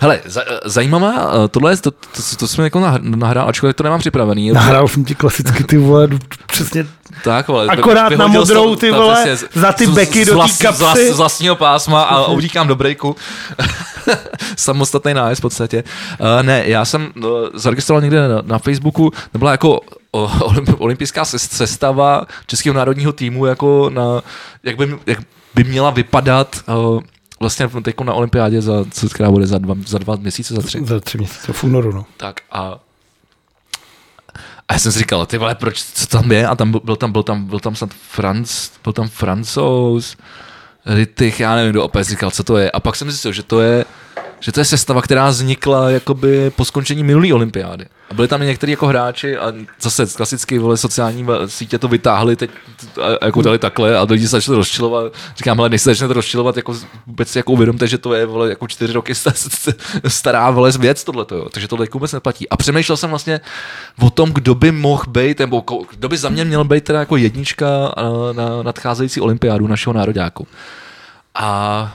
Hele, za, eh, zajímavá, eh, tohle je, to, to, to jsme jako nah- nahrál, ačkoliv to nemám připravený. Nahrál jsem ti klasicky ty vole, přesně Tak, vole, Akorát vyhodil na modrou, jsem- ty ta- vole, přesně, z- za ty z- beky z do té vlastní- kapsy. Z, vlast, z vlastního pásma a udíkám do breaku. Samostatný nájezd v podstatě. Uh, ne, já jsem uh, zaregistroval někde na, na Facebooku, to byla jako o- olymp- olympijská ses- sestava českého národního týmu, jako na, jak, by, jak by měla vypadat uh, vlastně teď na olympiádě, za, co která bude za dva, za dva měsíce, za tři. za tři měsíce v únoru, no. Tak a a já jsem si říkal, ty vole, proč, co tam je? A tam byl, byl tam, byl tam, byl tam snad Franc, byl tam francouz, Rytich, já nevím, kdo opět říkal, co to je. A pak jsem zjistil, že to je, že to je sestava, která vznikla jakoby po skončení minulé olympiády. A byli tam i někteří jako hráči a zase klasicky vole, sociální ve- sítě to vytáhli, teď t- a, jako dali takhle a lidi se začali rozčilovat. Říkám, ale než se začnete rozčilovat, jako z- vůbec si jako uvědomte, že to je vole, jako čtyři roky sta- st- stará vole, věc tohle, takže tohle jako vůbec neplatí. A přemýšlel jsem vlastně o tom, kdo by mohl být, nebo ko- kdo by za mě měl být teda jako jednička eh, na nadcházející olympiádu našeho nároďáku. A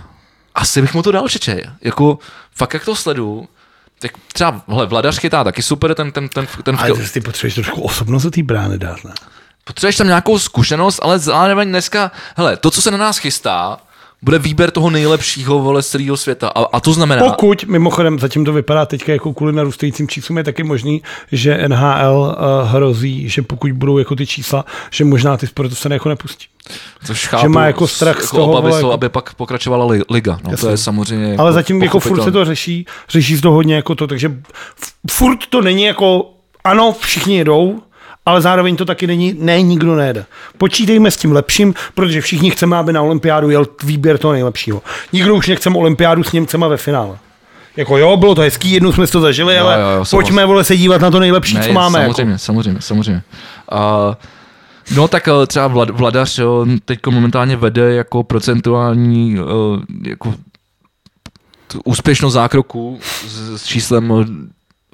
asi bych mu to dal čeče. Jako, fakt jak to sleduju, tak třeba, hele, Vladař chytá taky super, ten, ten, ten, ten Ale ty potřebuješ trošku osobnost do té brány dát, ne? potřebuješ tam nějakou zkušenost, ale zároveň dneska, hele, to, co se na nás chystá, bude výběr toho nejlepšího vole z celého světa. A, a to znamená, Pokud, mimochodem, zatím to vypadá teďka jako kvůli narůstajícím číslům, je taky možný, že NHL uh, hrozí, že pokud budou jako ty čísla, že možná ty sporty se jako nepustí. což chápu, že má jako strach z toho, obavy vole, jsou, jako- aby pak pokračovala li, liga. No, to Jasně. je samozřejmě Ale zatím jako furt se pochopitelné. to řeší, řeší se to hodně jako to, takže f- furt to není jako, ano, všichni jedou, ale zároveň to taky není, ne, nikdo nejede. Počítejme s tím lepším, protože všichni chceme, aby na olympiádu jel výběr toho nejlepšího. Nikdo už nechceme olympiádu s Němcema ve finále. Jako jo, bylo to hezký, jednou jsme si to zažili, jo, ale jo, jo, jo, jo, pojďme vole se dívat na to nejlepší, ne, co máme. Jako. samozřejmě, samozřejmě, samozřejmě. A No tak eh, třeba Vlad, Vladař teď momentálně vede jako procentuální eh, jako t- úspěšnost zákroku s, s číslem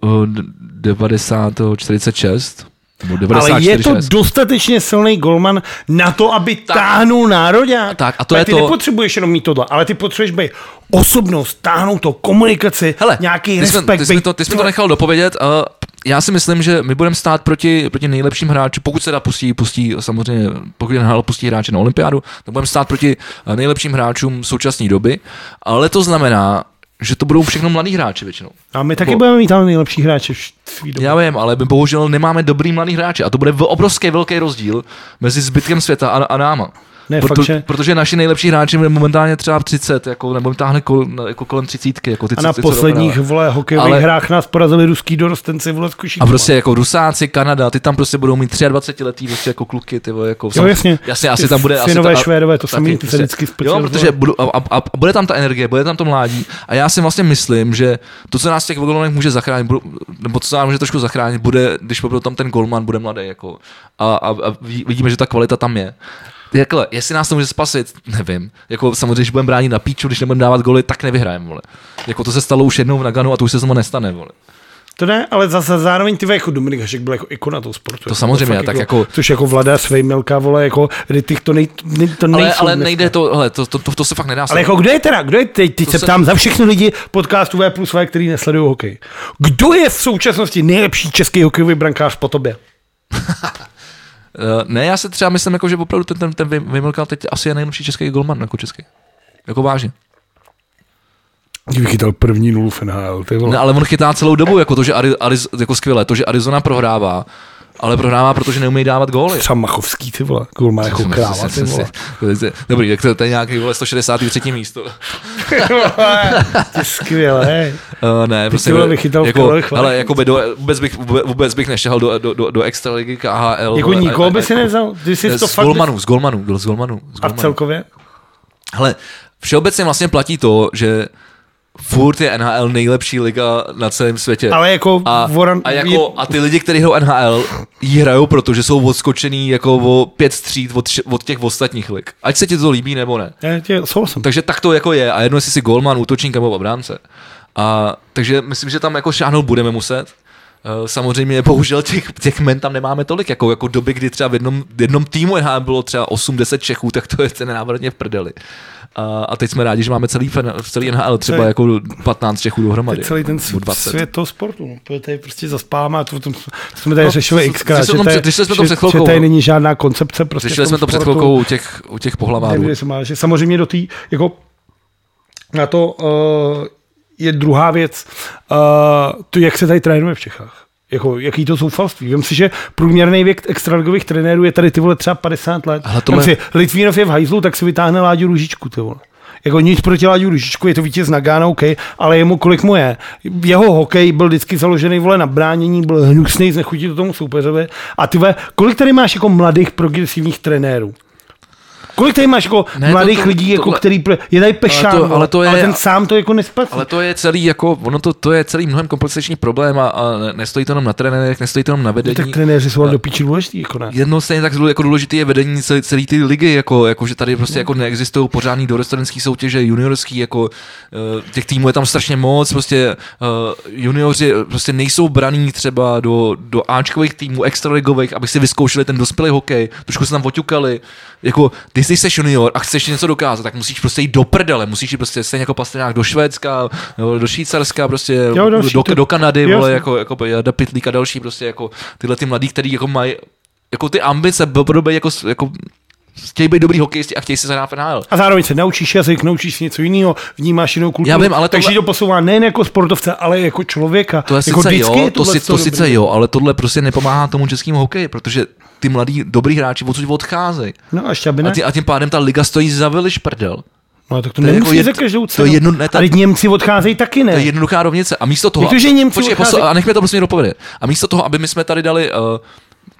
eh, d- 90, 46. Nebo 94, Ale je to 6. dostatečně silný golman na to, aby tak. táhnul národě. Tak a to je ty to- nepotřebuješ jenom mít tohle, ale ty potřebuješ být osobnost, táhnout to, komunikaci, Hele, nějaký ty jsi, respekt. Ty jsi, mi bejt- to, ty jsi mi to nechal dopovědět. A já si myslím, že my budeme stát proti, proti nejlepším hráčům, pokud se dá pustí, pustí samozřejmě, pokud NHL pustí hráče na olympiádu, tak budeme stát proti eh, nejlepším hráčům současné doby, ale to znamená, že to budou všechno mladí hráči většinou. A my taky Bo- budeme mít tam nejlepší hráče v svý době. Já vím, ale my bohužel nemáme dobrý mladý hráče a to bude v- obrovský velký rozdíl mezi zbytkem světa a, a náma. Ne, Proto, fakt, že- Protože naši nejlepší hráči mají momentálně třeba 30, jako, nebo jim táhne kol, jako kolem 30. Jako ty, A na co- co posledních dohrává. vole hokejových Ale- ale... hrách nás porazili ruský dorostenci vole z Košíkova. A prostě jako Rusáci, Kanada, ty tam prostě budou mít 23 letý prostě jako kluky, ty vole, jako Jo, jasně. jasně, Ty asi tam bude... asi Finové, tam- Švédové, to taky samý, ty se prostě- vždycky Jo, specializovali. protože budu, a, a, a, bude tam ta energie, bude tam to mládí a já si vlastně myslím, že to, co nás v těch golmanech může zachránit, budu, nebo co nám může trošku zachránit, bude, když opravdu tam ten golman bude mladý, jako, a, a, a ví- vidíme, že ta kvalita tam je. Jakhle, jestli nás to může spasit, nevím. Jako samozřejmě, když budeme bránit na píču, když nebudeme dávat goly, tak nevyhrajeme, vole. Jako to se stalo už jednou v Naganu a to už se znovu nestane, vole. To ne, ale zase zároveň ty vole, jako Dominik Hašek byl jako ikona toho sportu. To samozřejmě, fakt tak jako- Což jako Vlada Svejmelka, vole, jako, kdy ty to, nej, nej, to Ale, nejsou ale dneska. nejde to, hele, to, to, to, to se fakt nedá. Ale Ale... jako kdo je teda, kdo je, teď, teď To se se- ptám za všechny lidi podcastu V plus V, který nesledují hokej. Kdo je v současnosti nejlepší český hokejový brankář po tobě? Eh, Ne, já se třeba myslím, jako, že opravdu ten, ten, ten Vim- Vimilka teď asi je nejlepší český golman, jako český. Jako vážně. Vychytal první nulu v NHL, ty vole. Ne, ale on chytá celou dobu, jako to, že Ari, Ariz, jako skvěle, to, že Arizona prohrává, ale prohrává, protože neumí dávat góly. Třeba Machovský, ty vole. Kul má jako Jsem- kráva, jsem- ty jsem- vole. jsem- jsem- Dobrý, tak to, to je nějaký vole 163. místo. Ty skvělé. Uh, ne, prostě, vole vychytal jako, Karel Chvalek. ale jako by do, vůbec, bych, vůbec bych nešel do, do, do, do extraligy KHL. Jako vole, a- nikoho a- by si nevzal. Ty jsi to Z fakt... golmanů, z golmanů, byl z golmanů. z A golmanů. celkově? Hele, všeobecně vlastně platí to, že furt je NHL nejlepší liga na celém světě. Ale jako... a, Voran, a, jako, a ty lidi, kteří hrajou NHL, ji hrajou, protože jsou odskočený jako o pět stříd od, š- od těch ostatních lig. Ať se ti to líbí nebo ne. Je, já tě, souhlasím. Takže tak to jako je. A jedno, jestli jsi golman, útočník nebo obránce. A, takže myslím, že tam jako šáhnout budeme muset. Eh, Samozřejmě bohužel těch, těch men tam nemáme tolik, jako, jako doby, kdy třeba v jednom, v jednom týmu NHL bylo třeba 8-10 Čechů, tak to je ten návratně v prdeli. A, a teď jsme rádi, že máme celý, fen- celý NHL třeba Celý- jako 15 Čechů dohromady. Teď celý ten Nebo 20. svět toho sportu. No. To je tady prostě zaspáme a to, to, to jsme tady No, řešili co- xkrát. co jsme že tam tady- před- když jsme to že- před chvilkou- Že tady není žádná koncepce. Prostě v Řešili tom jsme to před sportu. chvilkou u těch, u těch pohlavárů. Nevím, kde se má, že samozřejmě do té, jako na to uh, je druhá věc, uh, to jak se tady trénuje v Čechách. Jako, jaký to zoufalství. Vím si, že průměrný věk extraligových trenérů je tady ty vole třeba 50 let. Ale Vem tohle- si, Litvínov je v hajzlu, tak si vytáhne Láďu Růžičku, ty vole. Jako nic proti Láďu Růžičku, je to vítěz na Gána, OK, ale jemu kolik mu je. Jeho hokej byl vždycky založený vole na bránění, byl hnusný, znechutí to tomu soupeřovi. A ty vole, kolik tady máš jako mladých progresivních trenérů? Kolik tady máš jako Ne, to- ne, mladých to- lidí, jako tohle- který pl- je tady pešán, Ale to- vole, ale to je- ale ten sám to jako nespatří. Ale to je celý jako, ono to, to je celý mnohem komplexnější problém a, a ne- nestojí to jenom na trenérech, nestojí to jenom na vedení. No, tak trenéři jsou ale do píči důležitý, jako ne. Jedno stejně tak důle- jako důležité je vedení celé, celé ty ligy, jako, jako, že tady prostě jako neexistují pořádný dorostenský soutěže, juniorský, jako eh, těch týmů je tam strašně moc, prostě eh, junioři prostě nejsou braní třeba do, do Ačkových týmů, extraligových, aby si vyzkoušeli ten dospělý hokej, trošku se tam oťukali. Jako, když jsi junior a chceš něco dokázat, tak musíš prostě jít do prdele, musíš jít prostě stejně jako Pastrňák do Švédska, jo, do Švýcarska, prostě Jo, další do, to- do, Kanady, Jasně. vole, jako jako, jako Jarda Pitlík a další prostě jako tyhle ty mladí, který jako mají jako ty ambice, podobně jako, s- jako chtějí být dobrý hokejisti a chtějí se zahrát v NHL. A zároveň se naučíš jazyk, naučíš se něco jiného, vnímáš jinou kulturu. Já vím, ale takže tohle- to posouvá nejen jako sportovce, ale jako člověka. To je jako sice vždycky jo, je to, si, tohleto to dobrý. sice jo, ale tohle prostě nepomáhá tomu českému hokeji, protože ty mladí dobrý hráči odsud odcházejí. No a šťaby A, ne. ty, a tím pádem ta liga stojí za viliš prdel. No tak to, to je nemusí jako jed- za každou to cenu. je jedno- ne, ta- Ale Němci odcházejí taky To je ne. jednoduchá rovnice. A místo toho... Jak to, že Němci počkej, odchází- posl- a nechme to prostě dopovědět. A místo toho, aby my jsme tady dali uh,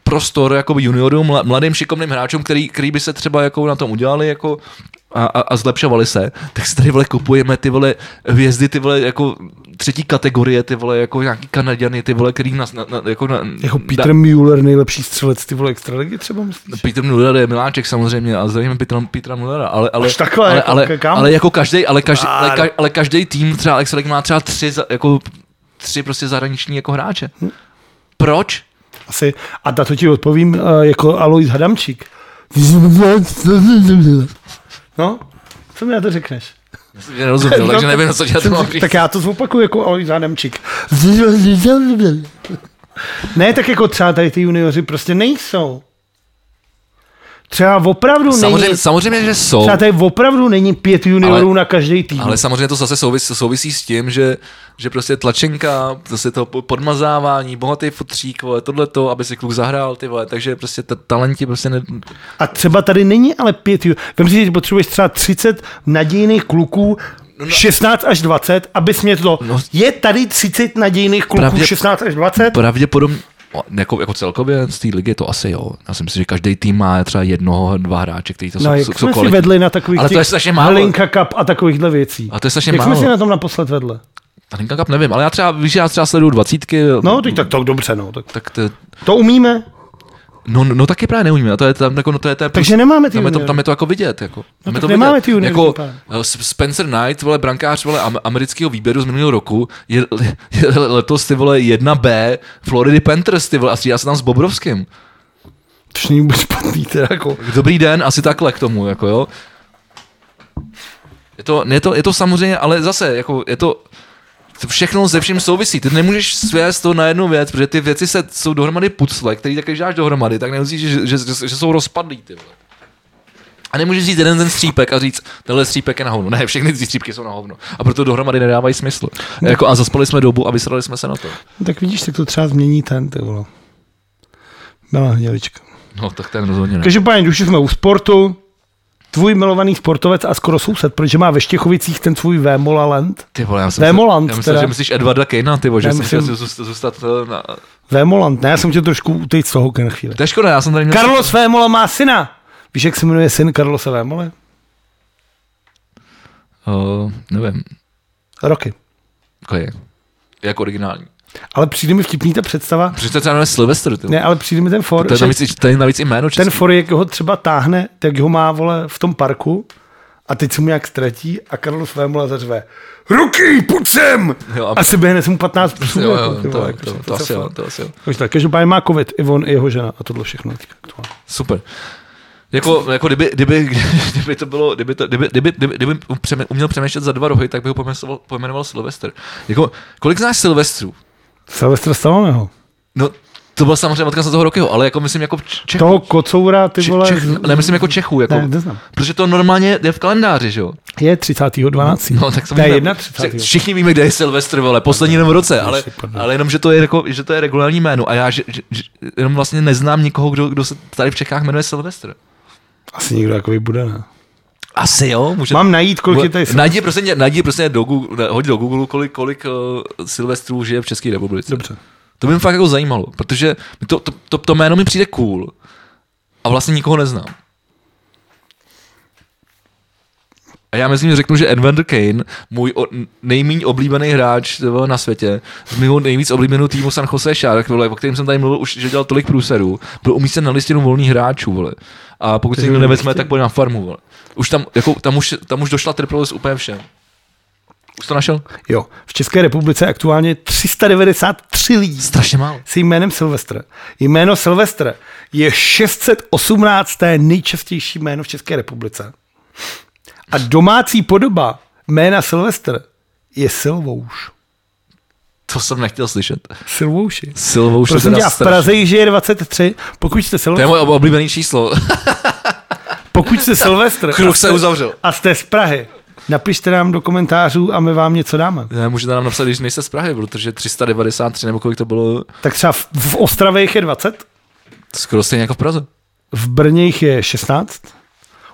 prostor jako juniorům, mla- mladým šikovným hráčům, který, který by se třeba jako na tom udělali jako a, a, a zlepšovali se, tak si tady vole kupujeme ty vole hvězdy, ty vole jako třetí kategorie, ty vole, jako nějaký Kanaděny, ty vole, který nás, na, na, jako, na, Jako dá- Peter da. Müller, nejlepší střelec, ty vole, extraligy třeba myslíš? Peter Müller je miláček samozřejmě a zdravíme Petra, Petra Müllera, ale, ale, Až takhle, ale, jako ale, ke- kam? ale jako každý, ale každý, ale, Pár. ka, ale každý tým třeba Alex Radek má třeba tři, za- jako tři prostě zahraniční jako hráče. Hm? Proč? Asi. A na to ti odpovím eh, jako Alois Hadamčík. No, co mi na to řekneš? Myslím, že nerozuměl, takže nevím, co dělat. no, Jsem mám řek- říct. No, Tak já to zopakuju jako Alois Hadamčík. Ne, tak jako třeba tady ty junioři prostě nejsou. Třeba opravdu Samozřejmě, není, samozřejmě, že jsou, třeba tady opravdu není pět juniorů Ale- na každý tým. ale samozřejmě to zase souvisí, souvisí s tím, že, že prostě tlačenka, zase to po- podmazávání, bohatý futřík, vole, tohleto, aby si kluk zahrál, ty vole, takže prostě ta talenti prostě ne... A třeba tady není ale pět juniorů. Vem si, že potřebuješ třeba 30 nadějných kluků, 16 až 20, abys mě to... No. je tady 30 nadějných kluků, Pravdě- 16 až 20? Pravděpodobně, jako, jako celkově z té ligy to asi jo. Já si myslím, že každý tým má třeba jednoho, dva hráče, kteří to No, jsou, jak jsou, jsme jsou si kvalitní. vedli na takových Ale to těch je strašně málo. Linka Cup a takovýchhle věcí. A to je strašně jak málo. jsme si na tom naposled vedli? Linka Cup nevím, ale já třeba, víš, já třeba sleduju dvacítky, No, teď tak to dobře, no. Tak tak to, to umíme. no, no taky právě neumíme, a to je tam, jako, no, to je, to je Takže nemáme ty tam, je to, juniory. tam je to jako vidět. Jako. Tam tak je to nemáme vidět. ty juniory, Jako, tím pádem. eh, S- Spencer Knight, vole, brankář vole, am- amerického výběru z minulého roku, je, je letos ty vole 1B Floridy Panthers, ty vole, a střídá se tam s Bobrovským. To není vůbec špatný, teda jako. Dobrý den, asi takhle k tomu, jako jo. Je to, je to, je to samozřejmě, ale zase, jako je to, to všechno ze vším souvisí. Ty nemůžeš svést to na jednu věc, protože ty věci se, jsou dohromady pucle, který tak, když dáš dohromady, tak nemusíš, že, že, že, že jsou rozpadlí, ty vole. A nemůžeš říct jeden ten střípek a říct, tenhle střípek je na hovno. Ne, všechny ty střípky jsou na hovno. A proto dohromady nedávají smysl. Jako, a zaspali jsme dobu a vysrali jsme se na to. No, tak vidíš, tak to třeba změní ten, ty vole. Milá hnělička. No, tak ten rozhodně ne. Každopádně, už jsme u sportu. Tvůj milovaný sportovec a skoro soused, protože má ve Štěchovicích ten svůj Vémola Land. Ty vole, já jsem Vémolant já myslím, teda. že myslíš Edvarda Kejna, ty vole, že Já jsem chtěl myslím- zůst- zůstat eh, na, Vémoland, ne, já jsem tě trošku utejc z toho na chvíli. To je škoda, já jsem tady měl... Carlos Vémola má syna. Víš, jak se jmenuje syn Carlosa Vémole? Uh, nevím, Roky. jako je. Jak originální. Ale přijde mi vtipný ta představa. Protože to je třeba jmenuje Sylvester, ty. Ne, ale přijde mi ten for, to je že navíc, i- to je navíc i jméno český. ten for, jak ho třeba táhne, tak ho má, vole, v tom parku a teď se mu nějak ztratí a Carlos Vémola zařve. Ruky, půjď sem! Jo, a- a, se běhne se mu 15 psů. Jo, jako, jo, ty to, vole, to, jako, to, co asi se- jo, to asi jo. Takže tak, každopádně má covid, i on, i jeho žena a tohle všechno. teďka aktuálně. Super. Jako, jako kdyby, kdyby, kdyby, to bylo, kdyby, to, kdyby, kdyby, kdyby, kdyby přeme, uměl přemýšlet za dva rohy, tak bych ho pojmenoval, pojmenoval Sylvester. Jako, kolik znáš Sylvestrů? Silvestra Stalloneho. No, to byl samozřejmě odkaz na toho Rokyho, ale jako myslím jako Čech, Toho kocoura, ty Čech, vole. Čech, z- ne, myslím jako Čechů, jako, Ne, neznám. protože to normálně je v kalendáři, že jo? Je 30.12. No, tak to je samozřejmě. 31. Všichni víme, kde je Silvestr, vole, poslední jenom v roce, ale, ale jenom, že to, je jako, že to je regulární jméno a já že, že, že, jenom vlastně neznám nikoho, kdo, kdo se tady v Čechách jmenuje Silvestr. Asi někdo takový bude, ne? Asi jo, může... Mám najít, kolik je tady Najdi prosím, tě- najdi prosím tě do Google, ne, hoď do Google, kolik, kolik uh, Silvestrů žije v České republice. Dobře. To by mě fakt jako zajímalo, protože mi to, to, to, to jméno mi přijde cool a vlastně nikoho neznám. A já mezi nimi řeknu, že Edvander Kane, můj o, nejméně oblíbený hráč ty vole, na světě, z mého nejvíc oblíbeného týmu San Jose Shark, vole, o kterém jsem tady mluvil už, že dělal tolik průserů, byl umístěn na listinu volných hráčů, vole. A pokud se Takže prostě- někdo byl nevezme, umístěn. tak pojď na farmu, vole. Už tam, jako, tam, už, tam už došla Triple úplně všem. Už to našel? Jo. V České republice je aktuálně 393 lidí Strašně málo. s jménem Silvestr. Jméno Silvestr je 618. nejčastější jméno v České republice. A domácí podoba jména Silvestr je Silvouš. To jsem nechtěl slyšet. Silvouši. Silvou už Prosím teda tě, a v strašně- Praze jich žije 23. Pokud jste To je Silvestr, moje oblíbené číslo. pokud jste Silvestr Kruh a se jste- uzavřel. a jste z Prahy, napište nám do komentářů a my vám něco dáme. Ne, můžete nám napsat, když nejste z Prahy, protože 393 nebo kolik to bylo, Tak třeba v, v Ostravě jich je 20, skoro stejně jako v Praze. v Brně jich je 16,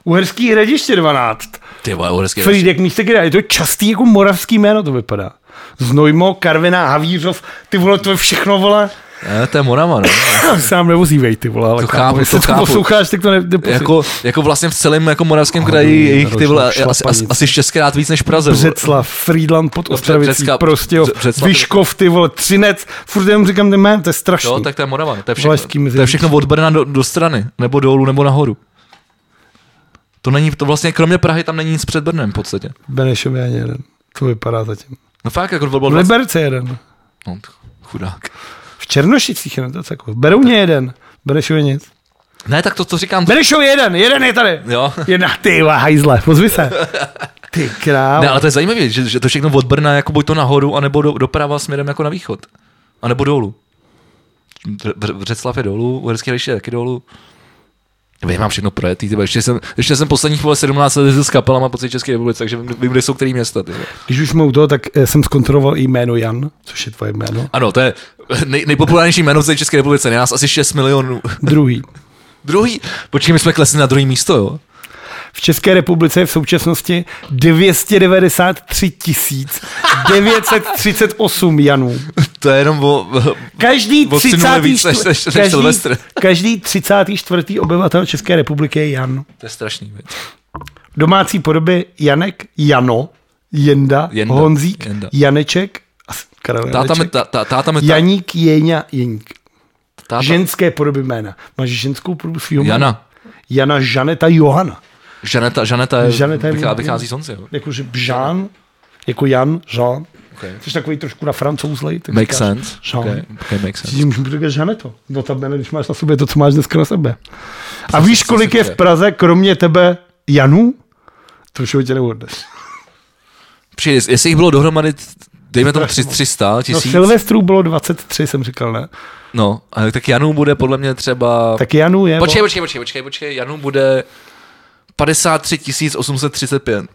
Uherský hradiště 12, Ty vole, uhreské Frýdek místek je to častý jako moravský jméno to vypadá. Znojmo, Karviná, Havířov, ty vole, to je všechno, vole, Ne, to je Morava, no. Sám nevozívej, ty vole, ale To chápu, jestli to chápu. posloucháš, tak to ne, ne jako, jako vlastně v celém jako moravském kraji je jich ty vole, asi, asi, asi šestkrát víc než v Praze. vole. Břeclav, Frýdlant pod Ostravicí, Břecka- prostě, Bře- Břeclav- Vyškov, ty vole, Třinec, furt jenom říkám, ty jména, to je strašný. Jo, tak to je Morava. no. To je Valašský všechno, mezi- to je všechno od Brna do, do, strany, nebo dolů, nebo nahoru. To není, to vlastně kromě Prahy tam není nic před Brnem v podstatě. Benešov je ani jeden. To vypadá zatím. No fakt, jako to bylo V 20. Liberce jeden. No, t- chudák. V Černošicích je na to takový. Berou mě jeden. Benešov je nic. Ne, tak to, co říkám, to, Benešov je jeden, jeden je tady. jo. Jedna, ty vole, hajzle, pozvi se. Ty král. Ne, ale to je zajímavé, že, že, to všechno od Brna, jako buď to nahoru, anebo do, doprava směrem jako na východ. A nebo dolů. Br- Br- Břeclav je dolů, Uherský Hradiště je taky dolů. Já vím, mám všechno projetý, tyba. Ještě, jsem, ještě jsem posledních vole 17 let jezdil s kapelama po celé České republice, takže vím, vím, kde jsou který města. Tyba. Když už jsme u toho, tak eh, jsem zkontroloval i jméno Jan, což je tvoje jméno. Ano, to je nej, nejpopulárnější jméno v celé České republice, je nás asi 6 milionů. Druhý. Druhý, počkej, my jsme klesli na druhý místo, jo? V České republice je v současnosti 293 938 Janů. To je jenom o... Každý O synu 30. víc než- než- než každý, Silvestr. každý 34. obyvatel České republiky je Jan. To je strašný, věc. V domácí podobě Janek, Jano, Jenda, Jenda, Honzík, Jenda. Janeček, a s- Karel Táta mi, Janeček, tá, tá, táta mi, tá, Janík, Jeňa, Jeník. táta, Ženské podoby jména. Máš ženskou podobu svého jména? Jana. Jana, Žaneta, Johana. Žaneta, Žaneta, je, Žaneta Žaneta je- vychá, vychází slunce, jo? Jakože Žán, jako Jan, Žán. Okay. Jsi takový trošku na francouzlej. Tak Make říkáš sense. Žán. Okay. Okay, make sense. Ti můžu říkat Žaneto. No tam jméno, když máš na sobě to, co máš dneska na sebe. A víš, kolik je v Praze, kromě tebe, Janů? To už tě nehodneš. Přijde, jestli jich bylo dohromady, dejme tomu tři- 300 No, tisíc, Silvestrů bylo 23, jsem říkal, ne? no, ale tak Janů bude podle mě třeba... Tak Janů je... Počkej, počkej, počkej, počkej, počkej, Janů bude 53 835.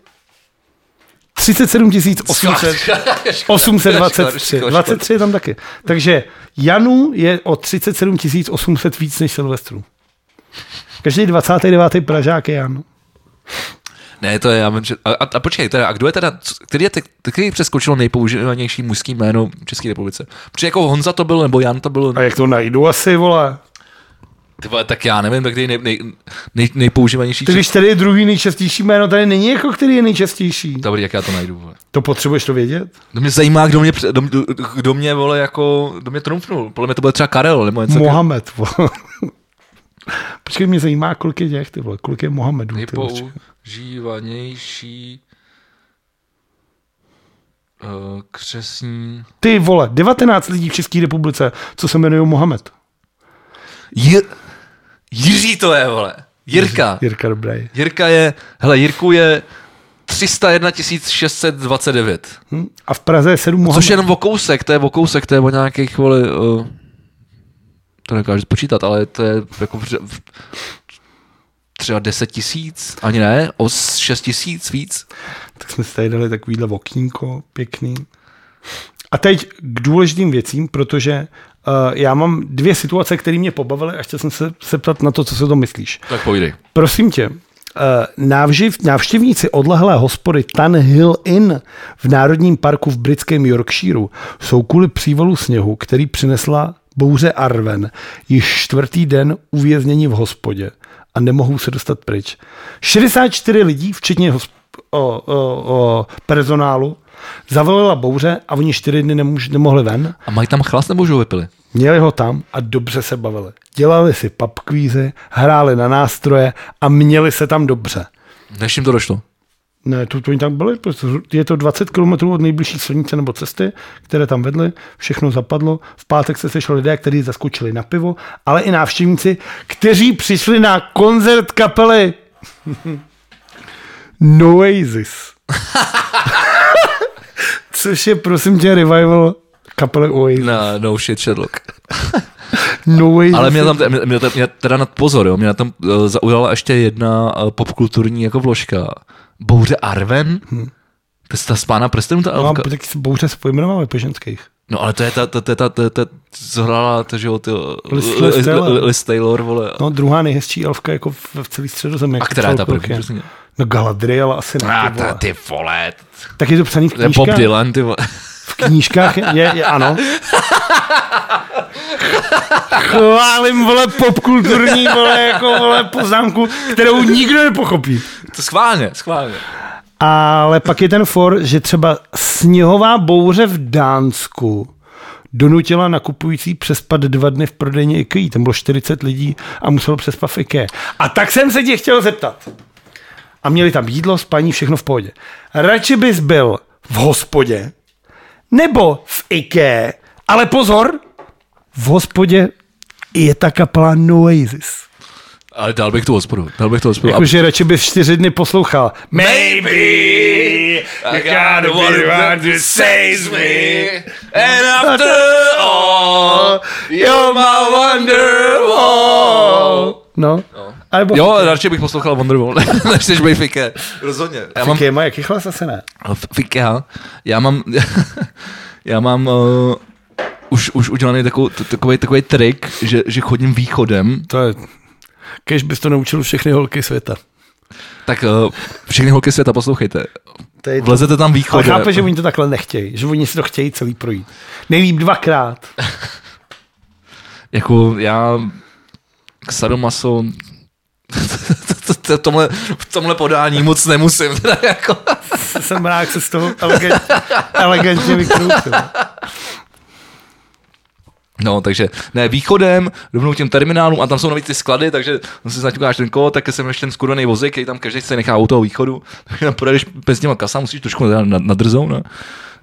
37 800, 823. 23 je tam taky. Takže Janů je o 37 800 víc než Silvestrů. Každý 29. Pražák je Jan. Ne, to je, já vím, že, a, a, a počkej, teda, a kdo je teda, co- který je, te- který přeskočil nejpoužívanější mužský jméno v České republice? Protože jako Honza to byl, nebo Jan to byl, A jak to najdu asi, vole? ty vole, tak já nevím, tak který nej, nej, nej, nejpoužívanější Ty český, když tady je druhý nejčastější jméno, tady není jako který je nejčastější. dobrý, jak já to najdu, vole. To potřebuješ to vědět? To mě zajímá, kdo mě, pře- kdo, kdo- kdo mě vole, jako, kdo mě trumfnul. Podle mě to bude třeba Karel, nebo něco takového. Mohamed, vole. Počkej, mě zajímá, kolik je těch, ty vole, kolik je Mohamedů, ty vole. Nejpoužívanější uh, křesní... Ty vole, 19 lidí v České republice, co se jmenují Mohamed. Jir... Jiří to je, vole. Jirka. Jirka Dobrý. Jirka je, hele, Jirku je 301 629. Hm? A v Praze je 7 Mohamed. Což je jenom o kousek, to je o kousek, to je o nějakých, vole, uh, to nedokážu počítat, ale to je jako vře- v- třeba 10 tisíc, ani ne, o s- 6 tisíc víc. Tak jsme si tady dali takovýhle okýnko pěkný. A teď k důležitým věcím, protože uh, já mám dvě situace, které mě pobavily a chtěl jsem se, se ptat na to, co si o tom myslíš. Tak povídej. Prosím tě, eh, návštěv, návštěvníci odlehlé hospody Tan Hill Inn v Národním parku v britském Yorkshireu jsou kvůli přívalu sněhu, který přinesla bouře Arven, již čtvrtý den uvězněni v hospodě a nemohou se dostat pryč. 64 lidí, včetně hosp- o, o, o personálu, zavolila bouře a oni čtyři dny nemůž, nemohli ven. A mají tam chlast nebo už ho vypili? Měli ho tam a dobře se bavili. Dělali si papkvízy, hráli na nástroje a měli se tam dobře. Než jim to došlo. Ne, to, to oni tam byli, prostě zhru- je to 20 km od nejbližší silnice nebo cesty, které tam vedly, všechno zapadlo. V pátek se sešli lidé, kteří zaskočili na pivo, ale i návštěvníci, kteří přišli na koncert kapely Noasis. Což je, prosím tě, revival kapely Oasis. No, no shit, Sherlock. Noasis. Ale mě tam, mě, mě, mě teda na pozor, jo, mě na tom uh, zaujala ještě jedna uh, popkulturní jako vložka. Bouře Arven? Hmm. To je ta spána prstenů, ta Mám elfka. taky se bouře se pojmenováme po ženských. No ale to je ta, ta, ta, ta, ta, ta co hrála, to, že jo, ty, Liz- Liz- Liz Liz- Taylor. Liz Taylor, vole. No, druhá nejhezčí elfka jako v, v celý středozemí. A jako která je ta celkově. první, prosím tě? No Galadriel asi ne. A ty vole. Ah, ta, ty vole, Tak je to psaný v to je Bob knížkách. Dylan, ty vole. V knížkách je, je, je ano. Chválím, vole, popkulturní, vole, jako, vole, poznámku, kterou nikdo nepochopí. To schválně, schválně. Ale pak je ten for, že třeba sněhová bouře v Dánsku donutila nakupující přespat dva dny v prodejně IKEA. Tam bylo 40 lidí a muselo přespat v IKEA. A tak jsem se tě chtěl zeptat. A měli tam jídlo, spaní, všechno v pohodě. Radši bys byl v hospodě nebo v IKEA, ale pozor, v hospodě je ta kapela Noasis. Ale dal bych tu hospodu, dal bych tu hospodu. Jakože Jako, radši bys čtyři dny poslouchal. Maybe I got what it wants to saves me And after all You're my wonderwall No. Alebo Jo, radši bych poslouchal Wonderwall, než jsi bej Fike. Rozhodně. Já mám, Kéma, jaký chlas asi ne. Fike, já mám, já mám uh, už, už udělaný takovou, t- takový, takový trik, že, že chodím východem, To je... Kež bys to naučil všechny holky světa. tak uh, všechny holky světa poslouchejte. To je to. Vlezete tam Ale východem. chápe, že oni to takhle nechtějí, že oni si to chtějí celý projít. Nejlíp dvakrát. Jako já k sadomaso to- to- tomhle, v tomhle podání moc nemusím. Teda jako. Jsem rád, jak se z toho elegant, elegantně vykroutil. No, takže ne, východem, rovnou k těm terminálům a tam jsou navíc ty sklady, takže si zaťukáš ten kód, tak jsem ještě ten skurvený vozík, který tam každý se nechá u toho východu, takže tam projedeš bez těma kasa, musíš trošku na, na, na drzou, ne?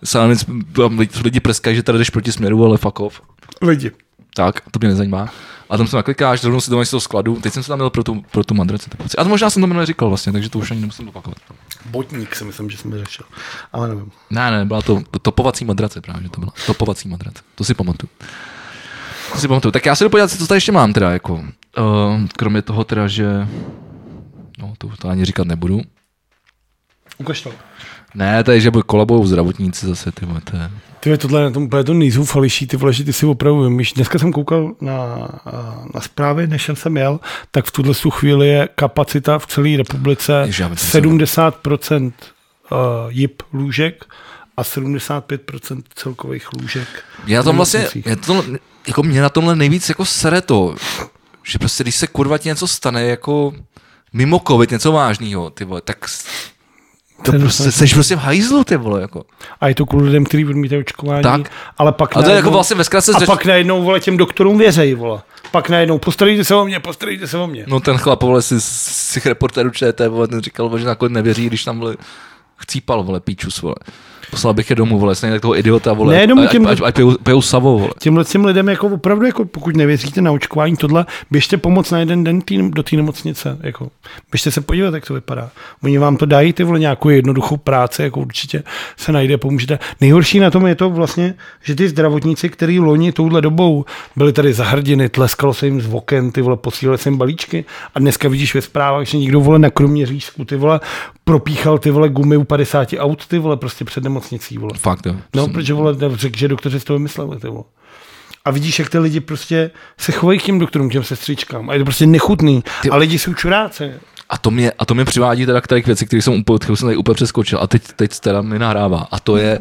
Sám, tam lidi, lidi preskají, že tady jdeš proti směru, ale fuck off. Lidi. Tak, to mě nezajímá. A tam se naklikáš, rovnou si domají z toho skladu. Teď jsem se tam měl pro tu, pro tu madraci. tak pocit. A to možná jsem to minule říkal vlastně, takže to už ani nemusím opakovat. Botník si myslím, že jsem řešil. Ale nevím. Ne, ne, byla to, to topovací madrace právě, že to byla. Topovací madrace, to si pamatuju. To si pamatuju. Tak já se jdu podívat, co tady ještě mám teda, jako. Uh, kromě toho teda, že... No, to, to ani říkat nebudu. Ukaž to. Ne, tady, že kolabou zdravotníci zase, ty vole, to je... Ty vole, tohle je na tom úplně to nejzoufalejší, ty vole, že ty si opravdu vymýš. Dneska jsem koukal na, eh, na zprávy, než jsem sem jel, tak v tuhle tu chvíli je kapacita v celé republice Ježiš, já bych to 70% eh, jip lůžek a 75% celkových lůžek. Já v tam vlastně, nemocnicích. já to, jako mě na tomhle nejvíc jako sere to, že prostě když se kurva ti něco stane jako mimo covid, něco vážného, ty vole, tak s- to Ten- vlastně- prostě, seš prostě v hajzlu, ty vole, jako. A je to kvůli lidem, kteří odmítají očkování. Tak. Ale pak A to je najednou- jako vlastně ve zkratce a zřeš- pak najednou, vole, těm doktorům věřej, vole. Pak najednou, postarejte se o mě, postarejte se o mě. No ten chlap, vole, si z těch reportérů ČT, vole, ten říkal, vole, že nakonec nevěří, když tam, vole, chcípal, vole, píčus, vole. Poslal bych je domů, vole, stejně tak toho idiota, vole. Ne, domů ať, těm- ať, ať, pijou, pijou savo, vole. Těmhle těm lidem jako opravdu, jako pokud nevěříte na očkování tohle, běžte pomoc na jeden den tý, do té nemocnice. Jako. Běžte se podívat, jak to vypadá. Oni vám to dají, ty vole, nějakou jednoduchou práci, jako určitě se najde, pomůžete. Nejhorší na tom je to vlastně, že ty zdravotníci, který loni touhle dobou byli tady za hrdiny, tleskalo se jim z oken, ty vole, posílali se jim balíčky a dneska vidíš ve zprávách, že někdo vole na Kroměřížsku, ty vole, propíchal ty vole gumy u 50 aut, ty vole, prostě před nemocnicí, vole. Fakt, jo. No, protože vole, ne- řekl, že doktoři z toho vymysleli, ty vole. A vidíš, jak ty lidi prostě se chovají k těm doktorům, k těm sestřičkám. A je to prostě nechutný. Ty- A lidi jsou čuráce. A to mě, a to mě přivádí teda k tady k věci, které jsem úplně, kterou jsem tady úplně přeskočil a teď, teď teda mi nahrává. A to je,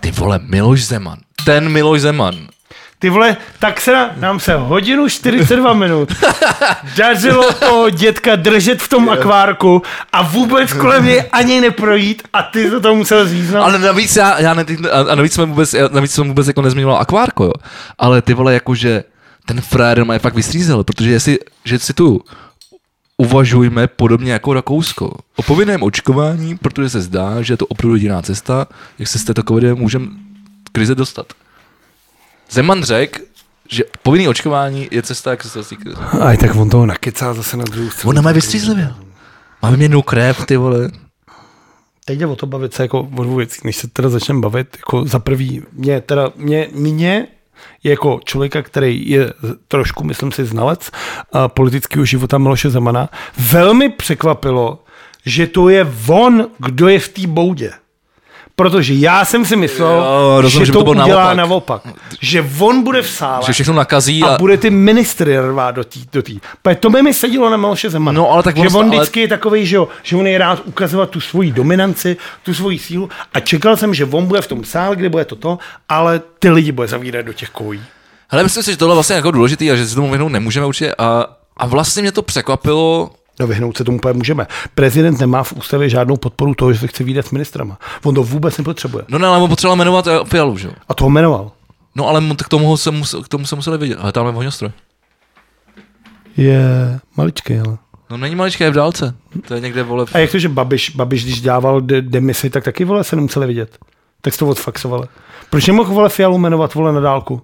ty vole, Miloš Zeman. Ten Miloš Zeman. Ty vole, tak se na, nám se hodinu 42 minut dařilo toho dětka držet v tom akvárku a vůbec kolem něj ani neprojít a ty to to musel zvíznat. Ale navíc já, já ne, a a navíc jsem vůbec, já- navíc jsem vůbec jako nezmiňoval akvárko, jo. Ale ty vole, jakože ten frajer má je fakt vystřízel, protože jestli, že si tu uvažujme podobně jako Rakousko. O povinném očkování, protože se zdá, že je to opravdu jediná cesta, jak se z této covidové můžeme krize dostat. Zeman řekl, že povinné očkování je cesta, jak se z té krize. Aj, tak on toho nakecá zase na druhou stranu. On na mě vystřízlivěl. Máme měnou krev, ty vole. Teď jde o to bavit se jako o dvou věcí, než se teda začneme bavit, jako za prvý, mě teda, mě, mě jako člověka, který je trošku, myslím si, znalec a politického života Miloše Zemana, velmi překvapilo, že to je on, kdo je v té boudě. Protože já jsem si myslel, Jo, rozumím, že, že by to, to bylo udělá naopak. naopak. Že on bude v sále Že všechno nakazí a, a... a bude ty ministry rvát do té. Do tý. Protože to by mi sedělo na Miloše Zemana. No, ale tak že ono- on ale- vždycky je takový, že, jo, že on je rád ukazovat tu svoji dominanci, tu svoji sílu a čekal jsem, že on bude v tom sále, kde bude toto, ale ty lidi bude zavírat do těch kojí. Hele, myslím si, že tohle je vlastně jako důležitý a že se tomu vyhnout nemůžeme určitě. A, a vlastně mě to překvapilo, No vyhnout se tomu úplně můžeme. Prezident nemá v ústavě žádnou podporu toho, že se chce výdat s ministrama. On to vůbec nepotřebuje. no ne, ale on potřeboval jmenovat eh, Fialu, že jo. A toho jmenoval. No ale mu- k tomu, se musel, k tomu se museli vidět. Ale tam je ohňostroj. Je maličký, ale. No není maličké, je v dálce. To je někde, vole, v- A jak to, že Babiš, Babiš když dával de- demisi, tak taky vole se nemuseli vidět. Tak se to odfaxovali. Proč nemohl vole Fialu jmenovat vole na dálku?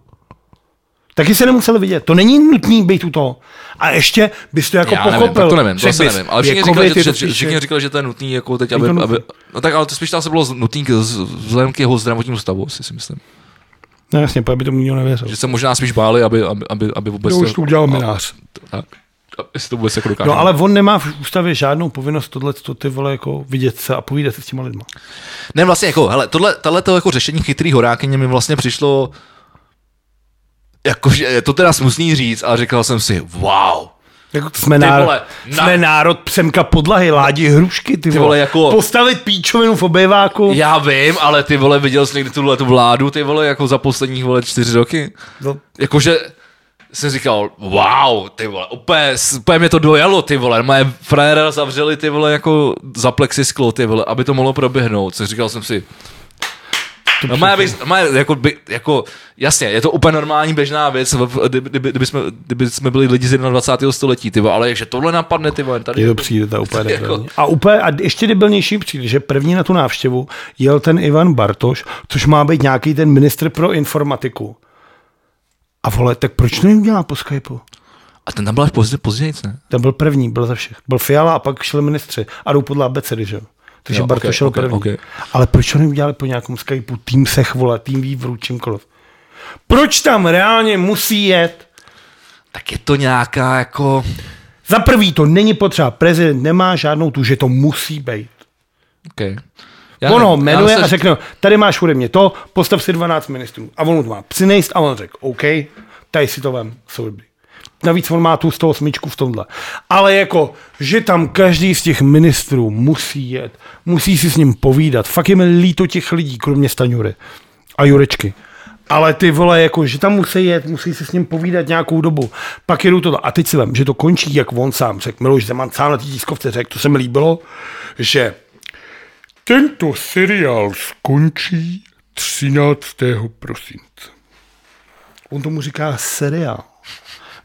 Taky se nemuseli vidět. To není nutný být u toho. A ještě bys to jako já pochopil. nevím, tak to nevím, to že asi bys nevím. Ale všichni věkově říkali, že, ty že, to že, píše- všichni říkali, že to je nutný, jako teď, to aby, nutný. aby, no tak ale to spíš tam se bylo z- nutný k- z- vzhledem k jeho zdravotnímu stavu, si, si myslím. No jasně, protože by to nikdo nevěřil. Že se No, možná spíš báli, aby, aby, aby, aby vůbec... To už to udělal minář. Tak, jestli to vůbec jako dokáže. No ale on nemá v ústavě žádnou povinnost tohle ty vole jako vidět se a povídat se s těma lidma. Ne, vlastně jako, hele, tohle, tohle to jako řešení chytrý horákyně mi vlastně přišlo, jakože je to teda smutný říct, ale říkal jsem si, wow, Jako jsme, Ty národ, vole, na- jsme národ psemka podlahy, ládi hrušky, ty, vole, jako- Postavit píčovinu v obejváku. já vím, ale ty vole, viděl jsi někdy tuhle tu vládu, ty vole, jako za posledních, vole, čtyři roky? No, Jakože jsem říkal, wow, ty vole, úplně, s- úplně mě to dojalo, ty vole, moje frajera zavřeli, ty vole, jako za plexisklo, ty vole, aby to mohlo proběhnout, jsem říkal jsem si, No má, by, má, jako, by, jako, jasně, je to úplně normální běžná věc, v- v- kdyby, kdyby, kdyby, jsme, kdyby jsme byli lidi z 21. století, ty vole, ale že tohle napadne, ty vole, tady. Je to přijde ta úplně Jako- debilní. A, úplně, a ještě debilnější přijde, že první na tu návštěvu jel ten Ivan Bartoš, což má být nějaký ten ministr pro informatiku. A vole, tak proč to neudělá po Skypeu? A ten tam byl až pozdě, později, ne? Ten byl první, byl ze všech. Byl Fiala a pak šli ministři a jdou podle abecedy, že jo? Takže Jo, jo, Bartoš okej, šel okej, první. okej. Ale proč to neudělali po nějakém Skypeu, tým sech, vole, tým vývru, čímkoliv? Proč tam reálně musí jet? Tak je to nějaká, jako, Za prvý to není potřeba. Prezident nemá žádnou tu, že to musí být. okay. Já ono nevím, jmenuje a řekne, tady máš ode mě to, postav si 12 ministrů. A on mu to má přinést a on řekl, OK, tady si to vem, jsou dobrý. Navíc on má tu 108 v tomhle. Ale jako, že tam každý z těch ministrů musí jet, musí si s ním povídat. Fakt je mi líto těch lidí, kromě Staňury a Jurečky. Ale ty vole, jako, že tam musí jet, musí si s ním povídat nějakou dobu. Pak jedu to. A teď si vem, že to končí, jak on sám řekl. Miloš Zeman sám na té tiskovce řekl, to se mi líbilo, že tento seriál skončí 13. prosince. On tomu říká seriál.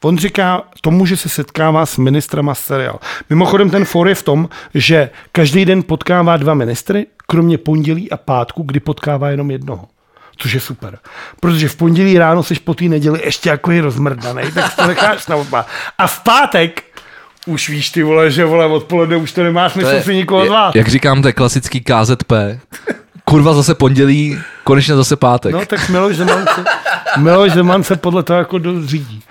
On říká tomu, že se setkává s ministrama seriál. Mimochodem ten for je v tom, že každý den potkává dva ministry, kromě pondělí a pátku, kdy potkává jenom jednoho. Což je super. Protože v pondělí ráno seš po té neděli ještě jako je rozmrdaný, tak si to necháš na oba. A v pátek už víš ty vole, že vole odpoledne už to nemá smysl si nikoho zvát. Jak říkám, to je klasický KZP. Kurva zase pondělí, konečně zase pátek. No tak Miloš Zeman se, Miloš Zeman se podle toho jako dost řídí.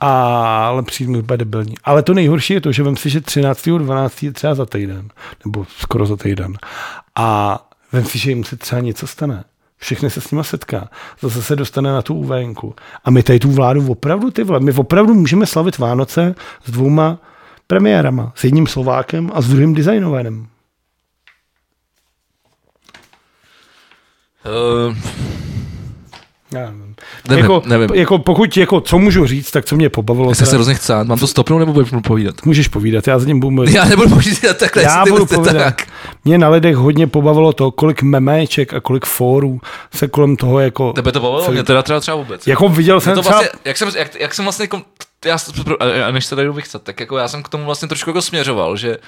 A, ale přijde mi úplně debilní. Ale to nejhorší je to, že vem si, že 13.12. je třeba za týden, nebo skoro za týden. A vem si, že jim se třeba něco stane. Všechny se s nima setká. Zase se dostane na tu UVNku. A my tady tu vládu opravdu, ty vole, my opravdu můžeme slavit Vánoce s dvouma premiérama. S jedním Slovákem a s druhým designovérem. Uh, Já nevím. Nevím, jako, nevím. jako, pokud, jako, co můžu říct, tak co mě pobavilo. se teda- se hrozně chcát. Mám to stopnout nebo budeš povídat? Můžeš povídat, já s ním budu mluvit. Já nebudu povídat takhle. Já jestli ty- budu ty- povídat. tak. Mě na lidech hodně pobavilo to, kolik meméček a kolik fórů se kolem toho jako... Tebe to bavilo? celý- Mě teda třeba, třeba vůbec. Jako viděl Mě jsem to třeba... vlastně, jak, jsem, jak, jak jsem vlastně, kom- já, s- pro- a- a než se tady jdu vychcat, tak jako já jsem k tomu vlastně trošku jako směřoval, že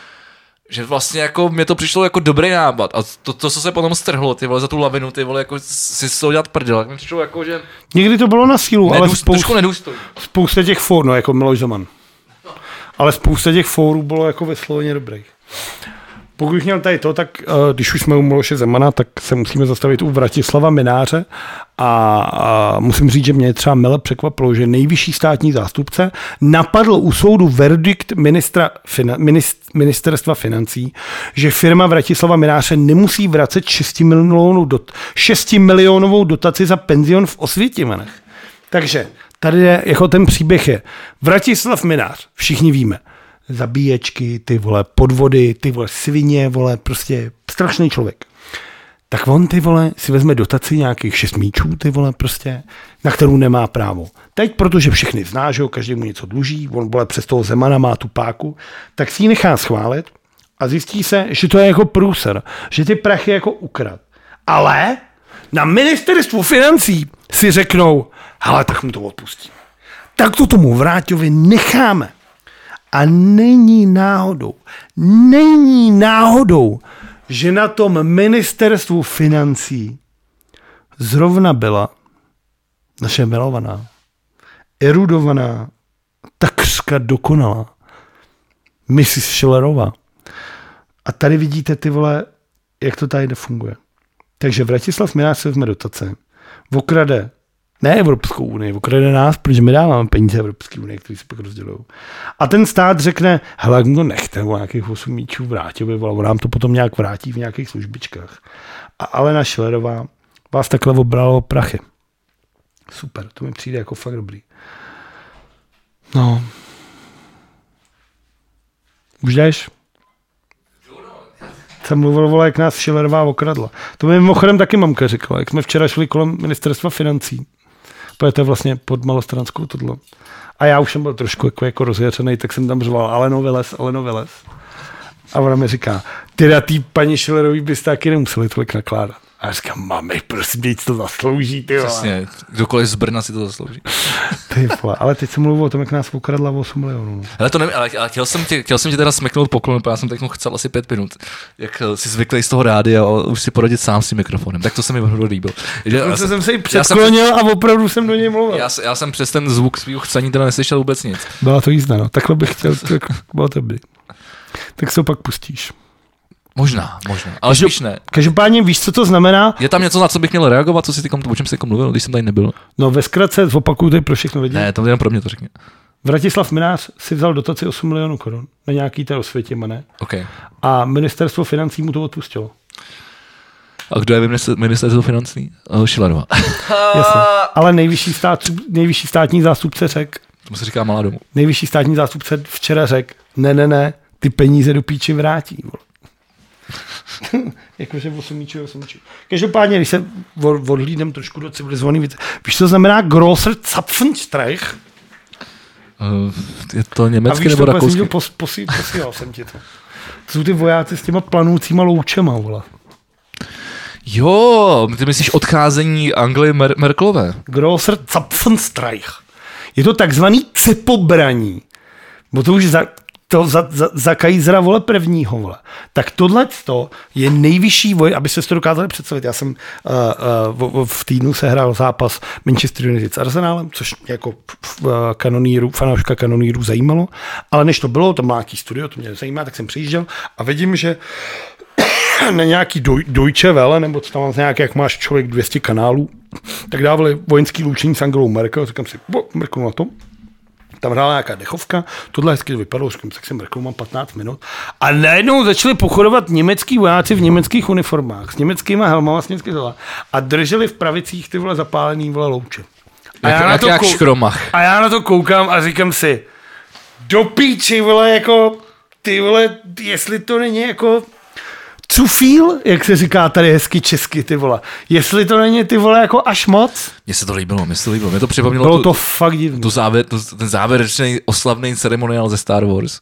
že vlastně jako mě to přišlo jako dobrý nápad a to, to co se potom strhlo, ty vole, za tu lavinu, ty vole, jako si z toho dělat prdel, tak mi přišlo jako, že Někdy to bylo na sílu, ale nedůst, spousta, trošku nedůstojný. spousta těch fór, no jako Miloš Zeman. Ale spousta těch fórů bylo jako vysloveně dobrých. Po- Pokud bych měl tady to, tak eh, když už jsme u Miloše Zemana, tak se musíme zastavit u Vratislava Mináře a, a musím říct, že mě třeba mile překvapilo, že nejvyšší státní zástupce napadl u soudu verdikt ministra, fina, minist, ministerstva financí, že firma Vratislava Mináře nemusí vracet 6 milionovou, dot, 6 milionovou dotaci za penzion v Osvětimanech. Takže tady je, jako ten příběh je. Vratislav Minář, všichni víme, zabíječky, ty vole podvody, ty vole svině, vole prostě strašný člověk. Tak on ty vole si vezme dotaci nějakých šest míčů, ty vole prostě, na kterou nemá právo. Teď, protože všechny zná, že jo, každý mu něco dluží, on vole přes toho Zemana má tu páku, tak si ji nechá schválit a zjistí se, že to je jako průser, že ty prachy jako ukrad. Ale na ministerstvu financí si řeknou, hele, tak mu to odpustíme. Tak to tomu Vráťovi necháme. A není náhodou, není náhodou, že na tom ministerstvu financí zrovna byla naše milovaná, erudovaná, takřka dokonalá Mrs. Schillerová. A tady vidíte ty vole, jak to tady funguje. Takže Vratislav Minář se vezme dotace, okrade ne Evropskou unii, okrade nás, protože my dáváme peníze Evropské unie, které se pak rozdělují. A ten stát řekne, hele, jak mu to nechte, o nějakých 8 míčů vrátil by, vole, on nám to potom nějak vrátí v nějakých službičkách. A Alena Šlerová vás takhle obralo o prachy. Super, to mi přijde jako fakt dobrý. No. Už jdeš? jsem mluvil, vole, jak nás Schillerová okradla. To mi mimochodem taky mamka říkala, jak jsme včera šli kolem ministerstva financí. Protože to je vlastně pod malostranskou tohle. A já už jsem byl trošku jako, jako rozjařený, tak jsem tam řval, ale no vylez, ale no vylez. A ona mi říká, ty na tý paní Schillerový byste taky nemuseli tolik nakládat. A já říkám, mami, prosím, teď to zaslouží, ty vole." Jasně, kdokoliv z Brna si to zaslouží. Ty vole, ale teď jsem mluvil o tom, jak nás okradla o 8 milionů. no. Ale to nevím, ale, ale chtěl, jsem tě, chtěl jsem tě teda smeknout poklon, protože já jsem teď chcel asi pět minut, jak eh, jsi zvyklý z toho rádia a už si poradit sám s tím mikrofonem. Tak to se mi hodně líbilo. Že- já Dokonce jsem- jsem se jí já jsem- předklonil a opravdu jsem do něj mluvil. Já, se- já jsem přes ten zvuk svého chcení teda neslyšel vůbec nic. Byla to jízda, no. Takhle bych chtěl, tak bylo to dobrý. Tak se ho pak pustíš. Možná, možná, ale spíš ne. Každopádně víš, co to znamená? Je tam něco, na co bych měl reagovat, co si tykom, o čem jsi tykom mluvil, když jsem tady nebyl? No ve zkratce zopakuju tady pro všechno lidi. Ne, to jenom pro mě to řekni. Vratislav Minář si vzal dotaci 8 milionů korun na nějaký té osvětě, ne? OK. A ministerstvo financí mu to odpustilo. A kdo je minister- ministerstvo financí? Uh, Šilerová. Jasně. Ale nejvyšší, stát, nejvyšší státní zástupce řekl, Tomu se říká malá domů. nejvyšší státní zástupce včera řekl, ne, ne, ne, ty peníze do píči vrátí. vole. Jakože 8 míčů, 8 míčů. Každopádně, když se od- odhlídnem trošku do civilizovaný věc, víš, co znamená grosser Zapfenstreich? Uh, je to A německy víš, nebo to, jsem rakousky? ti pos, posí, posílal jsem ti to. To jsou ty vojáci s těma planoucíma loučema, vole. Jo, ty myslíš odcházení Anglie Mer- Merkelové. Grosser Zapfenstreich. Je to takzvaný cepobraní. Bo to už za, to za, za, za kajzra vole prvního vole. Tak tohle je nejvyšší voj, aby se to dokázali představit. Já jsem uh, uh, v, v týdnu sehrál zápas Manchester United s Arsenálem, což mě jako uh, kanoníru, fanouška kanonýrů zajímalo, ale než to bylo, to má nějaký studio, to mě zajímá, tak jsem přijížděl a vidím, že na nějaký doj, Deutsche Welle, nebo co tam nějak, jak máš člověk 200 kanálů, tak dávali vojenský loučení s Angelou Merkel, říkám si, bo, mrknu na to, tam hrála nějaká dechovka, tohle hezky vypadalo, říkám, tak jsem mrknul, mám 15 minut. A najednou začali pochodovat německý vojáci v německých uniformách, s německýma helmama, s německými tohle. A drželi v pravicích ty vole zapálený vole louče. A Jak- jak- jak kou- škromach. A já na to koukám a říkám si, do píči, vole, jako, ty vole, jestli to není jako cufíl, jak se říká tady hezky česky, ty vole. Jestli to není, ty vole, jako až moc, Mně se to líbilo, mně se to líbilo. Mě to připomnělo bylo tu- to fakt divný. tu závěr, tu, ten závěrečný oslavný ceremoniál ze Star Wars.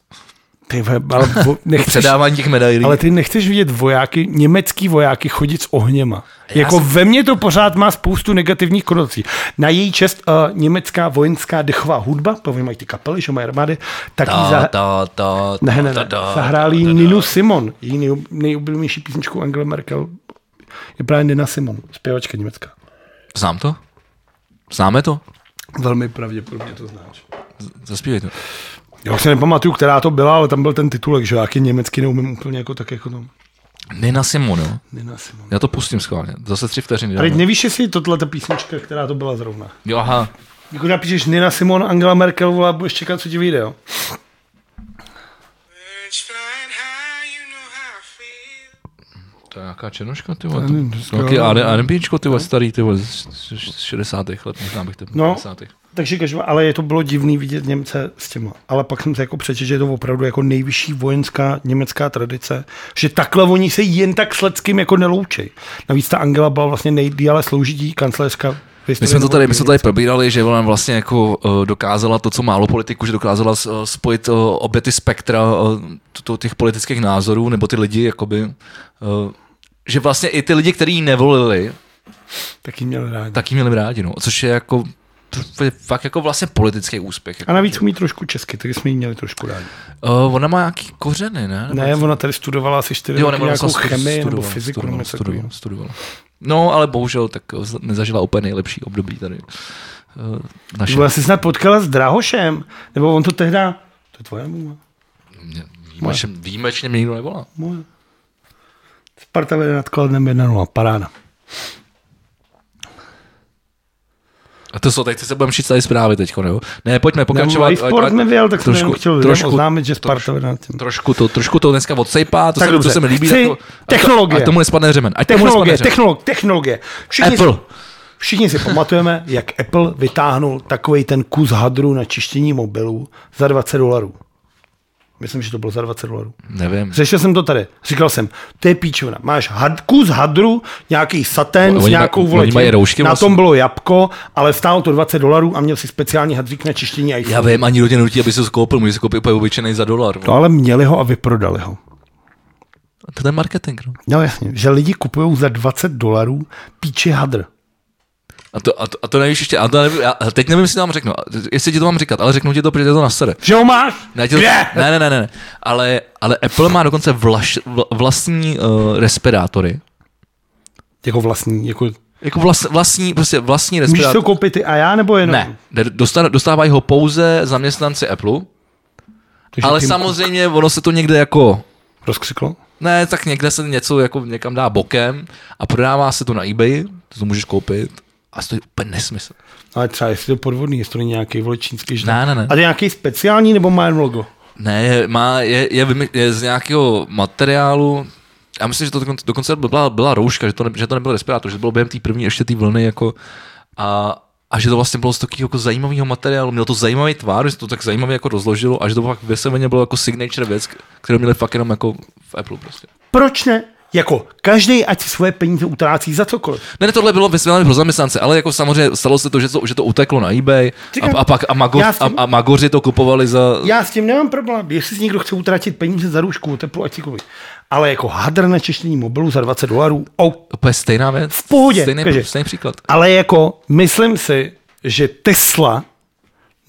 Ty vole, ale vo- nechceš, Předávání těch medailí. ale ty nechceš vidět vojáky, německý vojáky chodit s ohněma. Já jako jsem- ve mně to pořád má spoustu negativních konotací. Na její čest uh, německá vojenská dechová hudba, povím, mají ty kapely, že mají armády, tak jí ta, za, ta, ta, Ne, ne, No, ta, ne. ta, ta, Zahrál ta, jí ta, ta. Ninu Simon. Její nej, nejoblíbenější písničku Angela Merkel je právě Nina Simon, zpěvačka německá. Znám to? Známe to? Velmi pravděpodobně to znáš. Z- Zaspívej to. Já už se nepamatuju, která to byla, ale tam byl ten titulek, že já jaký německy neumím úplně jako tak jako tam. Nina Simone. Nina Simon. Já to pustím schválně. Zase tři vteřiny. Ale dáme. nevíš, jestli tohle ta písnička, která to byla zrovna. Jo, aha. Jako napíšeš Nina Simon, Angela Merkel, volá, budeš čekat, co ti vyjde, jo? Birds flying high, you know how I feel. To je nějaká černoška, ty vole. nevím, To- dneska- Nějaký R- R&Bčko, ty vole, starý, ty vole, z z- z 60. let, možná bych to No. 50. Takže každopádně, ale je to bylo divný vidět Němce s těma. Ale pak jsem se jako přečetl, že je to opravdu jako nejvyšší vojenská německá tradice, že takhle oni se jen tak s leckým jako neloučej. Navíc ta Angela byla vlastně nejdíle sloužití kancelářka. v My historii jsme to tady, my Nového jsme to tady probírali, že ona vlastně jako eh, dokázala to, co málo politiků, že dokázala s- eh, spojit eh, obě ty spektra eh, to- to- těch politických názorů, nebo ty lidi, jakoby, eh, že vlastně i ty lidi, kteří ji nevolili, Taky měl rád. tak ji měli rádi, no. Což je jako to je fakt jako vlastně politický úspěch. Jako. A navíc umí trošku česky, takže jsme jí měli trošku rádi. Uh, ona má nějaký kořeny, ne? Ne, ona tady studovala asi čtyři Jo, roky nebo nějakou stu- chemii nebo studovala, fyziku. studovala, Nebo studovala, studovala. studovala. No, ale bohužel tak eh, z- nezažila úplně nejlepší období tady. eh, Naše. Byla jsi snad potkala s Drahošem, nebo on to tehdy... To je tvoje mama. Mě- Výjimečně, výjimečně mě nikdo nevolá. Moje. Sparta vede nad Kladnem 1-0, paráda. A to jsou, teď se budeme šít tady zprávy teď, nebo? Ne, pojďme pokračovat. Live A- sport a- no, mi vyjel, tak jsem jenom chtěl trošku, oznámit, že Sparta trošku, vede nad tím. trošku, to, trošku to dneska odsejpá, to, Tak se, mi- to dobře. se mi líbí. Chci tak to- a to- technologie. A tomu nespadne řemen. Ať tomu nespadne Technologie, řemen. technolog, technologie. Všichni Apple. Si, všichni si pamatujeme, jak Apple vytáhnul takový ten kus hadru na čištění mobilů za 20 dolarů. Myslím, že to bylo za 20 dolarů. Nevím. Řešil jsem to tady. Říkal jsem, to je píčovina. Máš had, kus hadru, nějaký satén Oni s mají- nějakou oni voletí. mají roušky Na vlastně. tom bylo jabko, ale stálo to 20 dolarů a měl si speciální hadřík na čištění iPhone. Já vím, ani rodin nutí, aby si to koupil, může si koupit úplně obyčejný za dolar. no. To No, ale měli ho a vyprodali ho. A To je marketing, no. No jasně, že lidi kupují za 20 dolarů píči hadr. A to, a to, a to nevíš ještě, a to nevím, já teď nevím, jestli to mám řeknu, jestli ti to mám říkat, ale řeknu ti to, protože tě to nasere. Že ho máš? Ne, ti to, ne, ne, ne, ne, ne. Ale, ale Apple má dokonce vlaš, vla- vlastní uh, respirátory. Jako vlastní, jako... Jako vlast, vlastní, prostě vlastní Můžeš respirátory. to koupit ty a já, nebo jenom? Ne, ne, dostan- dostávají ho pouze zaměstnanci Apple, Takže ale Tim samozřejmě ono se to někde jako, Cook Rozkřiklo? ne, tak někde se něco jako někam dá bokem a prodává se to na eBay, to, to můžeš koupit a stojí úplně nesmysl. Ale třeba jestli to je podvodný, jestli to není nějaký vole čínský žrát. Ne, ne, ne. A to je nějaký speciální, nebo má jen logo? Ne, je- má, je, je, vymy- je z nějakého materiálu, já myslím, že to dokonce, dokonce byla, byla rouška, že to, ne, že to nebyl respirátor, že to bylo během té první ještě té vlny jako a, a že to vlastně bylo z takového jako zajímavého materiálu, mělo to zajímavý tvar, že se to tak zajímavě jako rozložilo a že to pak vysloveně bylo jako signature věc, kterou měli fakt jenom jako v Apple prostě. Proč ne? Jako každý, ať si svoje peníze utrácí za cokoliv. Ne, ne tohle bylo vysvětlené pro zaměstnance, ale jako samozřejmě stalo se to, že to, že to uteklo na eBay Říkám, a, a pak a, mago, já s tím- a, a magoři to kupovali za... Já s tím nemám problém. Jestli si někdo chce utratit peníze za růžku, teplo, ať si koupí. Ale jako hadr na češtění mobilu za 20 dolarů, OK, Úplně stejná věc. V pohodě, Stejný, takže- stejný příklad. Ale jako, myslím si, že Tesla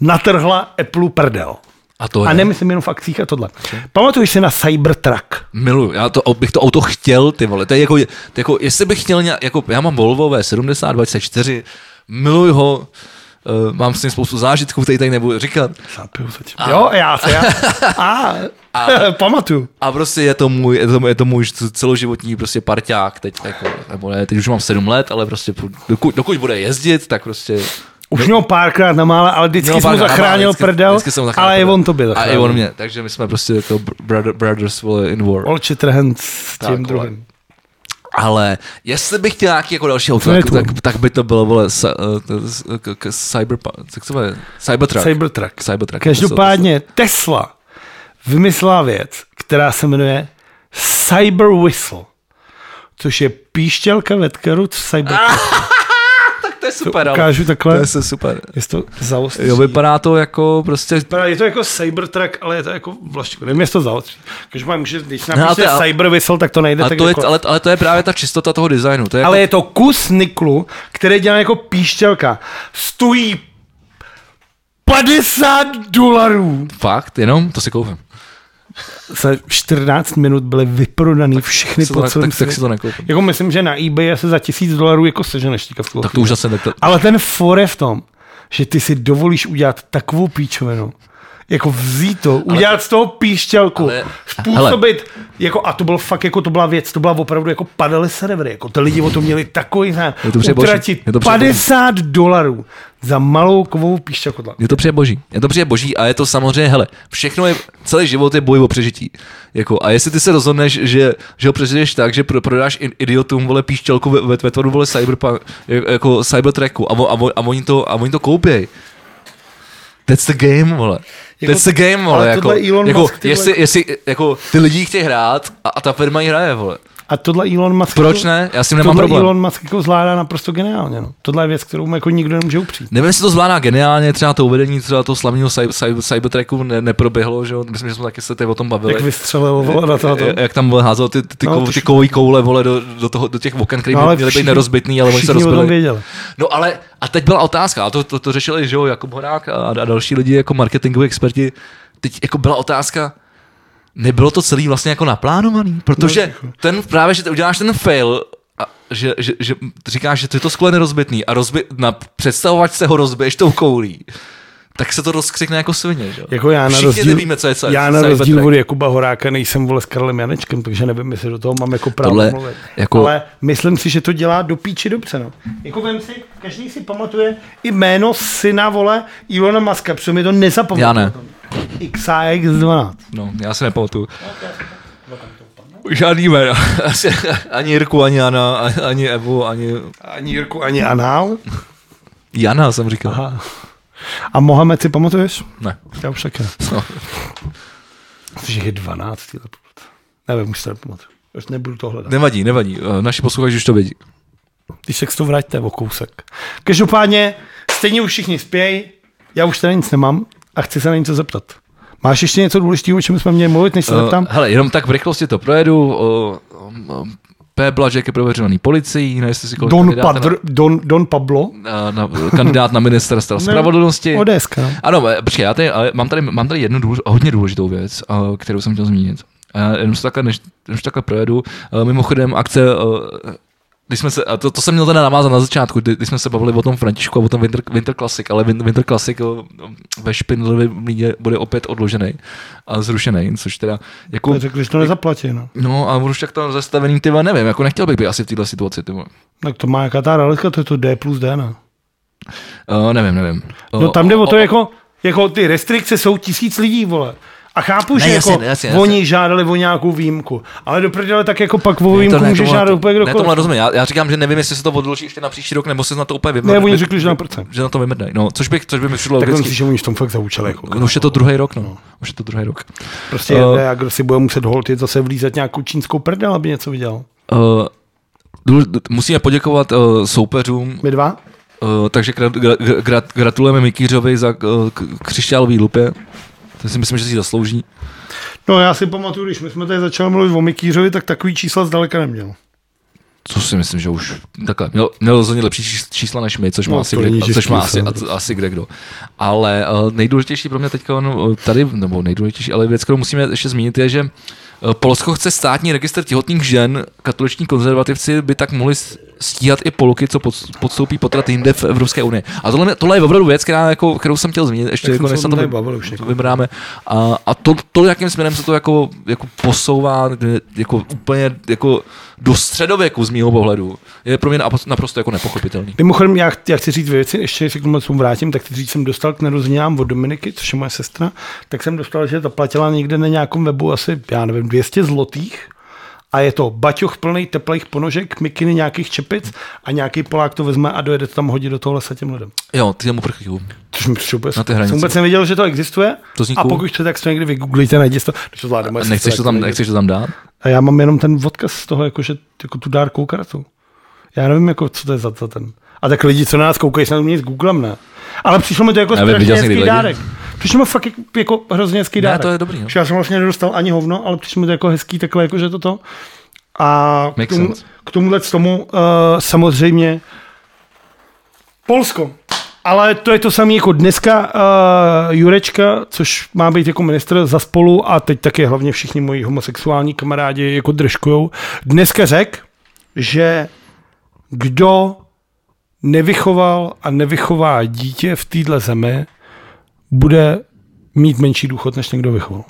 natrhla Apple prdel. A to A je. nemyslím jenom v akcích a tohle. Pamatuješ si na Cybertruck? Miluju, já to, bych to auto chtěl, ty vole, to je jako, to je jako jestli bych chtěl nějak, jako, já mám Volvo V70 24, miluju ho, uh, mám s ním spoustu zážitků, který tady nebudu říkat, Jo, já se, já. A, pamatuju. a prostě je to můj, je to, je to můj celoživotní prostě parťák teď, jako, nebo ne, teď už mám 7 let, ale prostě dokud, dokud bude jezdit, tak prostě Už měl párkrát na mále, ale vždycky jsem mu párkrát, zachránil vždycky- prdel, vždycky jsem mu zachránil ale i prdel. on to byl. A i on mě, takže my jsme prostě to brother, brothers vole, in war. All Chatterhand s Tak, tím vole. druhým. Ale jestli bych chtěl nějaký jako další auto, Co je tak, tvůj? tak, tak, by to bylo, vole, sa, uh, to- s- k- k- cyberpa- jak se jmenuje? Cybertruck. Cybertruck. Cybertruck. Každopádně Tesla vymyslela věc, která se jmenuje Cyber Whistle, což je píšťalka ve tkaru Cyber. Tak to je super, ale. Ukážu Ah, To takhle. je se super. Jestli to zaostří. Jo, vypadá to jako prostě... Vypadá- Je to jako Cybertruck, ale je to jako vlastně, nevím, jestli to zaostří. Každopádně, může, když ale napíšete No, to je- Cyber Whistle, tak to najde A tak to je, jako... ale, ale to je právě ta čistota toho designu. To je Ale jako, je to kus niklu, který je dělá jako píšťalka. Stojí 50 dolarů. fakt, jenom to si koupím. Za 14 minut byly vyprodaný všechny Si to, po tak, celém tak, tak si světě. to nekoupím. Jako myslím, že na eBay se za tisíc dolarů jako seženeš teďka v tuhle Tak to už zase ne, to, Ale ten fore v tom, že ty si dovolíš udělat takovou píčovinu, Jako vzít to, udělat z toho píšťalku, Ale- způsobit, jako, a to bylo fakt, jako to byla věc, to byla opravdu, jako padaly servery, jako ty lidi o to měli takový, ne, Je to přeboží. utratit Je to přeboží. 50 dolarů za malou kovovou píšťalku. Je to přijde boží. Je to přijde boží a je to samozřejmě, hele, všechno je, celý život je boj o přežití. Jako, a jestli ty se rozhodneš, že, že ho přežiješ tak, že pro, prodáš i- idiotům, vole, píšťalku ve, ve tvaru, vole, cyberpunk, jako cybertracku a, vo- a, vo- a, oni to, a oni to koupěj. That's the game, vole. Jako- That's the game, vole. ale Jako, tohle Elon jako, Musk, tyhle- jestli, jestli, jako, ty lidi chtějí hrát a, a ta firma ji hraje, vole. A tohle Elon Musk... Proč ne? Já s tím nemám Jako tohle problém. Elon Musk jako zvládá naprosto geniálně. No. Tohle je věc, kterou mu jako nikdo nemůže upřít. Nevím, jestli to zvládá geniálně, třeba to uvedení třeba toho slavného cy- cy- Cybertracku ne- neproběhlo, že jo? Myslím, že jsme taky se tady o tom bavili. Jak vystřelil vole, na tohoto. Jak- Jak tam byl házel ty, ty, ty, No, no, to ty šlo. kovový koule vole do, do, toho, do těch oken, které No, ale no, měly být všichni- nerozbitný, ale oni se všichni o tom rozbili. věděli. No ale, a teď byla otázka, a to, to, to řešili, že jo, Jakub Horák a, a další lidi jako marketingoví experti, teď jako byla otázka, nebylo to celý vlastně jako naplánovaný, No, protože jako- ten právě, že ty uděláš ten fail, a že, že, že, říkáš, že to je to sklo je nerozbitný a rozbi, na představovač se ho rozbiješ tou koulí, tak se to rozkřikne jako svině, že jo? Jako já na Všichni rozdíl, nevíme, co je co, já na rozdíl od Jakuba Horáka nejsem vole s Karlem Janečkem, takže nevím, jestli do toho mám jako právo Tohle mluvit. jako- Ale myslím si, že to dělá do píči dobře. No. Jako vem si, každý si pamatuje i jméno syna vole Ilona Maska, protože mi to nezapamatuju. Já ne. XAX12. No, já se nepamatuju. Žádný jména. Asi- ani Jirku, ani Jana, a- ani Evu, ani... Ani Jirku, ani Anál. Jana jsem říkal. Aha. Aha. A Mohamed si pamatuješ? Ne. Já už taky ne. No. Což je 12 let. Nevím, už se nepamatuju. Už nebudu to hledat. Nevadí, nevadí. Eh, Naši posluchači už to vědí. když se k to vraťte o kousek. Každopádně, stejně už všichni spěj, já už tady nic nemám a chci se na něco zeptat. Máš ještě něco důležitého, o čem jsme měli mluvit, než se Eh, zeptám? hele, jenom tak v rychlosti to projedu. O, o, P. Blažek je prověřovaný policií, ne, jestli si kolik Don, kandidáta Padr, Don, Don Pablo? Na, na, na, kandidát na ministerstva spravedlnosti. ODS, no. Ano, eh, počkej, já tady, ale mám, tady, mám tady jednu důlež, hodně důležitou věc, eh, kterou jsem chtěl zmínit. Eh, Jenom se takhle, než, než takhle projedu. Eh, Mimochodem, akce, eh, když jsme se, a to, to jsem měl teda navázat na začátku, kdy, když jsme se bavili o tom Františku a o tom Winter, Winter Classic, ale Win- Winter Classic eh, ve Špindlově mlýně bude opět odložený a zrušený, což teda jako... To Řekl, že to nezaplatí, no. No a už tak tam zastavený, ty vole, nevím, jako nechtěl bych být asi v této situaci, ty vole. Tak to má jaká ta realitka, to je to D plus D, no. Uh, nevím, nevím. No tam jde o to, jako, jako ty restrikce jsou tisíc lidí, vole. A chápu, Ne, že jasně, jako jasně, jasně. oni žádali o nějakou výjimku. Ale do prdele tak jako pak o výjimku může žádat úplně Ne, tomhle kdokoliv. rozumím. Já, já, říkám, že nevím, jestli se to odloží ještě na příští rok, nebo se na to úplně Ne, vymrdne. oni řekli, že na procent. že na to vymrdne. No, což by, což by mi šlo Tak myslím, logicky. že oni v tom fakt zaučili. Jako, No, už je to druhý rok, no. Už je to druhý rok. Prostě Eh, jede a kdo si bude muset holtit zase vlízat nějakou čínskou prdel, aby něco viděl. Uh, důl- d- musíme poděkovat uh, soupeřům, My dva? uh, takže gra, gra, gra, gratulujeme Mikýřovi za uh, k- křišťálový lupě. To si myslím, že si ji zaslouží. No já si pamatuju, když my jsme tady začali mluvit o Mikýřovi, tak takový čísla zdaleka neměl. Co si myslím, že už takhle. Měl, měl rozhodně lepší čís- čísla než my, což má No, asi, to není kde, což český má asi, sen. a, asi kde kdo. Ale uh, nejdůležitější pro mě teďka no, tady, nebo nejdůležitější, ale věc, kterou musíme ještě zmínit, je, že eh, Polsko chce státní registr těhotných žen. Katoliční konzervativci by tak mohli s- stíhat i Poloky, co pod- podstoupí potrat jinde v Evropské unii. A tohle, tohle je opravdu věc, která, jako, kterou jsem chtěl zmínit, ještě Tak jako, jsme než se se o to tom vy- tady bavili už někdy. vybráme. A, a to, to, jakým směrem se to jako, jako posouvá, kde, jako úplně jako do středověku z mého pohledu, je pro mě napr- naprosto jako nepochopitelný. Mimochodem, já, já chci říct dvě věci, ještě se k tomu tomu vrátím, tak chci říct, jsem dostal k narozeninám od Dominiky, což je moje sestra, tak jsem dostal, že zaplatila někde na nějakém webu asi, já nevím, 200 zlotých a je to baťoch plný teplých ponožek, mikiny nějakých čepic a nějaký Polák to vezme a dojede to tam hodit do toho lesa těm lidem. Jo, ty mu prchlíků. Což mi přišlo úplně Na ty super. hranice. Jsem vůbec nevěděl, že to existuje. To zní a cool. pokud chcete, tak si to někdy vygooglíte, najdi to. Když to zvládneme, jestli Nechceš to tak tam, najde. nechceš to tam dát? A já mám jenom ten odkaz z toho, jakože, jako tu dárkou kartu. Já nevím, jako, co to je za, za ten. A tak lidi, co na nás koukají, se na mě s Googlem, ne? Ale přišlo mi to jako Nevím, strašně viděl jsem hezký někdy lidi. dárek. Přišlo mi fakt jako, jako hrozně Ne, hezký dárek. to je dobrý, no. Že Já jsem vlastně nedostal ani hovno, ale přišlo mi to jako hezký takhle, jakože toto. A k, Makes tomu, sense. k tomuhle z tomu uh, samozřejmě Polsko. Ale to je to samé jako dneska uh, Jurečka, což má být jako ministr za spolu a teď taky hlavně všichni moji homosexuální kamarádi jako držkujou. Dneska řekl, že kdo nevychoval a nevychová dítě v téhle zemi, bude mít menší důchod, než někdo vychoval.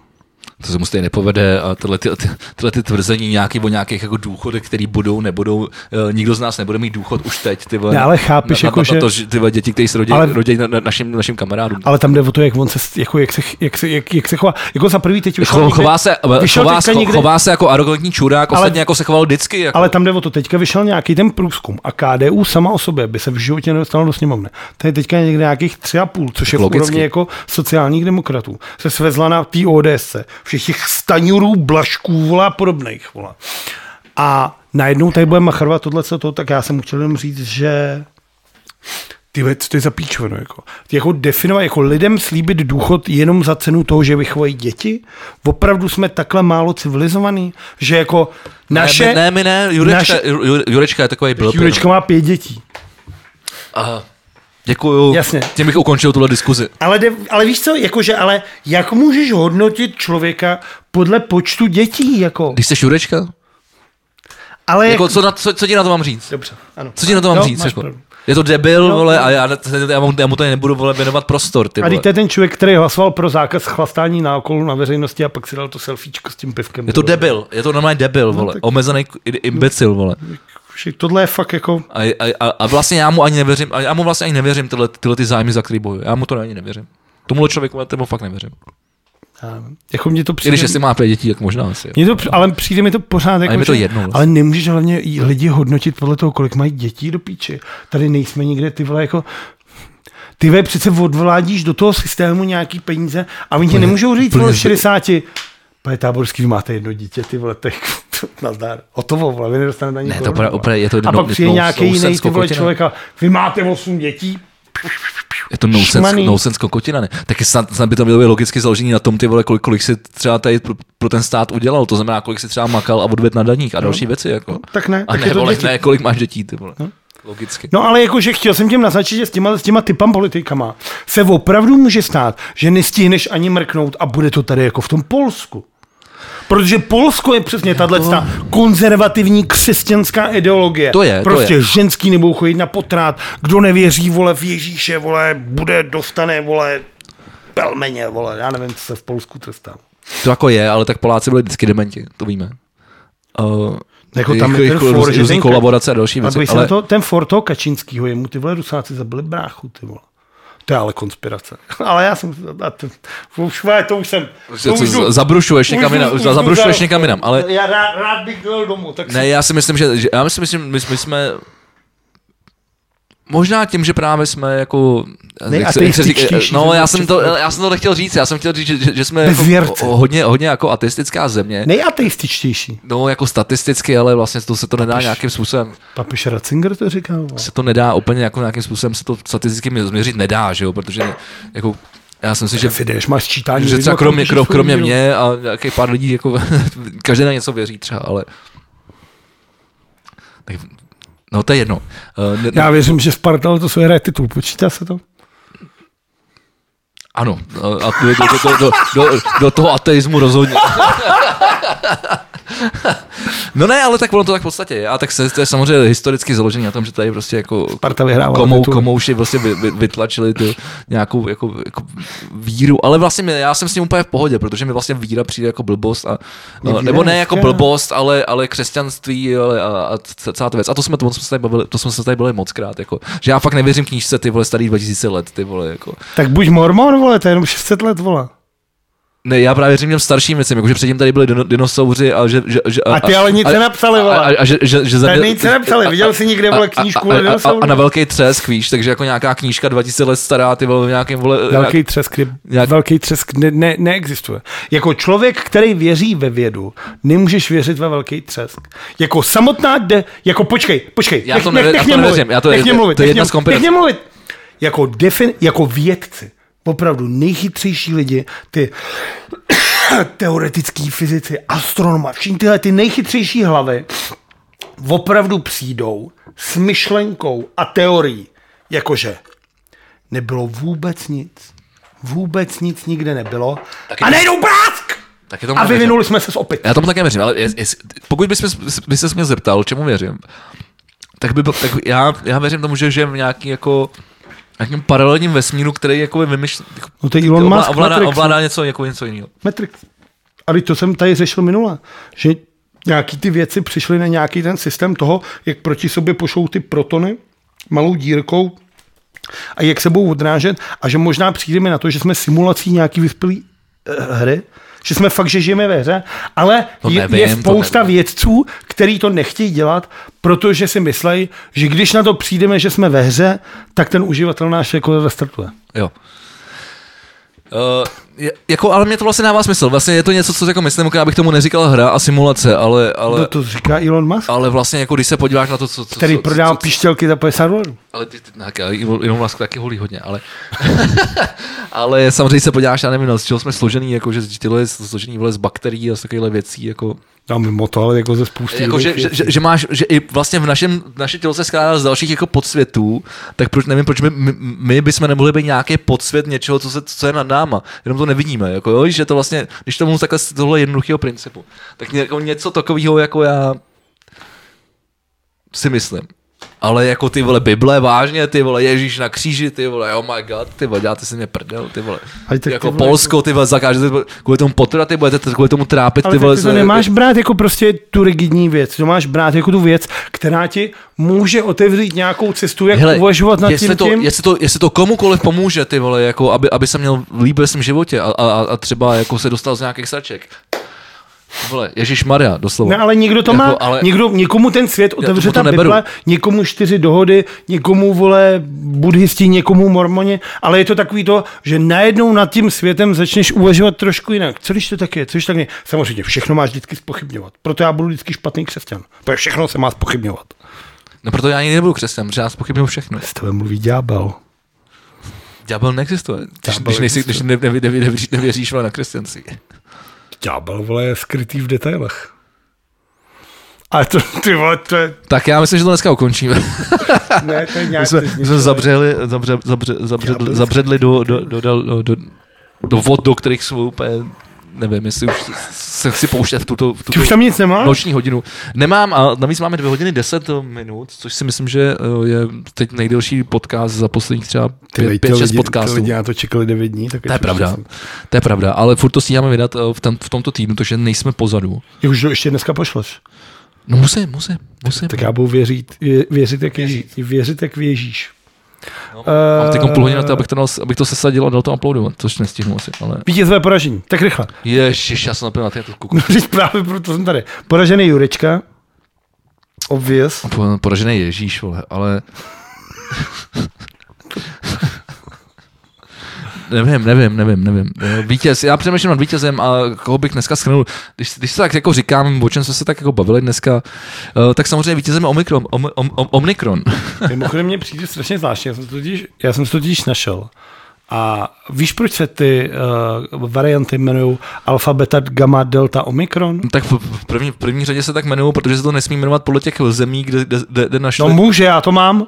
To se mu stejně nepovede a tyhle, ty, ty, tyhle ty tvrzení nějaký o nějakých jako důchodech, který budou, nebudou, eh, nikdo z nás nebude mít důchod už teď, ty vole. Ne, ale chápeš, na, jako na, že- na to, že ty vole, děti, kteří se rodí, Ale- ale... rodí na, na, našim, našim kamarádům. Ale tam jde o to, jak on se, jako, jak, se, jak, se, jak, jak se chová. Jako za prvý teď už Cho, chová, se, eh, vyšel chová, teďka se, někde- chová se jako arrogantní čurák, ale, ostatně jako se choval vždycky. Jako. Ale tam jde o to, teďka vyšel nějaký ten průzkum a KDU sama o sobě by se v životě nedostala do sněmovny. To je teďka někde nějakých tři a půl, což je v Logicky. úrovni jako sociálních demokratů. Se svezla na té ODS, všech těch staňurů, blašků, volá podobných, volá. A najednou tady bude machrovat tohle, co to, tak já jsem chtěl jenom říct, že ty vole, co to je za píčovinu, jako. Ty jako definovat, jako lidem slíbit důchod jenom za cenu toho, že vychovají děti? Opravdu jsme takhle málo civilizovaní, že jako naše... Ne, ne, my ne, Jurečka, naše- naše... Jurečka je no. takový blb. Jurečka má pět dětí. Aha. Děkuju. Jasně. Tím bych ukončil tuhle diskuzi. Ale, jde, ale víš co, jakože, ale jak můžeš hodnotit člověka podle počtu dětí, jako? Když jsi Jurečka? Ale Jako, co, na, co, co ti na to mám říct? Dobře, ano. Co ti na to mám Jo, říct? No, máš Jako? pravdu. Je to debil, Jo. vole, a já, já, mu, já mu tady nebudu vole, věnovat prostor, ty A vole. teď to je ten člověk, který hlasoval pro zákaz chlastání na okolu na veřejnosti a pak si dal to selfiečko s tím pivkem. Je to debil, je to normálně debil, vole. No, tak- Omezený k- i- imbecil, vole. Vši- Tohle je fakt jako... A, a, a- a, vlastně já mu ani nevěřím, a já mu vlastně ani nevěřím tyhle, tyhle ty zájmy, za který bojuje. Já mu to ani nevěřím. Tomuhle člověku já tomu fakt nevěřím. já nevím, Jako mě to I přijde... když jestli má pět dětí, tak možná asi. jo. Mně to, při- ale přijde mi to pořád prostě. jako, je mi to že- jedno vlastně. ale nemůžeš hlavně i lidi hodnotit podle toho, kolik mají dětí do píči. Tady nejsme nikde ty vole jako ty ve přece odvládíš do toho systému nějaký peníze a oni ti nemůžou říct, úplně vole, v zby- 60. Pane Táborský, vy máte jedno dítě, ty vole, tak nazdar. Hotovo, vole, vy nedostanete ani Ne, to korunu, úplně- vole. úplně je to A jednou- pak přijde jednou nějaký jiný, ty sousenskou vole, kotina. člověk a vy máte 8 dětí, Je to nonsens, Šmaný. nonsens kokotina, ne? Taky snad, snad by to mělo být logicky založení na tom, ty vole, kolik, kolik si třeba tady pro, pro, ten stát udělal, to znamená, kolik si třeba makal a odvedl na daních a další věci, jako. No. tak ne, A tak ne, je to vole, děti. ne, kolik máš dětí, ty vole. Logicky. No ale jakože chtěl jsem těm naznačit, že s těma, s těma typem politikama se opravdu může stát, že nestihneš ani mrknout a bude to tady jako v tom Polsku. Protože Polsko je přesně tahle konzervativní křesťanská ideologie. To je, to Prostě je. ženský nebudou chodit na potrát, kdo nevěří, vole, v Ježíše, vole, bude, dostane, vole, pelmeně, vole, já nevím, co se v Polsku trestá. To jako je, ale tak Poláci byli vždycky dementi, to víme. Uh, Jako tam je jejich- ten jejich for, že různý ten- kolaborace a další A věci. ale... Ale, na to, ten Ford toho Kačinskýho, jemu ty vole Rusáci zabili bráchu, ty vole. To je ale konspirace. ale já jsem, a to, už, vole, to už jsem. Co- to co- už jdu- zabrušuješ už někam jdu- jinam, už jdu zabrušuješ za- někam jinam, ale- Já rád, rád bych dojel domů, tak ne, já si myslím, že, že já si myslím, my, my jsme Možná tím, že právě jsme jako... Ne, jak se- jak se říká- ateističtější no, země já jsem, to, České já jsem to nechtěl říct, já jsem chtěl říct, že, že- že jsme jako, Bezvěrci. o- hodně, hodně jako ateistická země. Nejateističtější. No, jako statisticky, ale vlastně to se to nedá nějakým způsobem, Papež Ratzinger to říkal. vole. se to nedá úplně jako nějakým způsobem se to statisticky mě- změřit nedá, že jo, protože jako já jsem si, že Fidesz, máš čítání. že lidma, třeba kromě, píšeš kro, svůj kromě díl. mě a nějakých pár lidí, jako každý na něco věří třeba, ale... Tak, no to je jedno. Uh, ne, Já věřím, že Sparta letos vyhraje titul. Počítá se to? Ano, eh, a do, do, do, do, do, do toho ateismu rozhodně. No ne, ale tak ono to tak v podstatě je. A tak se, to je samozřejmě historicky založené na tom, že tady prostě jako Sparta vyhrávala komou, titul. komouši prostě vy, vy, vytlačili tu nějakou jako, jako víru. Ale vlastně mě- já jsem s ním úplně v pohodě, protože mi vlastně víra přijde jako blbost. A, Mně víra nebo je ne jako skvělá. blbost, ale, ale křesťanství ale a, a c- celá ta věc. A to jsme, to, jsme se tady bavili, to jsme se tady bavili moc krát. Jako, že já fakt nevěřím knížce ty vole starý 2000 let. Ty vole, jako. Tak buď mormon, vole, to je jenom 600 let, vole. Ne, já právě říkám starším věcem, jakože jako, předtím tady byli dino, dinosauři a že... že, že A ty ale nic nenapsali, vole. A, a, a že, že, že Tady nic nenapsali, viděl jsi někde, vole, knížku, vole, a, a, a, dinosaurů? a, na velký třesk, víš, takže jako nějaká knížka 2000 let stará, ty vole, v nějakým, vole... Velký třesk, je- nějak- velký třesk ne, ne, neexistuje. Jako člověk, který věří ve vědu, nemůžeš věřit ve velký třesk. Jako samotná de, jako počkej, počkej, Já nech- to nech- nevě- nech já to mě mluvit, nevěřím, já to- nech mě to- mluvit, to je nech jedna mě- z kompetencí. nech mě mluvit. Jako, defin, jako vědci, opravdu nejchytřejší lidi, ty teoretický fyzici, astronomové, všichni tyhle ty nejchytřejší hlavy, opravdu přijdou s myšlenkou a teorií, jakože nebylo vůbec nic, vůbec nic nikde nebylo a nejdou prásk! Taky tomu A nevěřím. vyvinuli jsme se z opět. Já tomu také věřím, ale jest, jest, pokud bys, mě- bys se mě zeptal, čemu věřím, tak by byl, tak já, já věřím tomu, že žijeme v nějaký jako nějakým paralelním vesmíru, který jako je vymyšl... jako No to je Elon ovlá- Musk ovládá, Matrix. ovládá něco, jako něco jiného. Matrix. Ale to jsem tady řešil minule, že nějaký ty věci přišly na nějaký ten systém toho, jak proti sobě pošlou ty protony malou dírkou a jak se budou odrážet a že možná přijdeme na to, že jsme simulací nějaký vyspělý eh, hry, že jsme fakt, že žijeme ve hře, ale To je, nevím, je to spousta nevím. vědců, který to nechtějí dělat, protože si myslejí, že když na to přijdeme, že jsme ve hře, tak ten uživatel náš jako restartuje. Jo. Uh, je, jako, ale mě to vlastně dává smysl. Vlastně je to něco, co jako myslím, jako já bych tomu neříkal hra a simulace, ale, ale, No To, to říká Elon Musk, ale vlastně jako když se podíváš na to, co... co který co, co, prodává co, co, píštělky za 50 dolarů. Ale ty, ty tak, jenom Musk taky holí hodně, ale... ale samozřejmě se podíváš, já nevím, no, z čeho jsme složený, jako, že tyhle složený vole z bakterií a z takovýchhle věcí, jako... No mimo to, ale jako ze spousty jako že, jiných že, věcí. že, že, máš, že i vlastně v našem, naše tělo se skládá z dalších jako podsvětů, tak proč, nevím, proč my, my, my bychom nemohli být nějaký podsvět něčeho, co, se, co je nad náma, jenom to nevidíme, jako jo, že to vlastně, když to mluvím takhle z tohle jednoduchého principu, tak ně- jako něco takového, jako já si myslím. Ale jako ty vole Bible, vážně, ty vole Ježíš na kříži, ty vole, oh my god, ty vole, děláte si mě prdel, ty vole. Ale tak ty jako vole, Polsko, ty vole, zakážete kvůli tomu potra, ty budete kvůli tomu trápit, ale ty ty, vole. ty to se- nemáš brát jako prostě tu rigidní věc, to máš brát jako tu věc, která ti může otevřít nějakou cestu, jak Hele, uvažovat nad jestli tím to, tím. Jestli to, jestli to komukoliv pomůže, ty vole, jako, aby, aby se měl líp ve svém životě a, a, a třeba jako se dostal z nějakých sraček. Vole, Ježíš Maria, doslova. Ne, No, ale někdo to Jako, má, ale- ale... Někdo, někomu ten svět otevře tomu to ta neberu. Bible, někomu čtyři dohody, někomu vole buddhisti, někomu mormoni, ale je to takový to, že najednou nad tím světem začneš uvažovat trošku jinak. Co když to tak je, co když tak ne? Samozřejmě všechno máš vždycky spochybňovat, proto já budu vždycky špatný křesťan, protože všechno se má spochybňovat. No proto já ani nebudu křesťan, protože já spochybnuju všechno. S tebe mluví ďábel. Ďábel neexistuje. Když, Ďábel když, nejsi, když ne, ne, ne, ne, nevěříš vole, na křesťanství. Ďábel, vole, je skrytý v detailech. A to, ty vole, to je, Tak já myslím, že to dneska ukončíme. ne, to je nějak... My jsme, my jsme zabřeli, zabře, zabře, zabře, Ďábel- zabředli do, do, do, do, do, do vod, do kterých jsou úplně, nevím, jestli už se chci pouštět v tuto, v tuto Ty už tam nic nemáš? noční hodinu. Nemám a navíc máme dvě hodiny 10 minut, což si myslím, že eh, je teď nejdelší podcast za posledních třeba vej, 5-6 podcastů. Ty lidi na to čekali 9 dní. Tak jako, To je pravda, to je pravda, ale furt to stíháme vydat eh, v, tam, v tomto týdnu, takže nejsme pozadu. Jak už to ještě dneska pošleš. No musím, musím, musím. Tak já budu věřit, vě- věřit jak věříš. Věřit, jak věříš. No, Mám teď půl hodiny na to, abych to, dal, abych to sesadil a dal to uploadovat, což nestihnu asi, ale... Vítězové poražení, tak rychle. Ježiš, já jsem napil na tu kuku. No, teď právě proto jsem tady. Poražený Jurečka, obvious. Po- Poražený Ježíš, vole, ale... nevím, nevím, nevím, nevím. Eh, Vítěz, já přemýšlím nad vítězem a koho bych dneska schrnul. Když, když se tak jako říkám, o čem jsme se tak jako bavili dneska, eh, tak samozřejmě vítězem je Omikron. Om, om, om, Omikron. Mimochodem mě přijde strašně zvláštní, já jsem to totiž, já jsem to totiž našel. A víš, proč se ty uh, varianty jmenují alfa, beta, gamma, delta, omikron? tak v, v, první, v první řadě se tak jmenují, protože se to nesmí jmenovat podle těch zemí, kde, kde, kde, kde našli. No může, já to mám.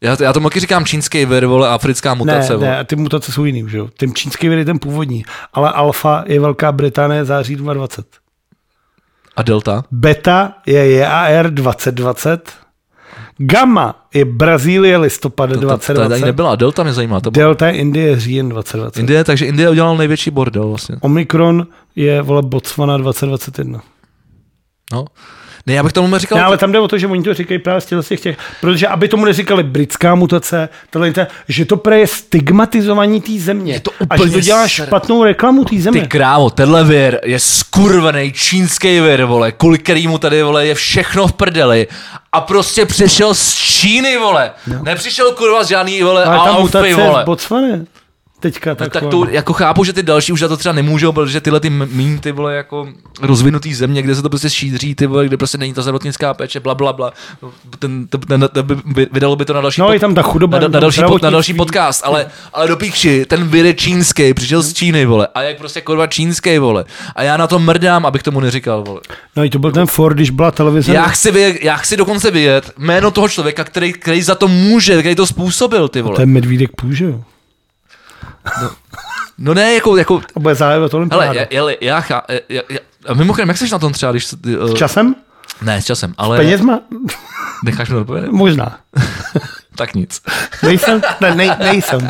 já, já tomu taky říkám čínský vir, vole, africká Ne, mutace. vole. ne, ty mutace jsou jiný, že jo? Ten čínský vir je ten původní, ale alfa je Velká Británie září 2020. A delta? Beta je JAR 2020. Gamma je Brazílie listopad To- to- To, to ani 2020. nebyla. A delta mě zajímá. To Delta je Indie říjen 2020. Indie, takže Indie udělal největší bordel vlastně. Omikron je vole Botswana 2021. No. Ne, já bych tomu říkal, Ne, ale tam jde o to, že oni to říkají právě z těchto těch, těch, protože aby tomu neříkali britská mutace, tohle, je ta- že to pre je stigmatizování té země. Je to a že úplně to dělá sr- špatnou reklamu té ty země. krávo, tenhle vir je skurvený čínský vir, vole, kvůli kterýmu tady, vole, je všechno v prdeli. A prostě přišel z Číny, vole. No. Nepřišel, kurva, z žádný, vole, Ale ta alfy, mutace je vole. z Botswany. Teďka No, tak, tak to jako chápu, že ty další už za to třeba nemůžou, protože tyhle ty m- míň ty vole jako rozvinutý země, kde se to prostě šíří, ty vole, kde prostě není ta zdravotnická péče, bla, bla, bla. Ten, ten, ten, ten by, by, vydalo by to na další No, pod- je tam ta chudoba, na, na, tam další, pod, na zdravotnictví. další podcast, ale, ale do píkši, ten vir je čínský, přišel z Číny, vole, a jak prostě kurva čínský, vole. A já na to mrdám, abych tomu neříkal, vole. No i to byl ten Ford, když byla televize. Já chci, vědět, já chci dokonce vědět jméno toho člověka, který, který za to může, který to způsobil, ty To vole. je medvídek půže, jo. No ne, jako, jako A bude zájem to Hele, já, olympiáda. hele, já, chá, já, já, a mimochodem, jak jsi na tom třeba, když... se ty, eh, Časem? Ne, s časem, ale Penězma? necháš mi odpovědět. Možná. tak nic. Nejsem, ne, nej, nejsem.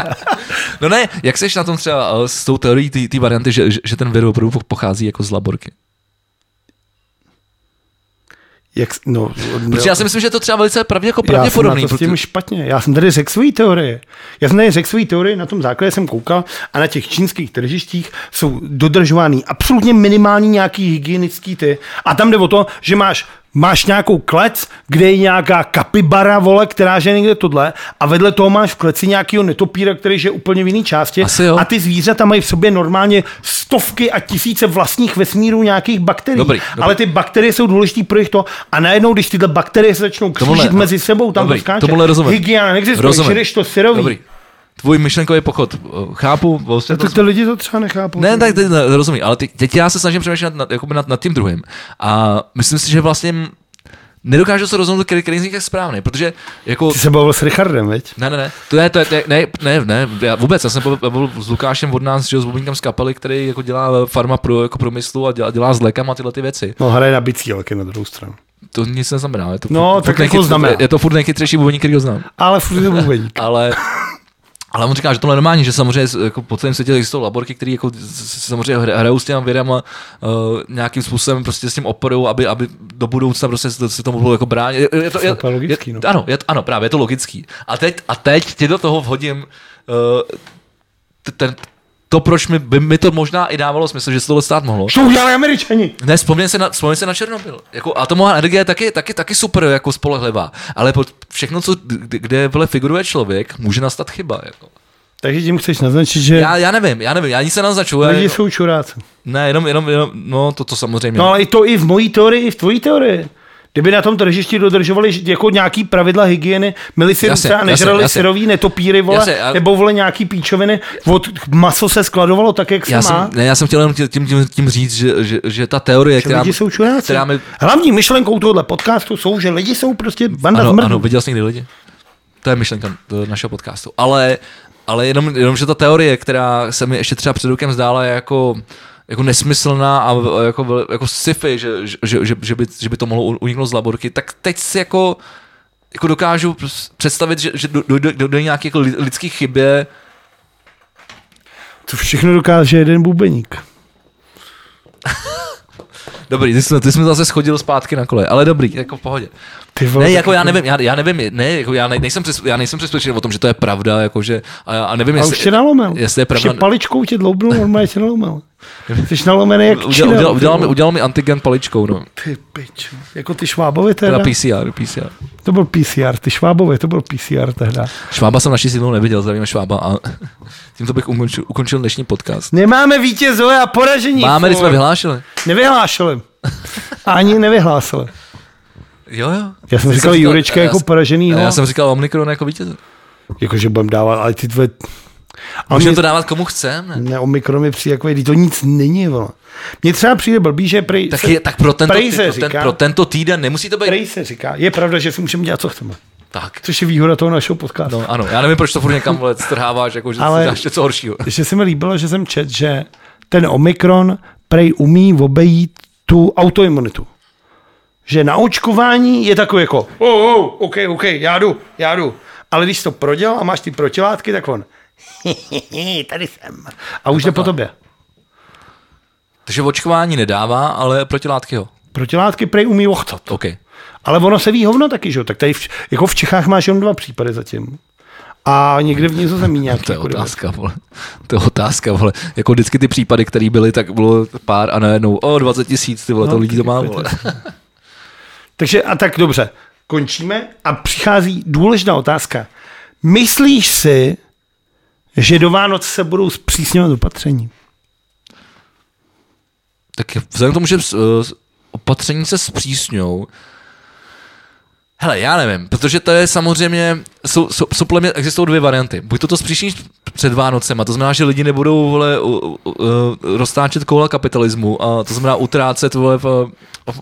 No ne, jak seš na tom třeba eh, s tou teorií té- té varianty, že, že- že ten vir opravdu po- pochází jako z laborky? Jak, s- no, Protože já si myslím, že je to třeba velice pravdě jako já jsem na pravděpodobný. to s proto- tím špatně. Já jsem tady řekl svoji teorie. Já jsem tady řekl svoji teorii, na tom základě jsem koukal a na těch čínských tržištích jsou dodržovány absolutně minimální nějaký hygienický ty. A tam jde o to, že máš máš nějakou klec, kde je nějaká kapibara, vole, která že někde tohle a vedle toho máš v kleci nějakého netopíra, který je úplně v jiné části Asi jo. a ty zvířata mají v sobě normálně stovky a tisíce vlastních vesmírů nějakých bakterií, Dobrý, dobrý. ale ty bakterie jsou důležitý pro jich to a najednou, když tyhle bakterie se začnou Tomuhle- křížit mezi sebou, tam Dobrý, to skáče. tomuhle rozumím. Hygiena neexistuje, Rozumím. čereš to syrový. Dobrý. Tvůj myšlenkový pochod, eh, chápu, vlastně to Tak ty lidi to třeba nechápou. Ne, tak teď ne- rozumím, ale teď, teď já se snažím přemýšlet nad, jakoby nad, nad tím druhým. A myslím si, že vlastně m- nedokážu se rozhodnout, který, který z nich je správný, protože jako... Ty se bavil s Richardem, veď? Ne, ne, ne, to je, to je, to je ne, ne, ne, já vůbec, já jsem byl, byl s Lukášem od nás, že jo, s Bubínkem z kapely, který jako dělá farma pro jako promyslu a dělá, dělá s lékama a tyhle ty věci. No, hraje na bicílky na druhou stranu. To nic neznamená. Je to furt- No, furt tak jako nejchyt- znamená. Je to furt nejchytřejší bubeník, který ho znám Ale furt je bubeník. ale ale on říká, že to je normální, že samozřejmě jako po celém světě existují laborky, které jako s- s- samozřejmě hra- hrajou s těma virama uh, nějakým způsobem prostě s tím operou, aby, aby do budoucna prostě se, to- se to mohlo jako bránit. Je, je to, je, Super logický, je, no. ano, je, to- ano, právě je to logický. A teď, a teď ti do toho vhodím uh, t- ten, to, proč mi, by mi to možná i dávalo smysl, že se tohle stát mohlo. Co udělali američani? Ne, vzpomněl se na, vzpomněl se na Černobyl. Jako atomová energie je taky, taky, taky super jako spolehlivá, ale pod všechno, co, kde, kde vole, figuruje člověk, může nastat chyba. Jako. Takže tím chceš naznačit, že Já, já nevím, já nevím, já nic se naznačuju. Já, lidi jsou čuráci. ne, jenom, jenom, jenom, no to, to samozřejmě. No ale i to i v mojí teorii, i v tvojí teorii. Kdyby na tom tržišti dodržovali ž- jako nějaký pravidla hygieny, měli si Jasně, třeba jasně, nežrali jasně. syrový netopíry, vole, Jasně, a- nebo vole nějaký píčoviny, od maso se skladovalo tak, jak se já, má. jsem, ne, já jsem chtěl jenom tím, tím, tím říct, že, že, že ta teorie, Že která, lidi jsou čuráci. která mi... Hlavní myšlenkou tohle podcastu jsou, že lidi jsou prostě banda Ano, zmrdů. ano, viděl jsi někdy lidi? To je myšlenka eh, našeho podcastu. Ale, ale jenom, jenom, že ta teorie, která se mi ještě třeba před rokem zdála jako, jako nesmyslná a v- jako, vel- jako sci-fi, že, že, že, že, že, by, že by to mohlo u- uniknout z laborky, tak teď si jako, jako dokážu prs- představit, že, že dojde do, do, do, do nějaké jako li- lidské chybě. To všechno dokáže jeden bubeník. Dobrý, ty jsi, ty jsi mi zase schodil zpátky na kole, ale dobrý, jako v pohodě. Ty vole, Ne, tak jako já nevím, já, já nevím, ne, jako já, ne, nejsem přes, já nejsem přesvědčen o tom, že to je pravda, jako že, a, já- a nevím, A jestli... už tě nalomel. jestli je pravda- Ještě paličkou tě dloubnul, normálně tě nalomel. Jsi nalomený jak Udělal, čidel, udělal, ty udělal, mi, vole. udělal mi antigen paličkou, no. Ty piču. Jako ty švábové Teda teda. PCR, PCR. To byl PCR, ty švábové, to byl PCR tehda. Švába jsem naší sídlou neviděl, zdravíme Švába a tímto bych ukončil, ukončil dnešní podcast. Nemáme vítězové a poražení. Máme, když vole. jsme vyhlášili. Nevyhlášeli. Ani nevyhlásili. Jo, jo. Já jsem Ty říkal jsi Jurečka já jako jsem- poražený. Já no. jsem říkal Omikron jako vítěz. Jakože budem dávat, ale ty tvoje... A Můžeme mě- to dávat komu chceme. ne? Ne, Omikron mi přijde jako, když to nic není, vole. Mně třeba přijde blbý, že prej, Tak, se, je, tak pro, tento, Prej se pro, ten, říká- pro tento týden nemusí to být. prej se říká, je pravda, že si můžeme dělat, co chceme. Tak. Což je výhoda toho našeho podcastu. No. Ano, já nevím, proč to furt někam vole, strháváš, jako, že Ale... Ale- dáš něco horšího. Že se mi líbilo, že jsem čet, že ten Omikron prej umí obejít tu autoimunitu. Že na očkování je takový jako, oh, oh, OK, OK, já jdu, já jdu. Ale když jsi to prodělal a máš ty protilátky, tak on, tady jsem. A už jde po tobě. Takže očkování nedává, ale protilátky ho. Protilátky prej umí ochtat. OK. Ale ono se ví hovno taky, že jo? Tak tady v, jako v Čechách máš jenom dva případy zatím. A někde v Nizozemí nějaký. To je kurva. otázka, vole. To je otázka, vole. Jako vždycky ty případy, které byly, tak bylo pár a najednou, o, 20 tisíc, ty vole, to No, lidí to tak má, jako je vole. Takže a tak dobře, končíme a přichází důležitá otázka. Myslíš si, že do Vánoc se budou zpřísňovat opatření? Tak vzhledem k tomu, že eh, opatření se zpřísňou, Hele, já nevím, protože to je samozřejmě, jsou, jsou, jsou podle mě, existují dvě varianty. Buď to to zpříšníš před Vánocem, a to znamená, že lidi nebudou vole, u, u, u, eh, roztáčet koula kapitalismu, a to znamená utrácet vole, v,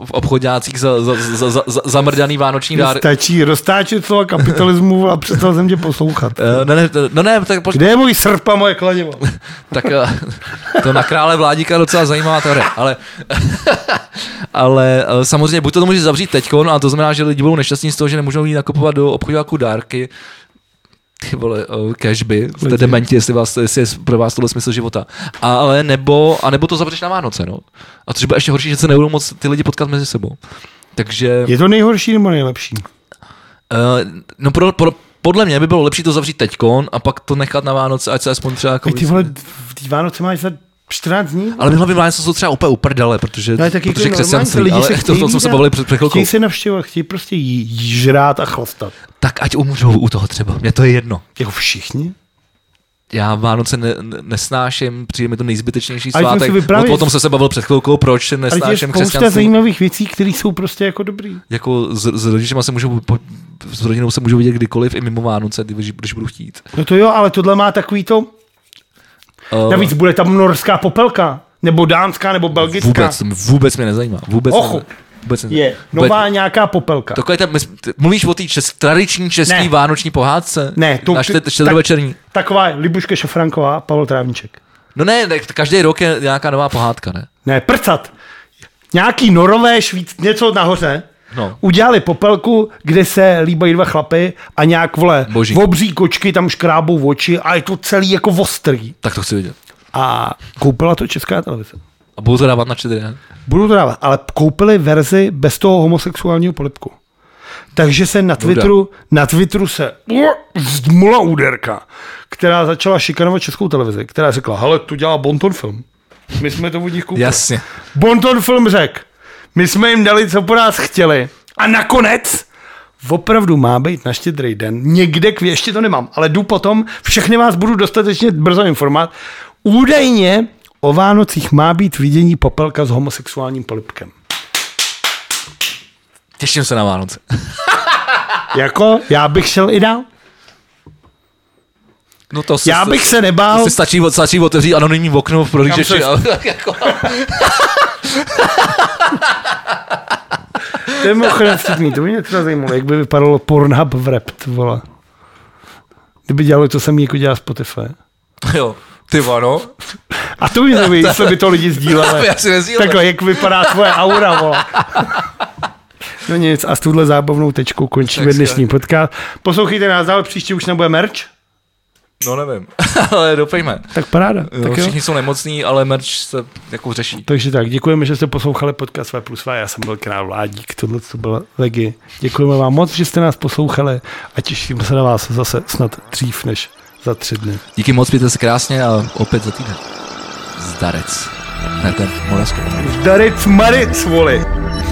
v obchodácích za, za, za, za, za zamrdaný vánoční dár. Stačí roztáčet slova kapitalismu a přestal jsem tě poslouchat. Eh, Ne, ne, to- no ne, tak poč- Kde je můj srp a moje kladivo? Tak eh, to na krále vládíka je docela zajímavá teorie, ale, ale eh, samozřejmě buď to, to může zavřít teď, a to znamená, že lidi budou nešťastní z toho, že nemůžou jít nakupovat do obchodáku jako dárky, ty vole, uh, cashby, jste dementi, jestli, vás, jestli je pro vás tohle smysl života. A, ale nebo, a nebo to zavřeš na Vánoce, no. A což bude ještě horší, že se nebudou moc ty lidi potkat mezi sebou. Takže, Je to nejhorší nebo nejlepší? uh, no pro, pro, podle mě by bylo lepší to zavřít teďkon a pak to nechat na Vánoce, ať se aspoň třeba... Jako Ej, ty vole, v té Vánoce máš za 14 dní? ale minulá by Vánoce jsou třeba úplně uprdele, protože, Ale tak protože jako normální, ty křesťanství, ale to, to, co chtějí se bavili vidět, před, před chvilkou, Chtějí se navštěvovat, chtějí prostě jí, jí žrát a chlastat. tak ať umřou u toho třeba, mě to je jedno. Jako všichni? já Vánoce ne, ne- nesnáším, přijde mi to nejzbytečnější Ale tím svátek. si vyprávěj- O, o tom jsem se bavil před chvilkou, proč se Ale je nesnáším spousta křesťanství. zajímavých věcí, které jsou prostě jako dobrý. Jako s, s rodičema se můžu, po, s rodinou se můžu vidět kdykoliv, i mimo Vánoce, když, když budu chtít. No to jo, ale tohle má takový to... Uh, Navíc bude tam norská popelka, nebo dánská, nebo belgická. vůbec, to mě- vůbec mě nezajímá. Vůbec, Ochu. ne, vůbec mě Je Vůbec- nová nějaká popelka. Takové ta, mys- ty- mluvíš o té čes, tradiční české Ne. vánoční pohádce? Ne, to- Na ty- štěd, tak- štědrovečerní. Taková je Libuška Šafranková, Pavel Trávníček. No ne, ne, každý rok je nějaká nová pohádka, ne? Ne, prcat. Nějaký norové, švíc, něco nahoře. No. Udělali popelku, kde se líbají dva chlapy a nějak, vole, Boží. v obří kočky tam škrábou v oči a je to celý jako ostrý. Tak to chci vidět. A koupila to česká televize. A budu to dávat na štědrý den. Budu to dávat, ale koupili verzi bez toho homosexuálního polipku. Takže se na Twitteru, na Twitteru se u, zdmula úderka, která začala šikanovat českou televizi, která řekla, hele, to dělá Bonton film. My jsme to od nich koupili. Jasně. Bonton film řekl, my jsme jim dali, co po nás chtěli. A nakonec opravdu má být na štědrý den. Někde, k, ještě to nemám, ale jdu potom, všechny vás budu dostatečně brzo informovat. Údajně o Vánocích má být vidění popelka s homosexuálním polipkem. Těším se na Vánoce. Jako, já bych šel i dál. No to se- Já bych se nebál. Si stačí, stačí otevřít anonymní okno v prohlížeči. se- a- tak jako- To je mimochodem vtipný, to by mě třeba zajímalo, jak by vypadalo Pornhub v rap, ty vole. Kdyby dělali to samý, jako dělá Spotify. jo. Ty vano. A to by mě zajímalo, jestli by to lidi sdíleli. Já si nezdíleli. Takhle, jak vypadá tvoje aura, vole. No nic, a s touhle zábavnou tečkou končíme Tak dnešní podcast. Poslouchejte nás dál, příště už nebude merch, No nevím. Ale doufejme. tak paráda. Jo, Jo, tak jo. všichni jsou nemocní, ale merch se jako řeší. Takže tak, děkujeme, že jste poslouchali podcast V plus V. Já jsem byl král Vládík, tohle to byla Legi. Děkujeme vám moc, že jste nás poslouchali a těšíme se na vás zase snad dřív než za tři dny. Díky moc, mějte se krásně a opět za týden. Zdarec. Ne, ten Moravský. Darec Marec, vole!